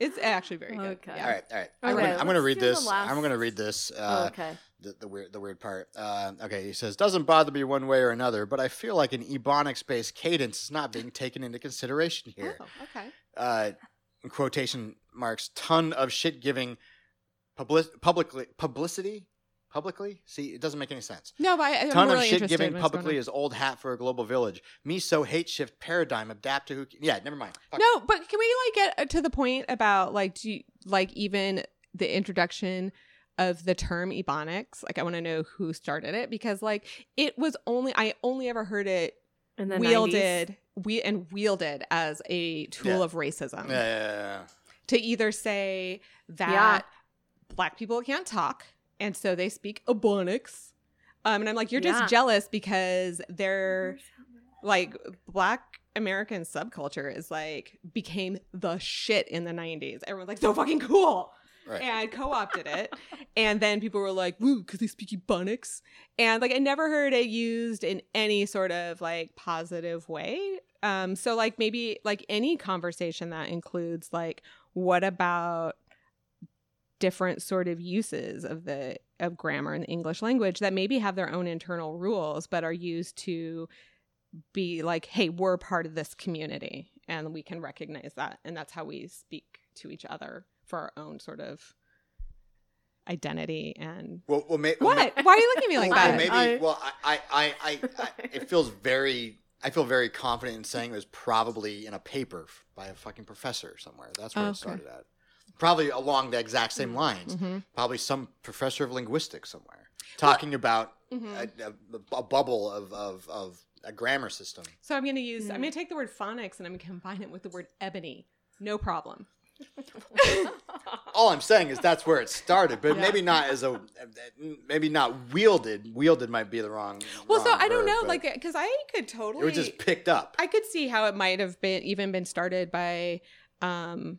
Speaker 3: It's actually very good.
Speaker 5: Okay.
Speaker 3: Yeah.
Speaker 4: all right, all right. I'm,
Speaker 5: Okay,
Speaker 4: gonna, I'm gonna
Speaker 5: let's
Speaker 4: read
Speaker 5: do the
Speaker 4: this.
Speaker 5: last- Oh.
Speaker 4: I'm gonna read this.
Speaker 3: Oh,
Speaker 4: Uh,
Speaker 5: okay.
Speaker 4: the, the weird the weird part. Um, okay, he says doesn't bother me one way or another, but I feel like an ebonics based cadence is not being taken into consideration here.
Speaker 3: Oh, okay.
Speaker 4: Uh, in quotation marks ton of shit giving public publicly publicity publicly. See, it doesn't make any sense.
Speaker 3: No, but I, I'm
Speaker 4: ton
Speaker 3: really
Speaker 4: of shit
Speaker 3: interested
Speaker 4: giving
Speaker 3: in what's going
Speaker 4: publicly
Speaker 3: on.
Speaker 4: is old hat for a global village. Me so hate shift paradigm adapt to who. Can, yeah, never mind. Fuck it.
Speaker 3: No, but can we like get uh, to the point about like do you, like even the introduction of the term ebonics? Like I want to know who started it because like it was only I only ever heard it
Speaker 5: And then
Speaker 3: wielded we and wielded as a tool
Speaker 4: Yeah.
Speaker 3: of racism
Speaker 4: Yeah, yeah, yeah, yeah.
Speaker 3: to either say that black people can't talk and so they speak ebonics Um, and I'm like, you're
Speaker 5: Yeah.
Speaker 3: just jealous because they're like black American subculture is like became the shit in the 90s. Everyone's like, so fucking cool.
Speaker 4: Right.
Speaker 3: And co opted it. *laughs* and then people were like, woo, because they speak Ebonics. And like, I never heard it used in any sort of like positive way. Um, so, like, maybe like any conversation that includes like, what about different sort of uses of the of grammar in the English language that maybe have their own internal rules but are used to be like hey we're part of this community and we can recognize that and that's how we speak to each other for our own sort of identity and
Speaker 4: Well, well, may, well,
Speaker 3: what why are you looking at me like
Speaker 4: Well,
Speaker 3: that
Speaker 4: Maybe.
Speaker 5: I-
Speaker 4: well, I, I, I,
Speaker 3: *laughs*
Speaker 4: I, it feels very. I feel very confident in saying it was probably in a paper f- by a fucking professor somewhere. That's where
Speaker 3: Oh,
Speaker 4: it
Speaker 3: okay.
Speaker 4: started at. Probably along the exact same lines.
Speaker 3: Mhm.
Speaker 4: Probably some professor of linguistics somewhere talking about
Speaker 3: Mhm.
Speaker 4: a, a- a bubble of, of, of a grammar system.
Speaker 3: so i'm going to use i'm
Speaker 5: Mm.
Speaker 3: going to take the word phonics and i'm going to combine it with the word ebony no problem
Speaker 4: All I'm saying is that's where it started, but
Speaker 3: Yeah.
Speaker 4: maybe not as a, maybe not wielded. Wielded might be the wrong.
Speaker 3: well so
Speaker 4: wrong
Speaker 3: i don't
Speaker 4: verb,
Speaker 3: know
Speaker 4: but
Speaker 3: like because i could
Speaker 4: it
Speaker 3: totally
Speaker 4: was just picked up.
Speaker 3: I could see how it might have been even been started by um,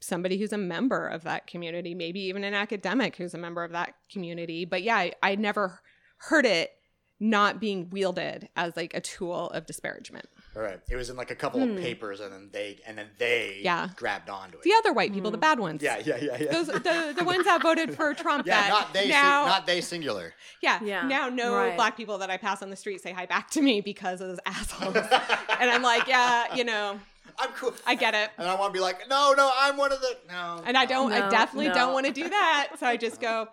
Speaker 3: somebody who's a member of that community, maybe even an academic who's a member of that community. But yeah, I, I never heard it not being wielded as like a tool of disparagement.
Speaker 4: All right. It was in like a couple
Speaker 5: Hmm.
Speaker 4: of papers, and then they and then they
Speaker 3: Yeah.
Speaker 4: grabbed onto it.
Speaker 3: The other white
Speaker 5: Mm.
Speaker 3: people, the bad ones.
Speaker 4: yeah, yeah, yeah, yeah.
Speaker 3: Those the
Speaker 4: *laughs*
Speaker 3: the ones that voted for Trump
Speaker 4: yeah,
Speaker 3: that
Speaker 4: not they, sing-
Speaker 3: now
Speaker 4: not they singular.
Speaker 3: yeah,
Speaker 5: Yeah,
Speaker 3: now no
Speaker 5: right.
Speaker 3: black people that I pass on the street say hi back to me because of those *laughs* assholes. and I'm like, yeah, you know,
Speaker 4: *laughs* I'm cool.
Speaker 3: I get it.
Speaker 4: and I want to be like, no, no, I'm one of the no.
Speaker 3: And I don't, I
Speaker 5: No,
Speaker 3: definitely
Speaker 5: no.
Speaker 3: don't want to do that. So I just go,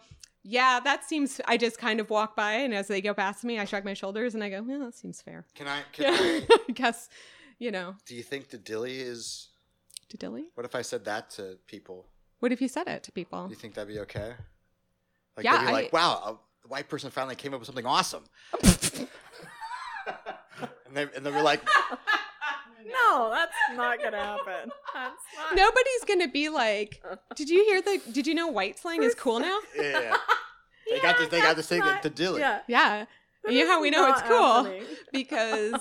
Speaker 3: yeah, that seems, I just kind of walk by and as they go past me, I shrug my shoulders and I go, well, that seems fair.
Speaker 4: Can I? Can
Speaker 3: *laughs* Yeah.
Speaker 4: I?
Speaker 3: I guess, you know,
Speaker 4: Do you think the dilly is?
Speaker 3: to dilly.
Speaker 4: What if I said that to people?
Speaker 3: What if you said it to
Speaker 4: Do
Speaker 3: people?
Speaker 4: you think that'd be okay? Like
Speaker 3: Oh. Yeah,
Speaker 4: they'd be
Speaker 3: I-
Speaker 4: like, wow, a white person finally came up with something awesome.
Speaker 3: *laughs*
Speaker 4: and they and then we're like,
Speaker 5: No, that's not
Speaker 3: *laughs*
Speaker 5: gonna happen. That's not.
Speaker 3: Nobody's going to be
Speaker 5: *laughs*
Speaker 3: like, did you hear the, did you know white slang is cool now?
Speaker 4: yeah. They got this. They got this thing that the dilly.
Speaker 5: Yeah.
Speaker 3: Yeah. You know how we know it's
Speaker 5: Not
Speaker 3: cool
Speaker 5: happening. *laughs*
Speaker 3: because,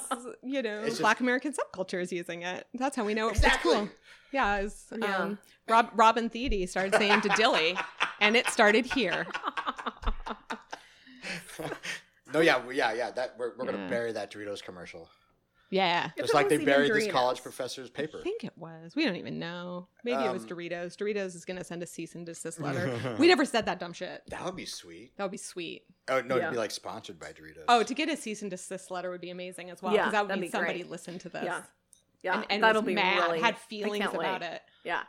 Speaker 3: you know,
Speaker 4: It's just-
Speaker 3: black American subculture is using it. That's how we know
Speaker 4: Exactly.
Speaker 3: Oh, it's cool. Yeah, it was,
Speaker 5: Yeah.
Speaker 3: Um, Rob, Robin Thede started saying to Dilly, and it started here.
Speaker 4: *laughs* no, yeah, we- yeah, yeah. That we're, we're gonna
Speaker 3: Yeah.
Speaker 4: bury that Doritos commercial.
Speaker 3: Yeah.
Speaker 5: If
Speaker 4: Just
Speaker 5: it
Speaker 4: like
Speaker 5: was
Speaker 4: they
Speaker 5: even
Speaker 4: buried this
Speaker 5: Doritos.
Speaker 4: college professor's paper.
Speaker 3: I think it was. We don't even know. Maybe it was
Speaker 4: Um,
Speaker 3: Doritos. Doritos is going to send a cease and
Speaker 4: *laughs*
Speaker 3: desist letter. *laughs* we never said that dumb shit.
Speaker 4: that would be sweet.
Speaker 3: That would be sweet.
Speaker 4: Oh no,
Speaker 5: Yeah.
Speaker 4: it'd be like sponsored by Doritos.
Speaker 3: Oh, to get a cease and desist letter would be amazing as well.
Speaker 5: Yeah,
Speaker 3: Because that would
Speaker 5: that'd
Speaker 3: mean
Speaker 5: be
Speaker 3: somebody
Speaker 5: great.
Speaker 3: listened to this
Speaker 5: Yeah. Yeah,
Speaker 3: and, and
Speaker 5: that'll
Speaker 3: was
Speaker 5: be
Speaker 3: mad,
Speaker 5: really.
Speaker 3: had
Speaker 5: I
Speaker 3: feelings
Speaker 5: can't
Speaker 3: about
Speaker 5: wait. *laughs*
Speaker 3: it.
Speaker 5: Yeah.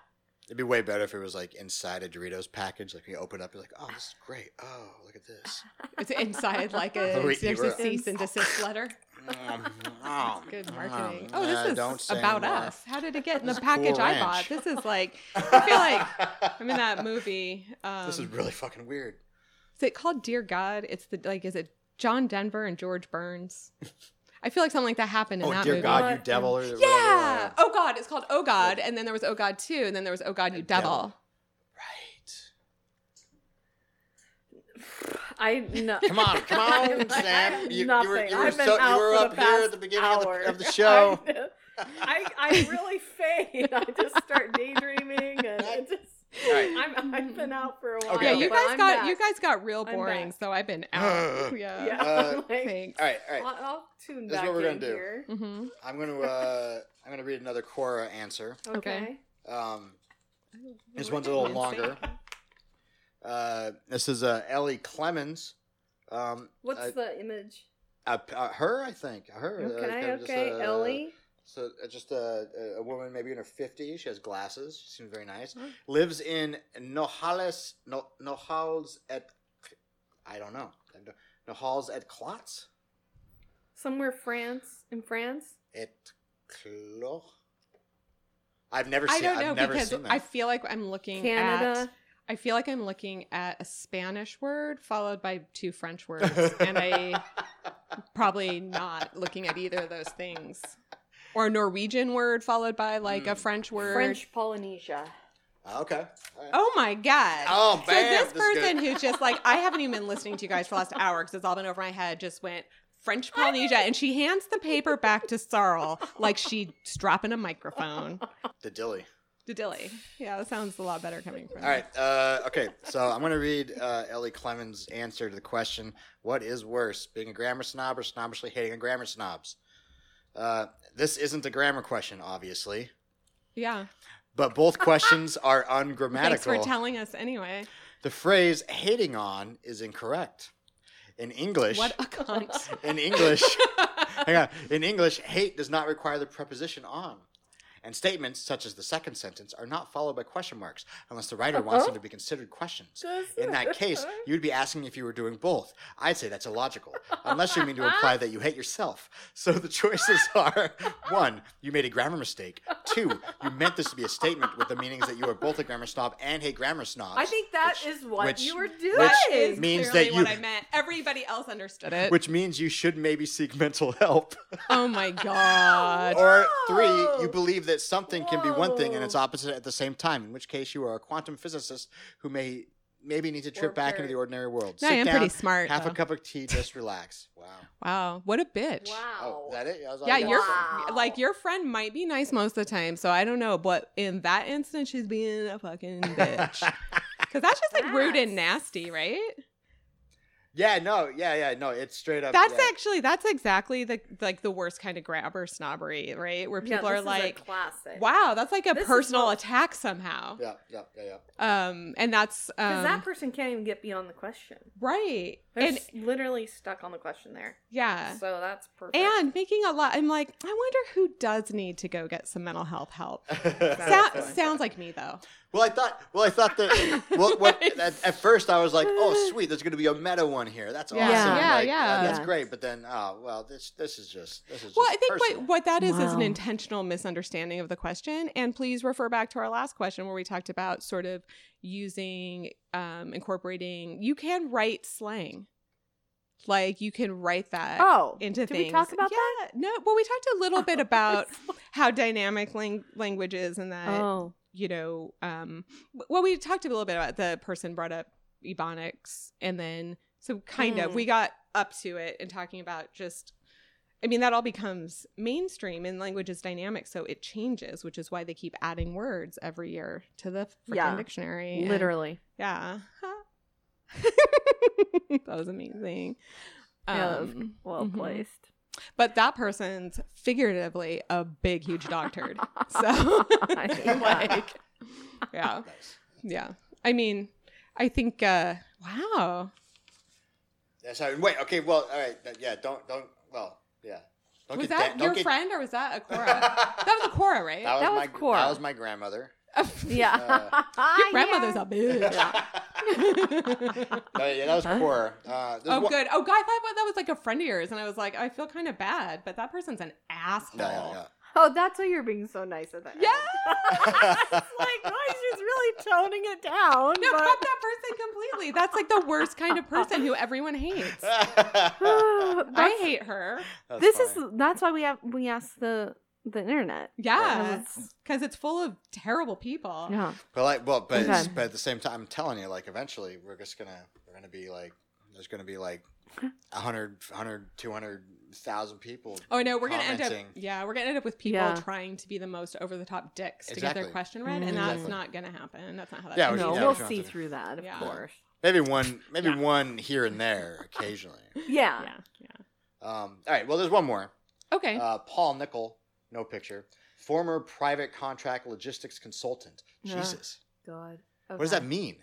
Speaker 4: it'd be way better if it was like inside a Doritos package. Like you open up, you're like, oh, this is great. Oh, look at this.
Speaker 3: It's inside like a,
Speaker 4: Oh, Wait, you
Speaker 3: there's a
Speaker 4: were- Ah,
Speaker 3: cease and desist letter.
Speaker 4: Mm-hmm. That's
Speaker 3: Good marketing.
Speaker 4: Mm-hmm.
Speaker 3: Oh, this is about us. How did it get in the
Speaker 4: This is Cool
Speaker 3: package I
Speaker 4: Ranch.
Speaker 3: bought? This is like, I feel like I'm in
Speaker 4: *laughs*
Speaker 3: that movie. Um,
Speaker 4: this is really fucking weird.
Speaker 3: Is it called Dear God? It's the like is it John Denver and George Burns? I feel like something like that happened in
Speaker 4: Oh,
Speaker 3: that
Speaker 4: dear
Speaker 3: movie.
Speaker 4: God, you
Speaker 5: What?
Speaker 4: devil! Or
Speaker 3: Yeah.
Speaker 4: whatever, uh,
Speaker 3: Oh God, it's called Oh God, and then there was Oh God Two, and then there was Oh God, You
Speaker 4: And Devil.
Speaker 3: Devil.
Speaker 4: Right.
Speaker 5: I know.
Speaker 4: Come
Speaker 3: *laughs*
Speaker 4: on, come on,
Speaker 5: *laughs* I-
Speaker 4: Sam.
Speaker 5: I'm
Speaker 4: You, you
Speaker 5: nothing.
Speaker 4: were, you were,
Speaker 5: I've been
Speaker 4: so,
Speaker 5: out
Speaker 4: you were
Speaker 5: for
Speaker 4: up
Speaker 5: the
Speaker 4: here
Speaker 5: past
Speaker 4: at the beginning of
Speaker 5: hour.
Speaker 4: the,
Speaker 3: *laughs*
Speaker 5: *laughs*
Speaker 4: of the show. *laughs*
Speaker 5: I, I really fade. I just start daydreaming, and it just
Speaker 4: All right.
Speaker 5: I'm, I've been out for a while.
Speaker 4: Okay,
Speaker 3: yeah,
Speaker 4: okay.
Speaker 3: you
Speaker 5: but
Speaker 3: guys
Speaker 5: I'm
Speaker 3: got
Speaker 5: back.
Speaker 3: you guys got real
Speaker 5: I'm
Speaker 3: boring,
Speaker 5: back.
Speaker 3: so
Speaker 4: *laughs*
Speaker 3: I've been out. yeah.
Speaker 5: *laughs* Yeah,
Speaker 4: Uh,
Speaker 5: I'm like,
Speaker 3: Thanks.
Speaker 4: All right, all right.
Speaker 5: I'll, I'll tune
Speaker 4: This is
Speaker 5: back
Speaker 4: what we're gonna
Speaker 5: in
Speaker 4: do.
Speaker 5: here.
Speaker 3: Mm-hmm.
Speaker 4: I'm gonna uh, I'm gonna read another Cora answer.
Speaker 5: Okay.
Speaker 3: Okay.
Speaker 4: Um, this one's a little longer. Uh, this is uh, Ellie Clemens. Um,
Speaker 5: What's
Speaker 4: uh,
Speaker 5: the image?
Speaker 4: uh, p- uh, her? I think her. uh,
Speaker 5: Okay,
Speaker 4: kinda just,
Speaker 5: okay,
Speaker 4: uh,
Speaker 5: Ellie.
Speaker 4: So uh, just a, a woman, maybe in her 50s. She has glasses. She seems very nice.
Speaker 3: Mm-hmm.
Speaker 4: Lives in Nojales, no, Nojals at, I don't know. Nojals at Klotz?
Speaker 5: Somewhere France in France.
Speaker 4: At Clo? I've never
Speaker 3: I
Speaker 4: seen
Speaker 3: don't
Speaker 4: I've
Speaker 3: know
Speaker 4: never
Speaker 3: because
Speaker 4: seen that.
Speaker 3: I feel like I'm looking at
Speaker 5: Canada.
Speaker 3: I feel like I'm looking at a Spanish word followed by
Speaker 4: *laughs*
Speaker 3: two French words, and I probably not looking at either of those things. Or a Norwegian word followed by like a
Speaker 4: Hmm.
Speaker 3: French word.
Speaker 5: French Polynesia.
Speaker 4: Ah, Okay. All right.
Speaker 3: Oh my god.
Speaker 4: Oh,
Speaker 3: So
Speaker 4: bam,
Speaker 3: this
Speaker 4: this is good.
Speaker 3: person who just like I haven't even been listening to you guys for the last hour because it's all been over my head just went French Polynesia and she hands the paper back to Sarl like she's dropping
Speaker 4: *laughs*
Speaker 3: a microphone
Speaker 4: The dilly.
Speaker 3: to Dilly. Yeah, that sounds a lot better coming from.
Speaker 4: All right. Uh, okay. So I'm going to read uh, Ellie Clemens' answer to the question What is worse, being a grammar snob or snobbishly hating on grammar snobs? Uh, this isn't a grammar question, obviously,
Speaker 3: Yeah.
Speaker 4: but
Speaker 3: *laughs*
Speaker 4: both questions are
Speaker 3: Thanks for
Speaker 4: ungrammatical.
Speaker 3: telling us anyway.
Speaker 4: the phrase hating on is incorrect. In English,
Speaker 3: What
Speaker 4: *laughs*
Speaker 3: a cunt.
Speaker 4: in
Speaker 3: *laughs*
Speaker 4: English, hang on. In English, hate does not require the preposition on. And statements such as the second sentence are not followed by question marks unless the writer wants them
Speaker 3: Uh-huh.
Speaker 4: to be considered questions. In that
Speaker 5: *laughs*
Speaker 4: case, you'd be asking if you were doing both. I'd say that's illogical, unless you mean to imply that you hate yourself. So the choices *laughs* are one, you made a grammar mistake. Two, you meant this to be a statement with the meanings that you are both a grammar snob and hate grammar snobs.
Speaker 5: I think that
Speaker 4: which-
Speaker 5: is what
Speaker 4: which-
Speaker 5: you were
Speaker 4: which-
Speaker 5: doing.
Speaker 3: That is
Speaker 4: means
Speaker 3: clearly
Speaker 4: that
Speaker 3: what
Speaker 4: you-
Speaker 3: I meant. Everybody else understood it.
Speaker 4: which means you should maybe seek mental
Speaker 5: *laughs*
Speaker 4: help. *laughs*
Speaker 3: oh my god.
Speaker 4: Or three, you believe that something can be one thing and
Speaker 5: Whoa.
Speaker 4: its opposite at the same time, in which case you are a quantum physicist who may maybe need to trip
Speaker 5: Or
Speaker 4: back
Speaker 5: very-
Speaker 4: into the ordinary world.
Speaker 3: No, I
Speaker 4: Sit
Speaker 3: am
Speaker 4: down,
Speaker 3: pretty smart.
Speaker 4: Half
Speaker 3: though.
Speaker 4: a cup of tea, just relax. Wow.
Speaker 3: Wow, what a bitch.
Speaker 4: Oh,
Speaker 5: Wow.
Speaker 4: is that it? That was all
Speaker 3: Yeah,
Speaker 4: you got?
Speaker 3: your
Speaker 5: Wow.
Speaker 3: like your friend might be nice most of the time, so I don't know. But in that instance, she's being
Speaker 4: *laughs*
Speaker 3: a fucking
Speaker 5: *laughs*
Speaker 3: bitch. Because that's just like rude and nasty, right?
Speaker 4: Yeah, no, yeah, yeah, no. It's straight up.
Speaker 3: That's
Speaker 4: yeah.
Speaker 3: actually that's exactly the like the worst kind of grabber snobbery, right? Where
Speaker 5: No,
Speaker 3: people
Speaker 5: this
Speaker 3: are
Speaker 5: is a
Speaker 3: like,
Speaker 5: classic.
Speaker 3: "Wow, that's like a
Speaker 5: This is
Speaker 3: personal
Speaker 5: what-
Speaker 3: attack somehow."
Speaker 4: Yeah, yeah, yeah, yeah. *laughs*
Speaker 3: Um, and that's
Speaker 5: Because
Speaker 3: um,
Speaker 5: that person can't even get beyond the question.
Speaker 3: right,
Speaker 5: They're
Speaker 3: and
Speaker 5: s- literally stuck on the question there.
Speaker 3: yeah,
Speaker 5: So that's perfect.
Speaker 3: and making a lot. I'm like, I wonder who does need to go get some mental health help. Sou-
Speaker 5: Exactly.
Speaker 3: sounds like me though.
Speaker 4: well, I thought. Well, I thought that. Well, what,
Speaker 3: *laughs*
Speaker 4: at, at first, I was like, "Oh, sweet, there's going to be a meta one here. That's
Speaker 5: Yeah.
Speaker 4: awesome.
Speaker 5: Yeah,
Speaker 4: like,
Speaker 3: yeah.
Speaker 4: That's
Speaker 5: Yeah.
Speaker 4: great." But then, oh well, this this is just this is.
Speaker 3: Well, I
Speaker 4: just
Speaker 3: think
Speaker 4: personal.
Speaker 3: what, what that is is an
Speaker 5: Wow.
Speaker 3: intentional misunderstanding of the question. And please refer back to our last question where we talked about sort of using, um, incorporating, you can write slang. Like you can write that
Speaker 5: oh,
Speaker 3: into
Speaker 5: did
Speaker 3: things.
Speaker 5: we talk about
Speaker 3: yeah,
Speaker 5: that? Oh,
Speaker 3: No, well, we talked a little
Speaker 5: *laughs*
Speaker 3: bit about how dynamic lang- language is and that,
Speaker 5: Oh,
Speaker 3: you know, um, w- well, we talked a little bit about the person brought up ebonics and then so kind
Speaker 5: Mm.
Speaker 3: of we got up to it and talking about just I mean that all becomes mainstream and language is dynamic so it changes which is why they keep adding words every year to the freaking
Speaker 5: Yeah.
Speaker 3: dictionary. and-
Speaker 5: literally.
Speaker 3: yeah. *laughs* that was amazing.
Speaker 5: Yeah, that was
Speaker 3: Um,
Speaker 5: Well
Speaker 3: mhm.
Speaker 4: *laughs*
Speaker 5: placed.
Speaker 3: But that person's figuratively a big huge
Speaker 5: *laughs*
Speaker 3: doctored. so
Speaker 5: Yeah.
Speaker 3: like yeah.
Speaker 4: Nice.
Speaker 3: Yeah. I mean, I think uh wow.
Speaker 4: That's how. Wait. Okay. Well. All right. th- Yeah. Don't. Don't. Well. Yeah. Don't
Speaker 3: was
Speaker 4: get
Speaker 3: that
Speaker 4: da-
Speaker 3: your
Speaker 4: don't get- *laughs*
Speaker 3: friend or was that a Cora?
Speaker 4: that
Speaker 3: that was a Cora, right?
Speaker 4: was
Speaker 5: That was
Speaker 4: my
Speaker 5: Cora.
Speaker 4: That was my grandmother.
Speaker 5: Yeah.
Speaker 3: Your grandmother's a *laughs* bitch. Oh,
Speaker 4: No, yeah, that was Cora. Uh, there's
Speaker 3: oh,
Speaker 4: one-
Speaker 3: good. Oh, God, I thought that was like a friend of yours, and I was like, I feel kind of bad, but that person's an asshole.
Speaker 4: No, yeah, yeah.
Speaker 5: Oh, that's why you're being so nice at that.
Speaker 3: Yeah.
Speaker 5: *laughs* it's like, oh, she's really toning it down.
Speaker 3: No,
Speaker 5: but-
Speaker 3: cut that person completely. That's like the worst kind of person who
Speaker 4: *laughs*
Speaker 3: everyone hates. I *laughs*
Speaker 5: *sighs* That's-
Speaker 3: hate her.
Speaker 4: That's
Speaker 5: this
Speaker 4: funny.
Speaker 5: is that's why we have we asked the the internet.
Speaker 3: Yeah,
Speaker 5: Because
Speaker 3: because it's full of terrible people.
Speaker 5: Yeah.
Speaker 4: *sighs* But like, well, but it's-
Speaker 5: Okay.
Speaker 4: but at the same time, I'm telling you, like, eventually we're just gonna we're gonna be like, there's gonna be like 100, 100 200,000 people.
Speaker 3: Oh no, we're gonna end up.
Speaker 4: Commenting.
Speaker 3: Yeah, we're gonna end up with people
Speaker 5: Yeah. Mm-hmm.
Speaker 3: trying to be the most over the top dicks to get
Speaker 4: Exactly.
Speaker 3: their question read, and that's
Speaker 4: Exactly.
Speaker 3: not gonna happen. That's not how that.
Speaker 4: Yeah,
Speaker 3: works.
Speaker 5: no,
Speaker 4: yeah,
Speaker 5: we'll
Speaker 4: we should
Speaker 5: see
Speaker 4: have to-
Speaker 5: through that, of
Speaker 3: Yeah.
Speaker 5: course.
Speaker 4: Maybe one, maybe
Speaker 3: Yeah.
Speaker 4: one here and there occasionally.
Speaker 5: Yeah.
Speaker 3: yeah, yeah.
Speaker 4: Um, all right. Well, there's one more.
Speaker 3: Okay.
Speaker 4: Uh, Paul Nickel, no picture, former private contract logistics consultant.
Speaker 5: Yeah.
Speaker 4: Jesus,
Speaker 5: God.
Speaker 4: what does that mean?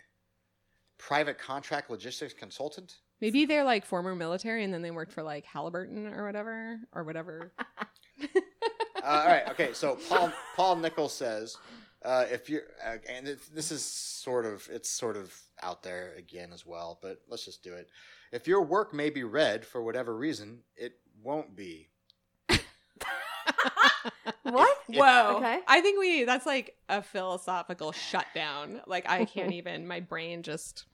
Speaker 4: Private contract logistics consultant?
Speaker 3: Maybe they're like former military and then they worked for like Halliburton or whatever or
Speaker 5: *laughs*
Speaker 3: whatever.
Speaker 4: uh, all right. Okay. So Paul Paul Nichols says, uh, if you're, uh, and it, this is sort of it's sort of out there again as well, but let's just do it. If your work may be read for whatever reason, it won't be.
Speaker 5: What?
Speaker 3: Whoa.
Speaker 5: Okay.
Speaker 3: I think we that's like a philosophical shutdown. Like I
Speaker 5: *laughs*
Speaker 3: can't even my brain just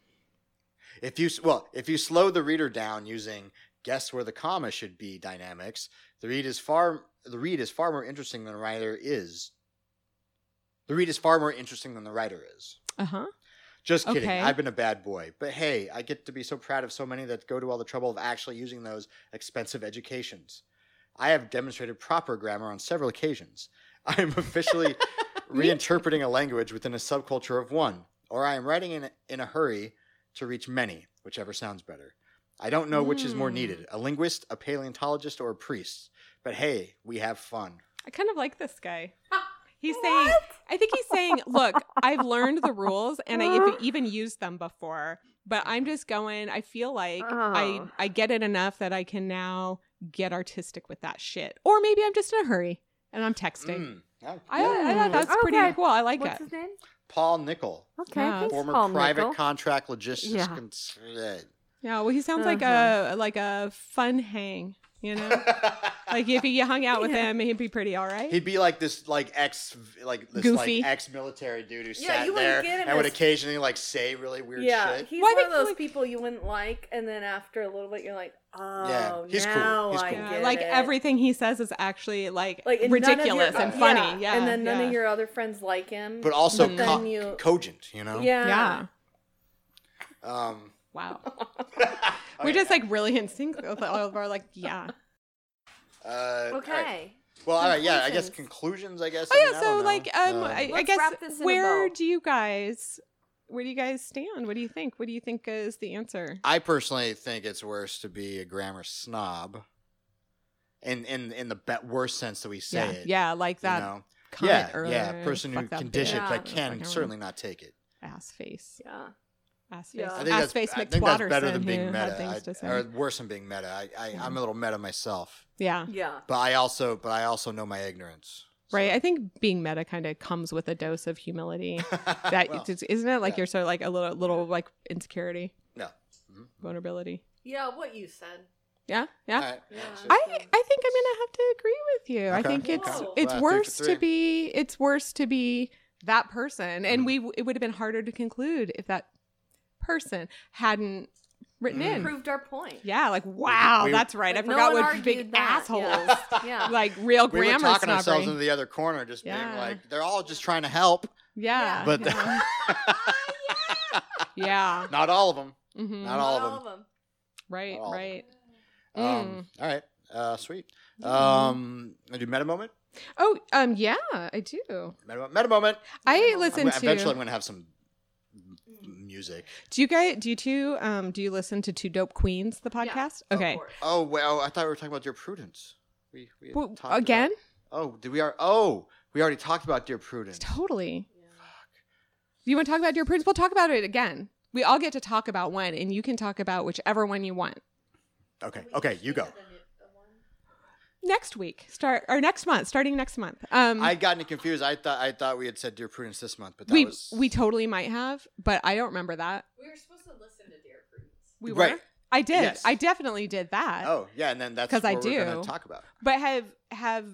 Speaker 4: If you s- well, if you slow the reader down using guess where the comma should be dynamics, the read is far the read is far more interesting than the writer is. The read is far more interesting than the writer is.
Speaker 3: Uh huh.
Speaker 4: Just kidding.
Speaker 3: Okay.
Speaker 4: I've been a bad boy. But hey, I get to be so proud of so many that go to all the trouble of actually using those expensive educations. I have demonstrated proper grammar on several occasions. *laughs* I am
Speaker 3: *laughs*
Speaker 4: officially reinterpreting a language within a subculture of one, or I am writing in a, in a hurry to reach many, whichever sounds better. I don't know which is more
Speaker 3: Hmm.
Speaker 4: needed a linguist, a paleontologist, or a priest. But hey, we have fun.
Speaker 3: I kind of like this
Speaker 5: *laughs*
Speaker 3: guy. He's saying, I think he's saying, look, I've learned the rules and I've even used them before, but I'm just going, I feel like I,
Speaker 5: Oh.
Speaker 3: I get it enough that I can now get artistic with that shit. Or maybe I'm just in a hurry and I'm texting.
Speaker 4: Mm. Yeah.
Speaker 3: I, I thought that's
Speaker 5: Okay.
Speaker 3: pretty cool. I like
Speaker 5: What's
Speaker 3: it.
Speaker 5: his name?
Speaker 4: Paul Nickel,
Speaker 5: Okay,
Speaker 3: Yeah.
Speaker 5: thanks,
Speaker 4: former
Speaker 5: Paul
Speaker 4: private
Speaker 5: Nickel.
Speaker 4: contract logistics.
Speaker 5: Yeah.
Speaker 4: cons-
Speaker 3: Yeah, well, he sounds like a
Speaker 5: Uh-huh.
Speaker 3: like a fun hang, you know? like if you hung out with
Speaker 5: Yeah.
Speaker 3: him, he'd be pretty all right.
Speaker 4: *laughs* He'd be like this, like ex, like this,
Speaker 3: Goofy.
Speaker 4: like ex-military dude who
Speaker 5: Yeah,
Speaker 4: sat
Speaker 5: you wouldn't
Speaker 4: there
Speaker 5: get him
Speaker 4: and would
Speaker 5: as-
Speaker 4: occasionally like say really weird
Speaker 5: Yeah,
Speaker 4: shit.
Speaker 5: he's
Speaker 3: Why
Speaker 5: one
Speaker 3: they
Speaker 5: of those
Speaker 3: like-
Speaker 5: people you wouldn't like, and then after a little bit, you're like, oh,
Speaker 4: Yeah, he's cool.
Speaker 5: now
Speaker 4: He's
Speaker 5: I
Speaker 4: cool.
Speaker 3: Yeah,
Speaker 5: get
Speaker 3: like
Speaker 5: it.
Speaker 3: everything he says is actually like,
Speaker 5: Like and none of your-
Speaker 3: ridiculous and funny. Yeah,
Speaker 5: and then none
Speaker 3: yeah.
Speaker 5: of your other friends like him.
Speaker 4: But also
Speaker 3: But
Speaker 4: co-
Speaker 5: then you-
Speaker 4: cogent, you know.
Speaker 5: yeah,
Speaker 3: yeah. *laughs*
Speaker 4: Um,
Speaker 3: Wow.
Speaker 4: *laughs* Oh,
Speaker 3: We're just like really in sync with all of our like, yeah.
Speaker 4: *laughs* uh, all right.
Speaker 5: Okay.
Speaker 4: Well, all right. Yeah, I guess conclusions. I guess. I mean, I don't
Speaker 3: Oh, so
Speaker 4: know.
Speaker 3: like, um,
Speaker 4: Uh,
Speaker 3: I, I
Speaker 5: Let's wrap this
Speaker 3: guess
Speaker 5: in a
Speaker 3: where
Speaker 5: bow.
Speaker 3: do you guys, where do you guys stand? What do you think? What do you think is the answer?
Speaker 4: I personally think it's worse to be a grammar snob. In in in the be- worst sense that we say
Speaker 3: yeah,
Speaker 4: it.
Speaker 3: yeah, like
Speaker 4: You
Speaker 3: that.
Speaker 4: know?
Speaker 3: cunt
Speaker 4: Yeah,
Speaker 3: or
Speaker 4: yeah. Person who
Speaker 3: fuck that
Speaker 4: conditioned
Speaker 3: bitch.
Speaker 5: Yeah.
Speaker 4: that
Speaker 3: Fuck
Speaker 4: can
Speaker 3: everyone.
Speaker 4: certainly not take it.
Speaker 3: ass face,
Speaker 5: Yeah.
Speaker 3: ass face,
Speaker 5: Yeah. I
Speaker 4: I
Speaker 5: think
Speaker 4: think
Speaker 3: ass
Speaker 4: that's,
Speaker 3: Uh, face.
Speaker 4: I
Speaker 3: McTwatterson
Speaker 4: think that's better than being
Speaker 3: who had things
Speaker 4: meta,
Speaker 3: to
Speaker 4: I,
Speaker 3: say. Hmm.
Speaker 4: or worse than being meta. I, I I'm a little meta myself,
Speaker 3: yeah,
Speaker 5: Yeah.
Speaker 4: but I also but I also know my ignorance. so- *laughs*
Speaker 3: right. I think being meta kind of comes with a dose of humility. That
Speaker 4: Well,
Speaker 3: isn't it like
Speaker 4: yeah.
Speaker 3: you're sort of like a little little like insecurity,
Speaker 4: no. Mhm.
Speaker 3: vulnerability.
Speaker 5: Yeah. What you said.
Speaker 3: Yeah,
Speaker 4: All
Speaker 3: yeah.
Speaker 4: right.
Speaker 5: Yeah.
Speaker 4: so-
Speaker 3: I I think I'm gonna have to agree with you. I
Speaker 4: Okay.
Speaker 3: think it's
Speaker 5: Whoa.
Speaker 3: it's
Speaker 4: Wow, three for
Speaker 3: worse
Speaker 4: three.
Speaker 3: to be it's worse to be that person, and
Speaker 4: Mhm.
Speaker 3: we it would have been harder to conclude if that person hadn't written
Speaker 4: Mm.
Speaker 3: in.
Speaker 5: Proved our point.
Speaker 3: Yeah, like wow,
Speaker 4: we-
Speaker 3: that's right.
Speaker 5: Like,
Speaker 3: I
Speaker 5: no
Speaker 3: forgot
Speaker 5: one
Speaker 3: what big
Speaker 5: argued that,
Speaker 3: assholes,
Speaker 5: *laughs* Yeah.
Speaker 3: *laughs* like real
Speaker 4: we were
Speaker 3: grammar
Speaker 4: talking
Speaker 3: snobbery.
Speaker 4: ourselves into the other corner, just
Speaker 3: Yeah.
Speaker 4: being like, they're all just trying to help,
Speaker 3: yeah,
Speaker 4: but
Speaker 3: yeah, *laughs* yeah.
Speaker 4: *laughs* not all of them.
Speaker 3: Mhm.
Speaker 4: Not all of them.
Speaker 3: right,
Speaker 4: all of them.
Speaker 3: right. Hmm. Mm-hmm.
Speaker 4: Um, all right, uh, sweet. Um, I do meta moment.
Speaker 3: Oh, um, yeah, I do.
Speaker 4: Meta, mo- meta moment.
Speaker 3: I
Speaker 4: I'm gonna-
Speaker 3: listen to.
Speaker 4: eventually, I'm going to have some m- music.
Speaker 3: Do you guys do you two um do you listen to Two Dope Queens the podcast? okay.
Speaker 4: Oh, well, I thought we were talking about dear prudence. We, we had
Speaker 3: Well,
Speaker 4: talked about-
Speaker 3: again,
Speaker 4: oh, did we are? Oh, we already talked about dear prudence.
Speaker 3: totally. You want to talk about your prudence? We'll talk about it again. We all get to talk about one, and you can talk about whichever one you want
Speaker 4: Okay, okay, you go.
Speaker 3: next week. Start or next month, starting next month. Um,
Speaker 4: I gotten confused. I thought I thought we had said dear prudence this month, but that
Speaker 3: we
Speaker 4: was
Speaker 3: we totally might have, but I don't remember that.
Speaker 5: We were supposed to listen to Dear Prudence.
Speaker 3: We were.
Speaker 4: Right.
Speaker 3: I did.
Speaker 4: Yes.
Speaker 3: I definitely did that.
Speaker 4: Oh yeah, and then that's
Speaker 3: 'Cause I
Speaker 4: what we're
Speaker 3: do.
Speaker 4: gonna talk about.
Speaker 3: But have have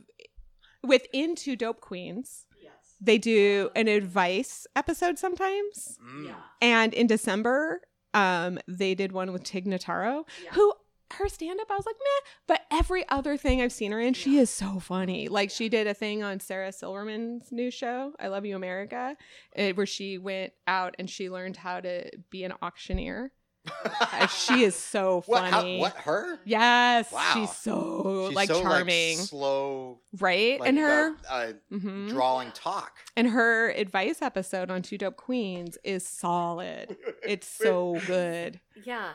Speaker 3: within Two Dope Queens,
Speaker 5: Yes.
Speaker 3: they do an advice episode sometimes.
Speaker 4: Mm.
Speaker 5: Yeah.
Speaker 3: And in December, um, they did one with Tig Notaro,
Speaker 5: Yeah.
Speaker 3: who her stand up, I was like, meh. But every other thing I've seen her in, she is so funny. Like she did a thing on Sarah Silverman's new show, I Love You America, eh, where she went out and she learned how to be an auctioneer.
Speaker 4: *laughs*
Speaker 3: Uh, she is so
Speaker 4: what?
Speaker 3: funny.
Speaker 4: How, what? Her?
Speaker 3: Yes,
Speaker 4: Wow.
Speaker 3: she's so
Speaker 4: She's
Speaker 3: like
Speaker 4: so,
Speaker 3: charming,
Speaker 4: slow.
Speaker 3: right?
Speaker 4: Like,
Speaker 3: and her,
Speaker 4: uh, uh,
Speaker 3: Mhm.
Speaker 4: drawing talk.
Speaker 3: and her advice episode on Two Dope Queens
Speaker 4: *laughs*
Speaker 3: is solid. It's so good.
Speaker 5: Yeah.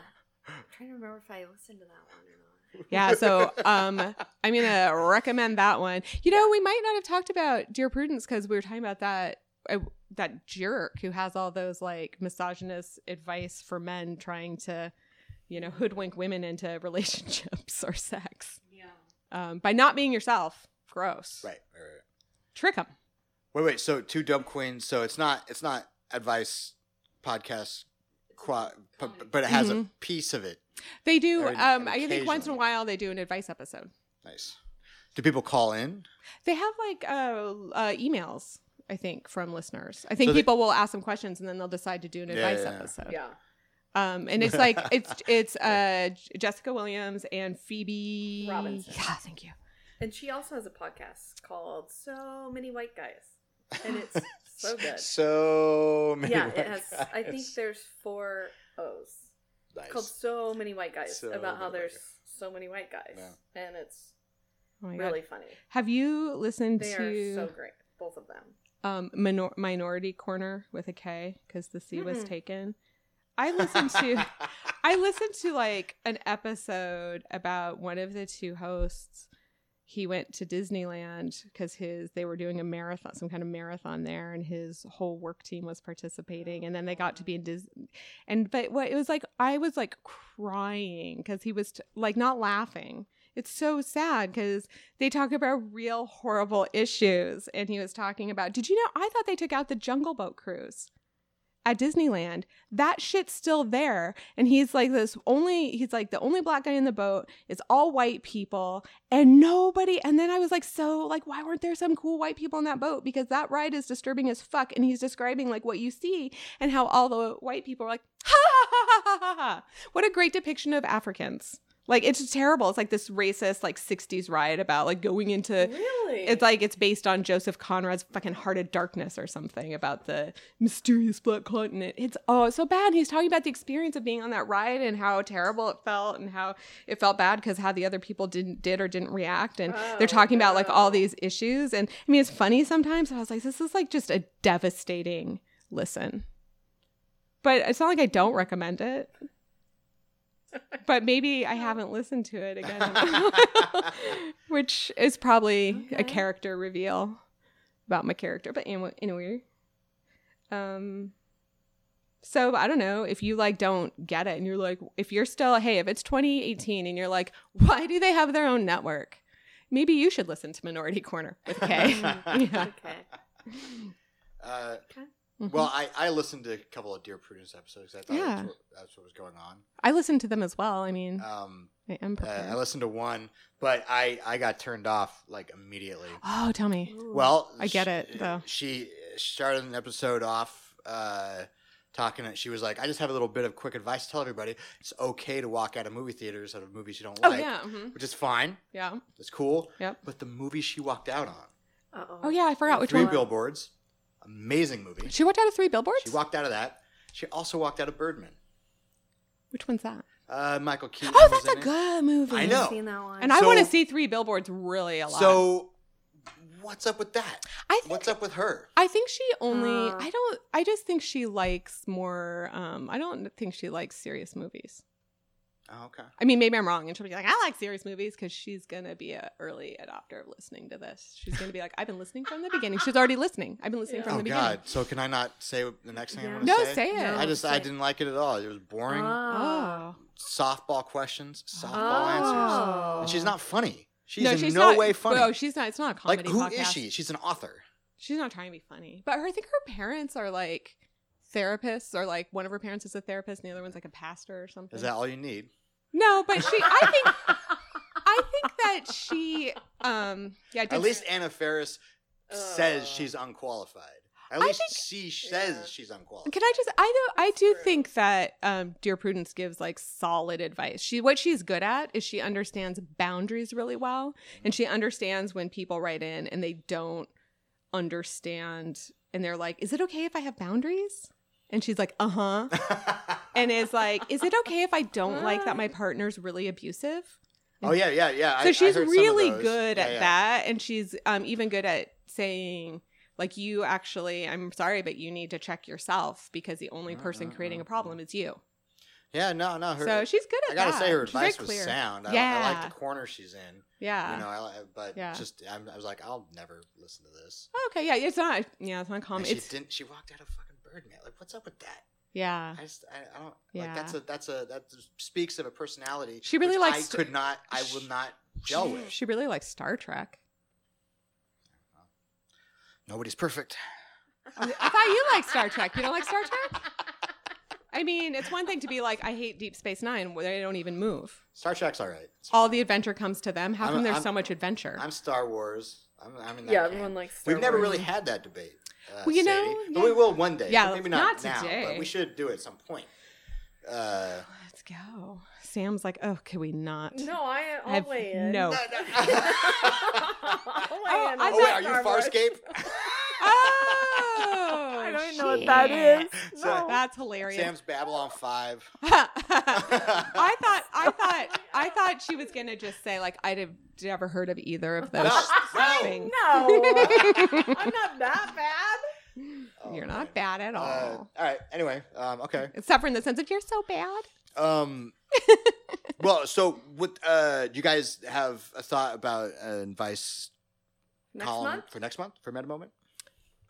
Speaker 5: I'm trying to remember if I listened to that one or not.
Speaker 3: Yeah, so um I'm gonna recommend that one. You know, we might not have talked about Dear Prudence because we were talking about that uh, that jerk who has all those like misogynist advice for men trying to, you know, hoodwink women into *laughs* relationships or sex
Speaker 5: Yeah.
Speaker 3: um, by not being yourself. Gross.
Speaker 4: Right. right, right.
Speaker 3: Trick them.
Speaker 4: Wait, wait. So two dub queens. So it's not it's not advice podcast, qua, p- p- but it has a
Speaker 3: Mhm.
Speaker 4: piece of it.
Speaker 3: They do.
Speaker 4: Or-
Speaker 3: Um, I think once in a
Speaker 4: occasionally.
Speaker 3: while they do an advice episode.
Speaker 4: Nice. Do people call in?
Speaker 3: They have like uh, uh, emails. I think from listeners. I think
Speaker 4: So they-
Speaker 3: people will ask them questions and then they'll decide to do an
Speaker 4: Yeah,
Speaker 3: advice
Speaker 4: yeah, yeah.
Speaker 3: episode.
Speaker 5: Yeah.
Speaker 3: Um, and it's like it's it's uh J- Jessica Williams and Phoebe
Speaker 5: Robinson.
Speaker 3: Yeah, thank you.
Speaker 5: And she also has a podcast called So Many White Guys.
Speaker 4: *laughs*
Speaker 5: and it's so good.
Speaker 4: So many.
Speaker 5: yeah,
Speaker 4: white
Speaker 5: it has. I think
Speaker 4: guys.
Speaker 5: there's four O's
Speaker 4: Nice.
Speaker 5: called "So Many White Guys"
Speaker 4: So
Speaker 5: about
Speaker 4: many
Speaker 5: how
Speaker 4: white
Speaker 5: there's
Speaker 4: guys.
Speaker 5: so many white guys,
Speaker 4: Yeah.
Speaker 5: and it's
Speaker 3: Oh my God.
Speaker 5: really funny.
Speaker 3: Have you listened
Speaker 5: They
Speaker 3: to
Speaker 5: are so great, both of them.
Speaker 3: um, minor- Minority Corner with a K because the C was
Speaker 5: Mm-mm.
Speaker 3: taken? I
Speaker 4: *laughs*
Speaker 3: listened
Speaker 5: *laughs*
Speaker 3: to I listened to like an episode about one of the two hosts. He went to Disneyland because his they were doing a marathon, some kind of marathon there, and his whole work team was participating. And then they got to be in Disney, and but what it was like, I was like crying because he was t- like not laughing. It's so sad because they talk about real horrible issues, and he was talking about. Did you know? I thought they took out the Jungle Boat cruise at Disneyland that shit's still there and he's like this only he's like the only black guy in the boat is all white people and nobody and then i was like so like why weren't there some cool white people on that boat because that ride is disturbing as fuck and he's describing like what you see and how all the white people are like ha ha ha ha ha, ha what a great depiction of africans like it's terrible it's like this racist like 60s ride about like going into
Speaker 5: Uh, Really,
Speaker 3: it's
Speaker 5: *laughs*
Speaker 3: like it's based on Joseph Conrad's fucking Heart of Darkness or something about the mysterious black continent. It's oh it's so bad. He's talking about the experience of being on that ride and how terrible it felt and how it felt bad because how the other people didn't did or didn't react. And
Speaker 5: Oh,
Speaker 3: they're talking about like all
Speaker 5: no.
Speaker 3: these issues. And I mean it's funny sometimes. I was like, this is like just a devastating listen. But it's not like I don't recommend it.
Speaker 5: *laughs*
Speaker 3: But maybe I haven't listened to it again, in
Speaker 5: *laughs*
Speaker 3: a while. *laughs* which is probably
Speaker 5: Okay.
Speaker 3: a character reveal about my character. But anyway, anyway, um, so I don't know if you like don't get it, and you're like, if you're still, hey, if it's 2018, and you're like, why do they have their own network? Maybe you should listen to Minority Corner with Kay.
Speaker 4: *laughs*
Speaker 3: *laughs* yeah. Mm-hmm.
Speaker 5: okay.
Speaker 3: *laughs*
Speaker 4: Uh,
Speaker 3: Mhm.
Speaker 4: well, I, I listened to a couple of Dear Prudence episodes. 'cause I thought
Speaker 3: Yeah.
Speaker 4: that's,
Speaker 3: Mm-hmm.
Speaker 4: what, that's what was going on.
Speaker 3: I listened to them as well. I mean,
Speaker 4: Um,
Speaker 3: I am
Speaker 4: uh,
Speaker 3: prepared.
Speaker 4: I listened to one, but I, I got turned off like immediately.
Speaker 3: oh, tell me.
Speaker 4: Well,
Speaker 3: I get
Speaker 4: sh-
Speaker 3: it, though.
Speaker 4: She started an episode off uh, talking. She was like, "I just have a little bit of quick advice to tell everybody: it's okay to walk out of movie theaters out of movies you don't
Speaker 3: Oh
Speaker 4: like,
Speaker 3: yeah, mhm.
Speaker 4: which is fine.
Speaker 3: yeah.
Speaker 4: It's cool.
Speaker 3: Yep.
Speaker 4: But the movie she walked out on,
Speaker 5: Uh-oh.
Speaker 3: Oh yeah, I forgot which
Speaker 4: Three
Speaker 3: one.
Speaker 4: Billboards, amazing movie.
Speaker 3: She walked out of three billboards.
Speaker 4: She walked out of that. She also walked out of Birdman.
Speaker 3: which one's that?
Speaker 4: Uh, Michael Keaton.
Speaker 3: Oh,
Speaker 4: was
Speaker 3: that's a
Speaker 4: in it.
Speaker 3: good movie.
Speaker 4: I
Speaker 5: I
Speaker 4: know.
Speaker 5: haven't seen that one.
Speaker 3: And I want to
Speaker 4: So-
Speaker 3: see three billboards really a lot.
Speaker 4: So, what's up with that?
Speaker 3: I think
Speaker 4: What's up with her?
Speaker 3: I think she only
Speaker 5: Uh.
Speaker 3: I don't I just think she likes more um I don't think she likes serious movies.
Speaker 4: Oh, okay.
Speaker 3: I mean maybe I'm wrong and she'll be like I like serious movies cuz she's going to be a early adopter of listening to this. She's going to be like I've been listening from the beginning. She's already listening. I've been listening
Speaker 5: Yeah.
Speaker 3: from
Speaker 4: Oh
Speaker 3: the beginning.
Speaker 4: God! So can I not say the next thing I
Speaker 5: Yeah.
Speaker 4: want to
Speaker 3: No,
Speaker 4: say?
Speaker 3: say it.
Speaker 5: No.
Speaker 4: I just I
Speaker 5: Say-
Speaker 4: didn't like it at all. It was boring.
Speaker 5: Ah.
Speaker 3: Oh.
Speaker 4: softball questions, softball answers.
Speaker 5: Oh.
Speaker 4: And she's not funny. She's
Speaker 3: Ah. no,
Speaker 4: in
Speaker 3: she's
Speaker 4: no
Speaker 3: not,
Speaker 4: way funny.
Speaker 3: Oh, she's not it's not a comedy
Speaker 4: like who is
Speaker 3: podcast.
Speaker 4: she? She's an author.
Speaker 3: She's not trying to be funny. But her, I think her parents are like therapists or like one of her parents is a therapist and the other one's like a pastor or something.
Speaker 4: Is that all you need?
Speaker 3: No, but she. I think.
Speaker 5: Oh.
Speaker 3: I think that she. Um. Yeah. Did,
Speaker 4: At least Anna Ferris says
Speaker 5: *laughs* Uh.
Speaker 4: she's unqualified. At
Speaker 3: I
Speaker 4: least
Speaker 3: think-
Speaker 4: she
Speaker 5: yeah.
Speaker 4: says she's unqualified.
Speaker 3: Can I just? I do. I do
Speaker 5: True.
Speaker 3: think that um, dear Prudence gives like solid advice. She what she's good at is she understands boundaries really well, and she understands when people write in and they don't understand, and they're like, "Is it okay if I have boundaries?" And she's like, "Uh huh." *laughs* And is like, "Is it okay if I don't like that my partner's really abusive?"
Speaker 4: *laughs* oh yeah, yeah, yeah. I-
Speaker 3: so
Speaker 4: I
Speaker 3: she's
Speaker 4: heard some of
Speaker 3: really
Speaker 4: those.
Speaker 3: good
Speaker 4: Yeah,
Speaker 3: at
Speaker 4: yeah.
Speaker 3: that and she's um, even good at saying like you actually i'm sorry but you need to check yourself because the only person
Speaker 4: Mhm,
Speaker 3: creating a
Speaker 4: mhm.
Speaker 3: problem is you
Speaker 4: Yeah, no, no. Her,
Speaker 3: so she's good at
Speaker 4: I gotta
Speaker 3: that
Speaker 4: say, her
Speaker 3: She's very
Speaker 4: advice was
Speaker 3: clear.
Speaker 4: sound. I, I
Speaker 3: Yeah.
Speaker 4: like the corner she's in.
Speaker 3: yeah
Speaker 4: You know, I, li- but
Speaker 3: Yeah.
Speaker 4: just I'm, I was like, I'll never listen to this.
Speaker 3: okay yeah it's not yeah it's not common
Speaker 4: And she
Speaker 3: Um, it's
Speaker 4: didn't. She walked out of fucking Birdman. Like, what's up with that?
Speaker 3: yeah
Speaker 4: I just, I, I don't.
Speaker 3: Yeah.
Speaker 4: Like that's a that's a that just speaks of a personality.
Speaker 3: She really
Speaker 4: which
Speaker 3: likes
Speaker 4: I
Speaker 3: to-
Speaker 4: could not. I will not gel with.
Speaker 3: she really likes star trek
Speaker 4: Nobody's perfect.
Speaker 3: i thought you liked star trek you don't like star trek i mean it's one thing to be like i hate deep space nine where they don't even move
Speaker 4: Star Trek's all right. It's
Speaker 3: all the adventure comes to them how
Speaker 4: I'm-
Speaker 3: come there's
Speaker 4: I'm-
Speaker 3: so much adventure
Speaker 4: fine. I'm Star Wars. I'm, I'm in that
Speaker 5: Yeah,
Speaker 4: camp.
Speaker 5: everyone likes. Star
Speaker 4: We've never
Speaker 5: Wars.
Speaker 4: really had that debate. Uh,
Speaker 3: Well, you
Speaker 4: Sadie,
Speaker 3: know,
Speaker 4: but
Speaker 3: yeah.
Speaker 4: we will one day.
Speaker 3: Yeah,
Speaker 4: but maybe not,
Speaker 3: not
Speaker 4: now. But
Speaker 3: today.
Speaker 4: we should do it at some point. Uh,
Speaker 3: Let's go. Sam's like, oh, can we not?
Speaker 2: *laughs*
Speaker 4: *laughs*
Speaker 3: *laughs*
Speaker 5: No, I
Speaker 3: I
Speaker 5: I'll
Speaker 3: have
Speaker 5: weigh in.
Speaker 3: no.
Speaker 4: no, no.
Speaker 5: *laughs* I'll weigh
Speaker 3: I'm
Speaker 5: in
Speaker 4: *laughs*
Speaker 5: on
Speaker 4: oh wait,
Speaker 5: Star
Speaker 4: are you
Speaker 5: Wars.
Speaker 4: Farscape?
Speaker 3: Oh,
Speaker 5: Oh,
Speaker 2: that is.
Speaker 4: *laughs* So-
Speaker 2: No.
Speaker 3: *laughs* That's *laughs* hilarious.
Speaker 4: Sam's Babylon Five. *laughs*
Speaker 3: I thought I thought I thought she was gonna just say like I'd have never heard of either of
Speaker 4: *laughs*
Speaker 3: those
Speaker 4: No,
Speaker 3: things.
Speaker 5: *laughs*
Speaker 2: no. I'm not that bad.
Speaker 4: Oh,
Speaker 3: You're
Speaker 4: man.
Speaker 3: not bad at
Speaker 4: Uh,
Speaker 3: all.
Speaker 4: all right. Anyway, um, okay.
Speaker 3: *laughs* Except for in the sense of you're so bad.
Speaker 4: Um, well, so what? Uh, do you guys have a thought about an advice
Speaker 5: Next
Speaker 4: column
Speaker 5: month?
Speaker 4: for next month for Meta Moment?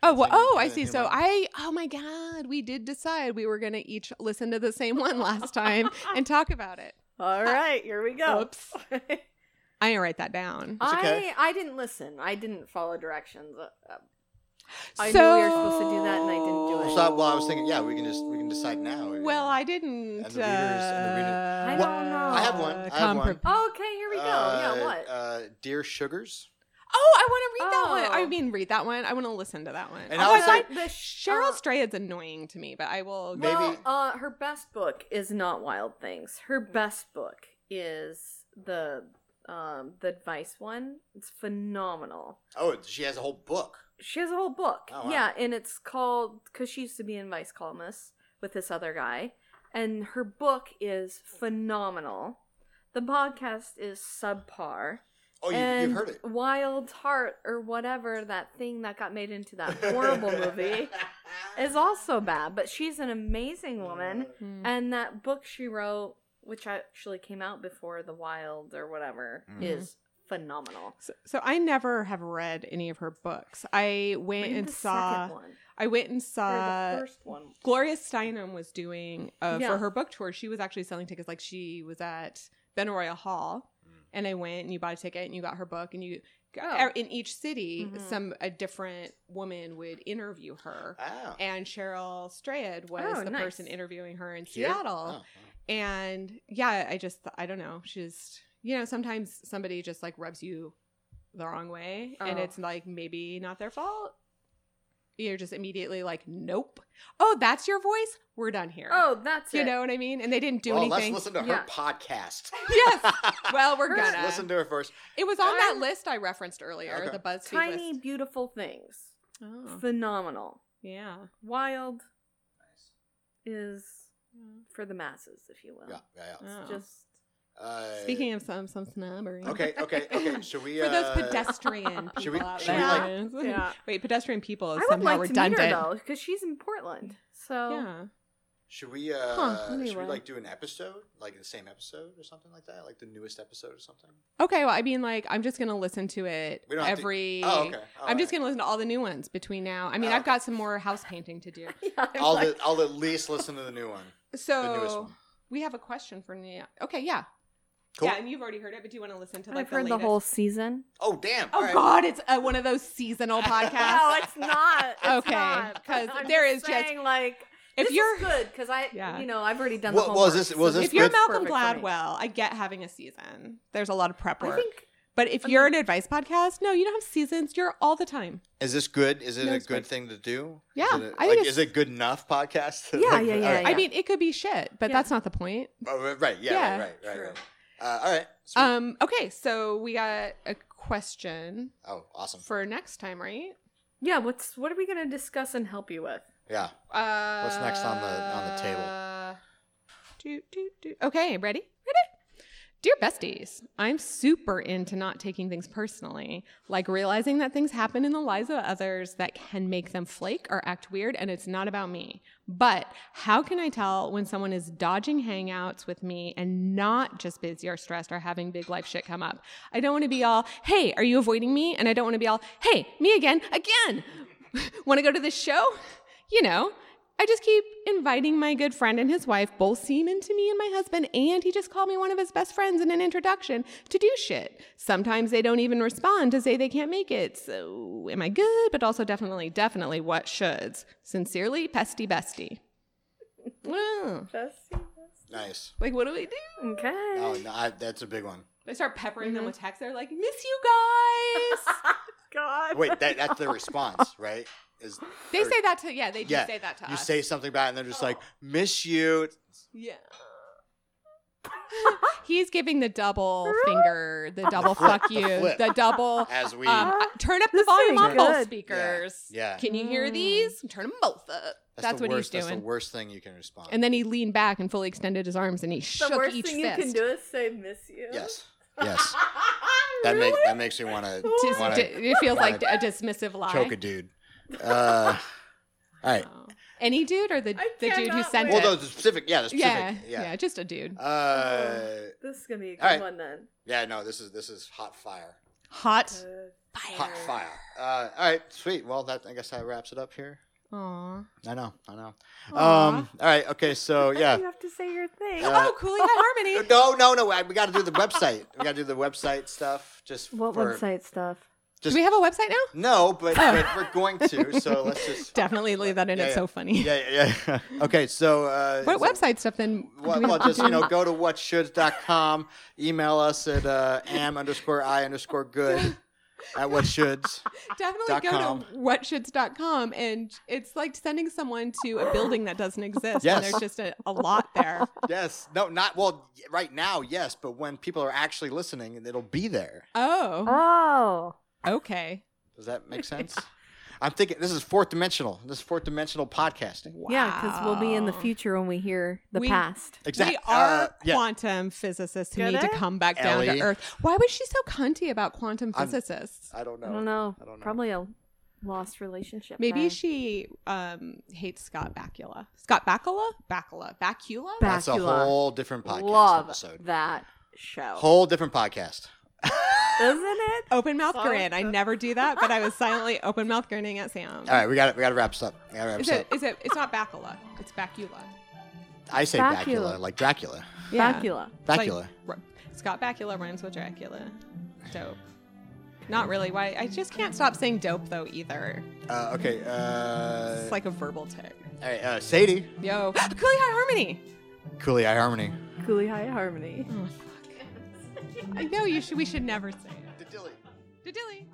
Speaker 3: Oh, well,
Speaker 4: Something
Speaker 3: oh,
Speaker 4: you
Speaker 3: I
Speaker 4: can
Speaker 3: see.
Speaker 4: hit
Speaker 3: So
Speaker 4: on.
Speaker 3: I, oh my God, we did decide we were going to each listen to the same one last time
Speaker 2: *laughs*
Speaker 3: and talk about it.
Speaker 2: All right, here we go.
Speaker 5: *laughs*
Speaker 3: Oops. I didn't write that down.
Speaker 4: It's okay.
Speaker 5: I I didn't listen. I didn't follow directions. Uh, uh, I
Speaker 3: so,
Speaker 5: knew we were supposed to do that, and I didn't do it.
Speaker 4: So, well, I was thinking, yeah, we can just we can decide now.
Speaker 3: Well, I didn't.
Speaker 4: And the readers- and the reader-
Speaker 5: I
Speaker 3: uh,
Speaker 5: don't know.
Speaker 4: I have one. I have one.
Speaker 3: compre-
Speaker 5: Okay, here we go. yeah,
Speaker 4: Uh,
Speaker 5: what?
Speaker 4: Uh, Dear Sugars.
Speaker 3: Oh, I want to read that one. I
Speaker 5: Oh.
Speaker 3: mean, read that one. I want to listen to that one.
Speaker 4: And
Speaker 3: Although
Speaker 4: I'll
Speaker 3: I
Speaker 4: say-
Speaker 3: like
Speaker 5: the sh-
Speaker 3: Cheryl
Speaker 5: uh,
Speaker 3: Strayed's annoying to me, but I will.
Speaker 4: Maybe-
Speaker 5: Well, uh, her best book is not Wild Things. Her best book is the um, the advice one. It's phenomenal.
Speaker 4: Oh, she has a whole book.
Speaker 5: She has a whole book.
Speaker 4: Oh, wow.
Speaker 5: Yeah, and it's called because she used to be an Vice columnist with this other guy, and her book is phenomenal. The podcast is subpar.
Speaker 4: Oh, you,
Speaker 5: and
Speaker 4: you've heard it.
Speaker 5: Wild Heart or whatever that thing that got made into that
Speaker 4: *laughs*
Speaker 5: horrible movie is also bad. But she's an amazing woman,
Speaker 4: Oh.
Speaker 3: Hmm.
Speaker 5: and that book she wrote, which actually came out before The Wild or whatever,
Speaker 3: Mm-hmm.
Speaker 4: Mhm.
Speaker 5: is phenomenal.
Speaker 3: So, so I never have read any of her books. I went
Speaker 5: Read
Speaker 3: and
Speaker 5: the
Speaker 3: saw. uh,
Speaker 5: second one
Speaker 3: I went and
Speaker 5: or
Speaker 3: saw.
Speaker 5: the first one.
Speaker 3: Gloria Steinem was doing uh,
Speaker 5: Yeah.
Speaker 3: for her book tour. She was actually selling tickets. Like she was at Benaroya Hall, and I went and you bought a ticket and you got her book and you. er,
Speaker 5: Oh.
Speaker 3: In each city,
Speaker 5: Mhm.
Speaker 3: some a different woman would interview her,
Speaker 4: Wow.
Speaker 3: and Cheryl Strayed was
Speaker 5: Oh,
Speaker 3: the
Speaker 5: nice.
Speaker 3: person interviewing her in
Speaker 4: Here?
Speaker 3: Seattle.
Speaker 4: Oh, oh.
Speaker 3: And yeah, I just I don't know. She's you know sometimes somebody just like rubs you the wrong way, and
Speaker 5: Oh.
Speaker 3: it's like maybe not their fault. You're just immediately like, nope. Oh, that's your voice. We're done here.
Speaker 5: Oh, that's
Speaker 3: you
Speaker 5: it.
Speaker 3: know what I mean? And they didn't do
Speaker 4: well,
Speaker 3: anything.
Speaker 4: let's listen to her
Speaker 5: Yeah.
Speaker 4: podcast.
Speaker 3: *laughs*
Speaker 4: *laughs*
Speaker 3: Yes. Well,
Speaker 5: *laughs*
Speaker 3: we're
Speaker 5: Let's
Speaker 3: gonna.
Speaker 4: listen to her first.
Speaker 3: it was on that
Speaker 5: I'm-
Speaker 3: list I referenced earlier,
Speaker 4: Okay.
Speaker 3: the BuzzFeed
Speaker 5: Tiny,
Speaker 3: list.
Speaker 5: beautiful things.
Speaker 3: Oh,
Speaker 5: Phenomenal.
Speaker 3: yeah.
Speaker 5: Wild is for the masses, if you will.
Speaker 4: Yeah, yeah, yeah.
Speaker 3: Oh.
Speaker 5: Just
Speaker 4: Uh,
Speaker 3: Speaking of some some snobbery. *laughs*
Speaker 4: Okay, okay, okay. Should we?
Speaker 3: For those
Speaker 4: uh,
Speaker 3: pedestrian
Speaker 4: *laughs*
Speaker 3: people
Speaker 4: should we-
Speaker 3: out
Speaker 4: should
Speaker 5: we,
Speaker 3: there.
Speaker 5: yeah.
Speaker 3: Wait, pedestrian people is
Speaker 5: I would
Speaker 3: somehow
Speaker 5: like
Speaker 3: redundant.
Speaker 5: to meet her though, because she's in Portland. So
Speaker 3: Yeah.
Speaker 4: Should we? Uh,
Speaker 5: Huh,
Speaker 4: Should we
Speaker 5: anyway.
Speaker 4: like do an episode, like the same episode or something like that, like the newest episode or something?
Speaker 3: Okay, well, I mean, like, I'm just gonna listen to it
Speaker 4: We don't have to-
Speaker 3: every.
Speaker 4: Oh, okay. all
Speaker 3: I'm just
Speaker 4: right.
Speaker 3: gonna listen to all the new ones between now. I mean,
Speaker 4: Oh,
Speaker 3: I've
Speaker 4: okay.
Speaker 3: got some more house painting to do.
Speaker 5: *laughs* Yeah, I was
Speaker 3: *laughs*
Speaker 4: I'll,
Speaker 5: like,
Speaker 4: li- I'll at least listen to the new one, *laughs* the newest
Speaker 3: So
Speaker 4: one.
Speaker 3: we have a question for Nia. Okay, yeah,
Speaker 4: Cool.
Speaker 3: yeah, and you've already heard it, but do you want to listen to like
Speaker 5: I've heard the,
Speaker 3: latest-
Speaker 5: whole season.
Speaker 4: Oh damn!
Speaker 3: Oh
Speaker 4: all right.
Speaker 3: God, it's uh, one of those
Speaker 4: *laughs*
Speaker 3: seasonal podcasts. *laughs*
Speaker 5: No, it's not. It's
Speaker 3: Okay,
Speaker 5: not.
Speaker 3: 'cause
Speaker 5: I'm
Speaker 3: there
Speaker 5: just
Speaker 3: is just-
Speaker 5: saying, like
Speaker 3: if
Speaker 5: this
Speaker 3: you're
Speaker 5: is good because I,
Speaker 3: Yeah.
Speaker 5: you know, I've already done.
Speaker 4: What-
Speaker 5: the
Speaker 4: was
Speaker 5: homework,
Speaker 4: this- was
Speaker 5: so
Speaker 4: this
Speaker 3: if you're
Speaker 4: good?
Speaker 3: Malcolm
Speaker 5: perfect for me.
Speaker 3: Gladwell, I get having a season. There's a lot of prep
Speaker 5: I
Speaker 3: work,
Speaker 5: think
Speaker 3: but if
Speaker 5: I
Speaker 3: you're
Speaker 5: mean-
Speaker 3: an advice podcast, no, you don't have seasons. You're all the time.
Speaker 4: Is this good? Is it
Speaker 3: No,
Speaker 4: a
Speaker 3: it's
Speaker 4: good
Speaker 3: great.
Speaker 4: thing to do?
Speaker 3: Yeah,
Speaker 4: Is it, a-
Speaker 3: I think
Speaker 4: like,
Speaker 3: it's-
Speaker 4: is it good enough podcast?
Speaker 5: Yeah,
Speaker 4: Like,
Speaker 5: yeah, yeah,
Speaker 4: alright.
Speaker 3: I mean, it could be shit, but
Speaker 5: Yeah.
Speaker 3: that's not the point.
Speaker 4: Oh, right, right, yeah,
Speaker 3: Yeah.
Speaker 4: right, right,
Speaker 5: True.
Speaker 4: right. right. Uh, all right. sweet.
Speaker 3: Um, okay, so we got a question
Speaker 4: oh, awesome.
Speaker 3: for next time, right?
Speaker 5: yeah. What's what are we gonna discuss and help you with?
Speaker 4: Yeah.
Speaker 3: Uh,
Speaker 4: next on the- on the table?
Speaker 3: Do, do, do. Okay, ready? Ready? Dear besties, I'm super into not taking things personally, like realizing that things happen in the lives of others that can make them flake or act weird, and it's not about me. But how can I tell when someone is dodging hangouts with me and not just busy or stressed or having big life shit come up? I don't want to be all, hey, are you avoiding me? And I don't want to be all, hey, me again, again. *laughs* want to go to this show? You know, I just keep inviting my good friend and his wife, both seem into me and my husband, and he just called me one of his best friends in an introduction to do shit. Sometimes they don't even respond to say they can't make it. So, am I good? But also, definitely, definitely, what shoulds? Sincerely, Pesty Bestie. Wow.
Speaker 4: Nice.
Speaker 3: Like, what do we do?
Speaker 5: Okay.
Speaker 4: Oh, no, I, that's a big one.
Speaker 3: They start peppering them
Speaker 4: Mm-hmm.
Speaker 5: Mhm.
Speaker 3: with texts. They're like, miss you
Speaker 4: *laughs*
Speaker 3: guys.
Speaker 5: God.
Speaker 4: Wait, that, that's the response, *laughs* right? Is
Speaker 3: they
Speaker 4: or-
Speaker 3: say that to, yeah, they do
Speaker 4: Yeah,
Speaker 3: say that to
Speaker 4: you
Speaker 3: us. Oh.
Speaker 4: say something about it and they're just like, miss you.
Speaker 3: yeah. He's giving
Speaker 4: *laughs*
Speaker 3: the double finger, the double
Speaker 4: flip,
Speaker 3: fuck
Speaker 4: the
Speaker 3: you,
Speaker 4: flip.
Speaker 3: the
Speaker 4: *laughs*
Speaker 3: double.
Speaker 4: As we,
Speaker 3: Um, turn up the
Speaker 5: Ah, This
Speaker 3: volume
Speaker 5: thing's
Speaker 3: on both
Speaker 5: good.
Speaker 3: speakers.
Speaker 4: Yeah, yeah.
Speaker 3: Can you hear
Speaker 5: Mm.
Speaker 3: these? Turn them both up. That's,
Speaker 4: the
Speaker 3: what
Speaker 4: worst,
Speaker 3: he's
Speaker 4: That's
Speaker 3: doing.
Speaker 4: the worst thing you can respond.
Speaker 3: and then he leaned back and fully extended his arms and he
Speaker 5: *laughs* The
Speaker 3: shook
Speaker 5: worst
Speaker 3: each
Speaker 5: thing
Speaker 3: fist.
Speaker 5: you can do is say miss you. *laughs*
Speaker 4: yes, yes, that makes that makes me want
Speaker 3: *laughs*
Speaker 4: to
Speaker 3: Dis-
Speaker 4: wanna-
Speaker 3: di- it feels
Speaker 4: wanna
Speaker 3: like a dismissive
Speaker 4: *laughs*
Speaker 3: lie.
Speaker 4: choke a dude. Uh, all right.
Speaker 3: Oh. Any dude or the,
Speaker 2: I
Speaker 3: the dude who
Speaker 2: cannot
Speaker 3: sent
Speaker 2: wait.
Speaker 4: Well,
Speaker 3: it?
Speaker 4: the the specific, yeah, the
Speaker 3: yeah,
Speaker 4: specific,
Speaker 3: yeah,
Speaker 4: yeah.
Speaker 3: just a dude. *laughs*
Speaker 4: Uh,
Speaker 5: This is gonna be a good
Speaker 4: All right.
Speaker 5: one then.
Speaker 4: yeah, no, this is this is hot fire,
Speaker 3: Hot
Speaker 5: Good.
Speaker 3: fire.
Speaker 4: hot fire. Uh, all right, sweet. Well, that I guess that wraps it up here.
Speaker 3: Aw.
Speaker 4: I know, I know.
Speaker 3: Aw.
Speaker 4: Um, all right, okay,
Speaker 3: *laughs*
Speaker 4: so yeah.
Speaker 5: You have to say your thing.
Speaker 4: Uh,
Speaker 3: oh, Cooley High Harmony.
Speaker 4: *laughs* No, no, no. We got to do the website. We got to do the website stuff. Just
Speaker 5: what
Speaker 4: for,
Speaker 5: website stuff?
Speaker 3: Do we have a website now?
Speaker 4: No, but,
Speaker 3: Oh.
Speaker 4: but we're going to.
Speaker 3: *laughs*
Speaker 4: So let's just.
Speaker 3: Definitely leave that in.
Speaker 4: Yeah,
Speaker 3: it's
Speaker 4: yeah.
Speaker 3: so funny.
Speaker 4: Yeah, yeah, yeah. *laughs* Okay, so uh,
Speaker 3: What
Speaker 4: so-
Speaker 3: website stuff then? do
Speaker 4: Well,
Speaker 3: we
Speaker 4: well,
Speaker 3: have to
Speaker 4: just you
Speaker 3: do?
Speaker 4: know, go to whatshoulds.com, email us at uh, am underscore i underscore
Speaker 3: *laughs*
Speaker 4: good at whatshoulds.
Speaker 3: definitely
Speaker 4: dot
Speaker 3: go
Speaker 4: com.
Speaker 3: to whatshits.com and it's like sending someone to a building that doesn't exist
Speaker 4: Yes.
Speaker 3: and there's just a, a lot there.
Speaker 4: Yes, no, not well. Right now, yes, but when people are actually listening, it'll be there.
Speaker 3: Oh,
Speaker 5: Oh.
Speaker 3: okay.
Speaker 4: Does that make sense? I'm thinking this is fourth dimensional. This is fourth dimensional podcasting.
Speaker 5: Yeah, because we'll be in the
Speaker 3: Wow.
Speaker 5: future when we hear the
Speaker 3: We-
Speaker 5: past.
Speaker 4: Exactly.
Speaker 3: We are
Speaker 4: Uh, yeah.
Speaker 3: quantum physicists who
Speaker 2: Get
Speaker 3: need to
Speaker 2: it?
Speaker 3: come back down
Speaker 4: Ellie.
Speaker 3: to earth. Why was she so cunty about quantum
Speaker 4: I'm-
Speaker 3: physicists?
Speaker 4: I don't know.
Speaker 5: I don't know.
Speaker 4: I don't know.
Speaker 5: Probably a lost relationship.
Speaker 3: Maybe
Speaker 5: guy.
Speaker 3: she um, hates Scott Bakula. Scott Bakula? Bakula. Bakula?
Speaker 5: Ba-
Speaker 4: That's a
Speaker 5: Bacula.
Speaker 4: whole different podcast
Speaker 5: Love
Speaker 4: episode.
Speaker 5: that show.
Speaker 4: Whole different podcast.
Speaker 5: Isn't it?
Speaker 3: open mouth
Speaker 2: Sorry.
Speaker 3: grin. I never do that, but I was silently open mouth grinning at Sam.
Speaker 4: All right, we got it. We got to wrap this up. We gotta wrap
Speaker 3: Is
Speaker 4: this
Speaker 3: it,
Speaker 4: up.
Speaker 3: is it, it's not Bakula. It's Bakula.
Speaker 4: I say Bacula,
Speaker 5: Bacula.
Speaker 4: like Dracula.
Speaker 5: Bacula.
Speaker 3: Like,
Speaker 4: Bacula.
Speaker 3: r- Scott Bakula rhymes with Dracula. Dope. Not really. Why? I just can't stop saying dope though either.
Speaker 4: Uh, okay. Uh,
Speaker 3: It's like a verbal tic.
Speaker 4: all right, uh, Sadie,
Speaker 3: Yo, *gasps* Cooley High Harmony.
Speaker 4: Cooley Eye Harmony.
Speaker 5: Cooley High Harmony.
Speaker 3: Uh, I know you should. We should never say it.
Speaker 4: The Dilly.
Speaker 3: Dilly.